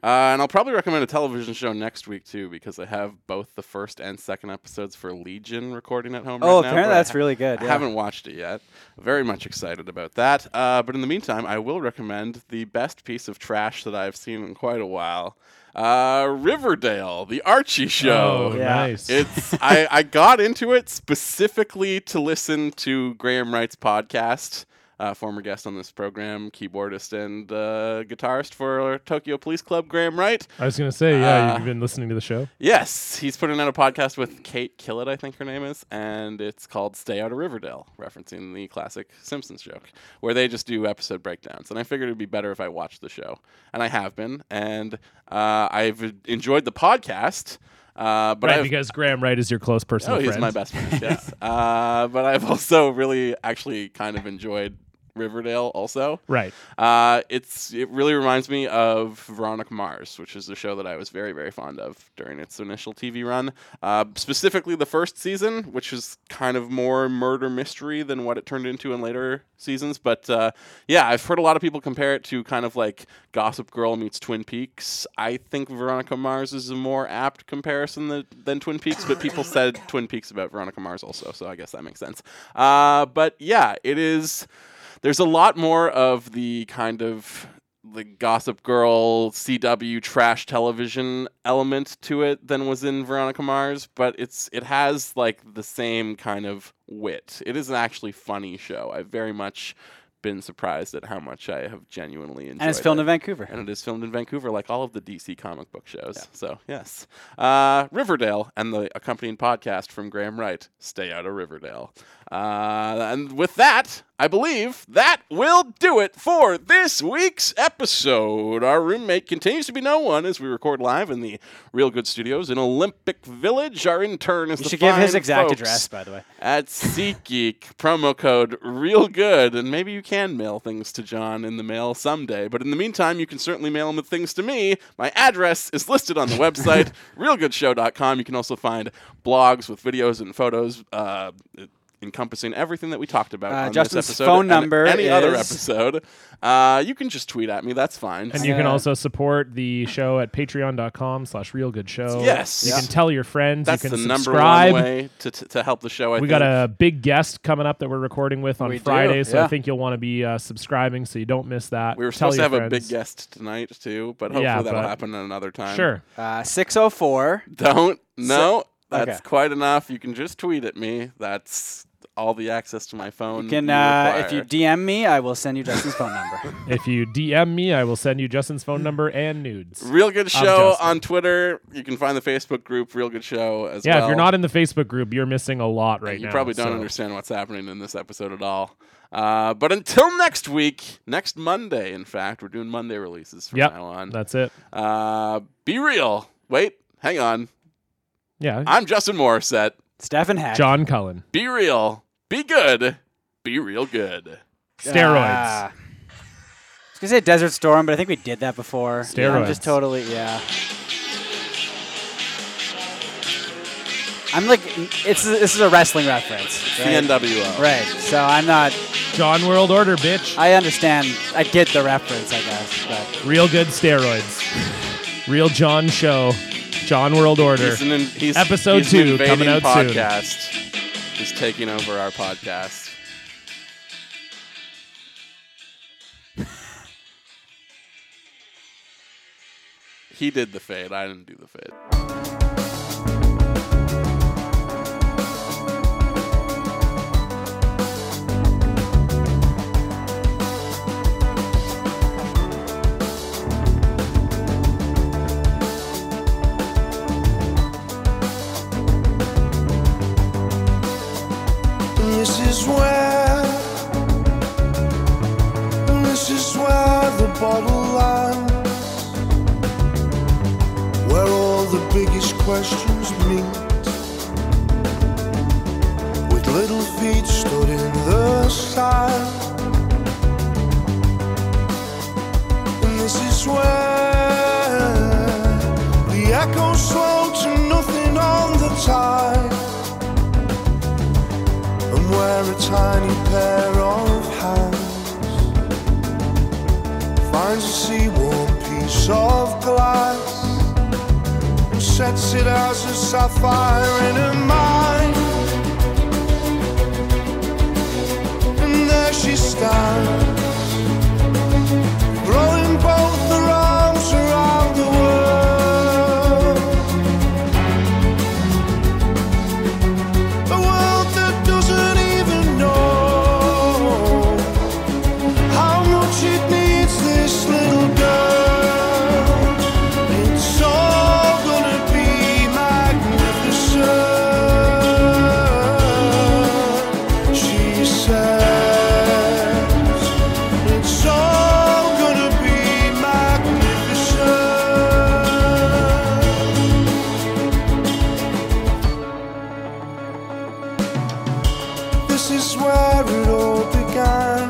Speaker 1: Uh, and I'll probably recommend a television show next week too, because I have both the first and second episodes for Legion recording at home.
Speaker 2: Oh,
Speaker 1: right now,
Speaker 2: apparently
Speaker 1: but I
Speaker 2: that's really good,
Speaker 1: I
Speaker 2: yeah.
Speaker 1: haven't watched it yet. Very much excited about that. Uh, but in the meantime, I will recommend the best piece of trash that I've seen in quite a while. Uh, Riverdale, the Archie show.
Speaker 3: Oh, Yeah. nice.
Speaker 1: It's I, I got into it specifically to listen to Graham Wright's podcast. Uh, former guest on this program, keyboardist and uh, guitarist for Tokyo Police Club, Graham Wright.
Speaker 3: I was going to say yeah,
Speaker 1: Uh,
Speaker 3: you've been listening to the show.
Speaker 1: Yes, he's putting out a podcast with Kate Killett, I think her name is, and it's called Stay Out of Riverdale, referencing the classic Simpsons joke, where they just do episode breakdowns. And I figured it'd be better if I watched the show, and I have been, and uh, I've enjoyed the podcast. Uh, but
Speaker 3: right,
Speaker 1: I've,
Speaker 3: because Graham Wright is your close personal
Speaker 1: oh, he's
Speaker 3: friend.
Speaker 1: my best friend. Yes, uh, but I've also really actually kind of enjoyed Riverdale. Also,
Speaker 3: Right.
Speaker 1: Uh, it's it really reminds me of Veronica Mars, which is a show that I was very very fond of during its initial TV run. Uh, specifically the first season, which is kind of more murder mystery than what it turned into in later seasons. But uh, yeah, I've heard a lot of people compare it to kind of like Gossip Girl meets Twin Peaks. I think Veronica Mars is a more apt comparison than, than Twin Peaks, but people said Twin Peaks about Veronica Mars also, so I guess that makes sense. Uh, but yeah, it is there's a lot more of the kind of the Gossip Girl CW trash television element to it than was in Veronica Mars, but it's it has like the same kind of wit. It is an actually funny show. I've very much been surprised at how much I have genuinely enjoyed.
Speaker 2: it's filmed
Speaker 1: it.
Speaker 2: in Vancouver.
Speaker 1: and it is filmed in Vancouver, like all of the DC comic book shows. So yes, uh, Riverdale and the accompanying podcast from Graham Wright. Stay out of Riverdale. Uh, and with that, I believe that will do it for this week's episode. Our roommate continues to be no one as we record live in the Real Good Studios in Olympic Village. Our intern is
Speaker 2: You
Speaker 1: the
Speaker 2: should give his
Speaker 1: fine
Speaker 2: exact
Speaker 1: folks
Speaker 2: address, by the way.
Speaker 1: at SeatGeek, promo code real good, and maybe you can mail things to John in the mail someday. But in the meantime, you can certainly mail him things to me. My address is listed on the website, realgoodshow.com. You can also find blogs with videos and photos. Uh, Encompassing everything that we talked about
Speaker 2: Uh,
Speaker 1: on
Speaker 2: Justin's
Speaker 1: this episode,
Speaker 2: phone
Speaker 1: and
Speaker 2: number
Speaker 1: any other
Speaker 2: is-
Speaker 1: episode, uh, you can just tweet at me. That's fine.
Speaker 3: And you can also support the show at patreon.com slash real good show.
Speaker 1: Yes.
Speaker 3: You
Speaker 1: Yeah.
Speaker 3: can tell your friends.
Speaker 1: That's
Speaker 3: you can
Speaker 1: the number
Speaker 3: subscribe.
Speaker 1: one way to, to, to help the show. I
Speaker 3: we got
Speaker 1: think.
Speaker 3: a big guest coming up that we're recording with on
Speaker 1: We do,
Speaker 3: Friday, so
Speaker 1: yeah.
Speaker 3: I think you'll want to be uh, subscribing so you don't miss that.
Speaker 1: We were
Speaker 3: Tell
Speaker 1: supposed to
Speaker 3: your
Speaker 1: have a big
Speaker 3: friends.
Speaker 1: guest tonight too, but hopefully
Speaker 3: Yeah,
Speaker 1: that'll
Speaker 3: but-
Speaker 1: happen another time.
Speaker 2: Uh, 604.
Speaker 1: Don't no. That's
Speaker 2: Okay.
Speaker 1: quite enough. You can just tweet at me. That's all the access to my phone.
Speaker 2: You can, uh, if you DM me, I will send you Justin's phone number.
Speaker 3: If you DM me, I will send you Justin's phone number and nudes.
Speaker 1: Real Good
Speaker 3: of
Speaker 1: Show
Speaker 3: Justin.
Speaker 1: on Twitter. You can find the Facebook group Real Good Show as
Speaker 3: Yeah,
Speaker 1: well.
Speaker 3: if you're not in the Facebook group, you're missing a lot right
Speaker 1: you
Speaker 3: now.
Speaker 1: probably don't
Speaker 3: so-
Speaker 1: understand what's happening in this episode at all. Uh, but until next week, next Monday, in fact, we're doing Monday releases from
Speaker 3: Yep,
Speaker 1: now on.
Speaker 3: that's it.
Speaker 1: Uh, be real. Wait, hang on.
Speaker 3: Yeah.
Speaker 1: I'm Justin Morissette.
Speaker 2: Stefan Hack.
Speaker 3: John Cullen.
Speaker 1: Be real. Be good. Be real good.
Speaker 2: Ah. I was gonna say Desert Storm, but I think we did that before. Yeah, I'm just
Speaker 3: Steroids.
Speaker 2: totally yeah. I'm like, it's this is a wrestling reference. Right?
Speaker 1: NWO.
Speaker 2: Right. So I'm not.
Speaker 3: John World Order, bitch.
Speaker 2: I understand. I get the reference, I guess. But
Speaker 3: Real good steroids. Real John show. John World Order.
Speaker 1: He's an in- he's-
Speaker 3: Episode
Speaker 1: he's an
Speaker 3: two
Speaker 1: invading
Speaker 3: coming out soon.
Speaker 1: podcast. He's taking over our podcast. He did the fade. I didn't do the fade.
Speaker 13: This is where, this is where the bottle lies, where all the biggest questions meet. With little feet stood in the sand, and this is where the echoes slow to nothing on the tide and where a tiny pair of hands finds a seaworn piece of glass and sets it as a sapphire in her mind. And there she stands, throwing both her arms around the world. A world that doesn't even know how much it needs this little girl. It's all gonna be magnificent, she says. It's all gonna be magnificent. This is where it all began.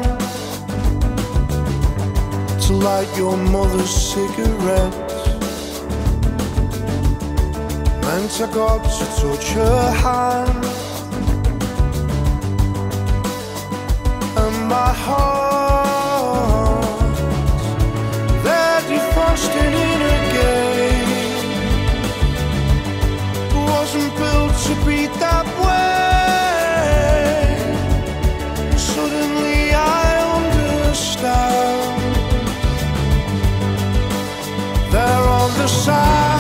Speaker 13: To light your mother's cigarette. Meant I got to touch her hand. And my heart, that you frosting in again, wasn't built to beat that way. Suddenly I understand. There on the side.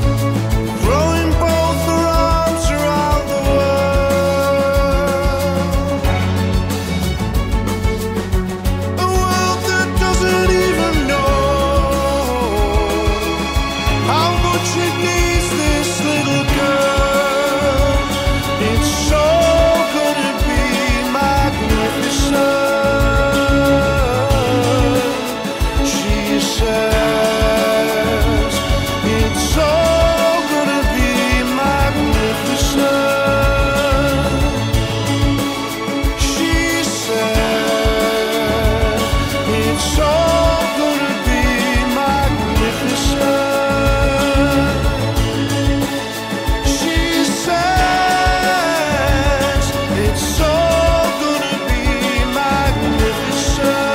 Speaker 13: Throwing both her arms around the world. A world that doesn't even know how much it needs this little girl. It's all gonna be magnificent, she says. It's all gonna be magnificent, she says. It's all gonna be magnificent. She says it's all gonna be magnificent.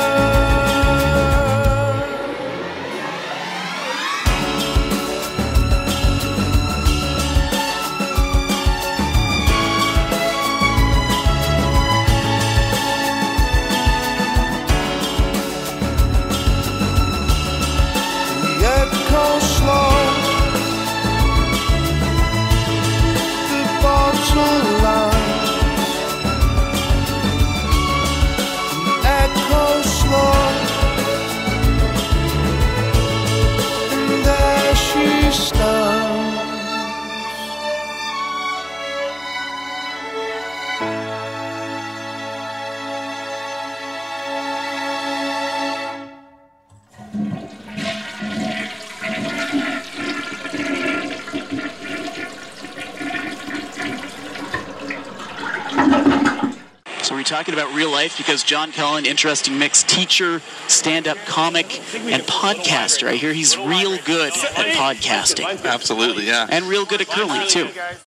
Speaker 13: yet go slow. The bottle lines echo slow, and there she stands.
Speaker 10: So we're talking about real life because John Cullen, interesting mix, teacher, stand-up comic, and podcaster. I hear he's real good at podcasting.
Speaker 11: Absolutely, yeah.
Speaker 10: And real good at curling too.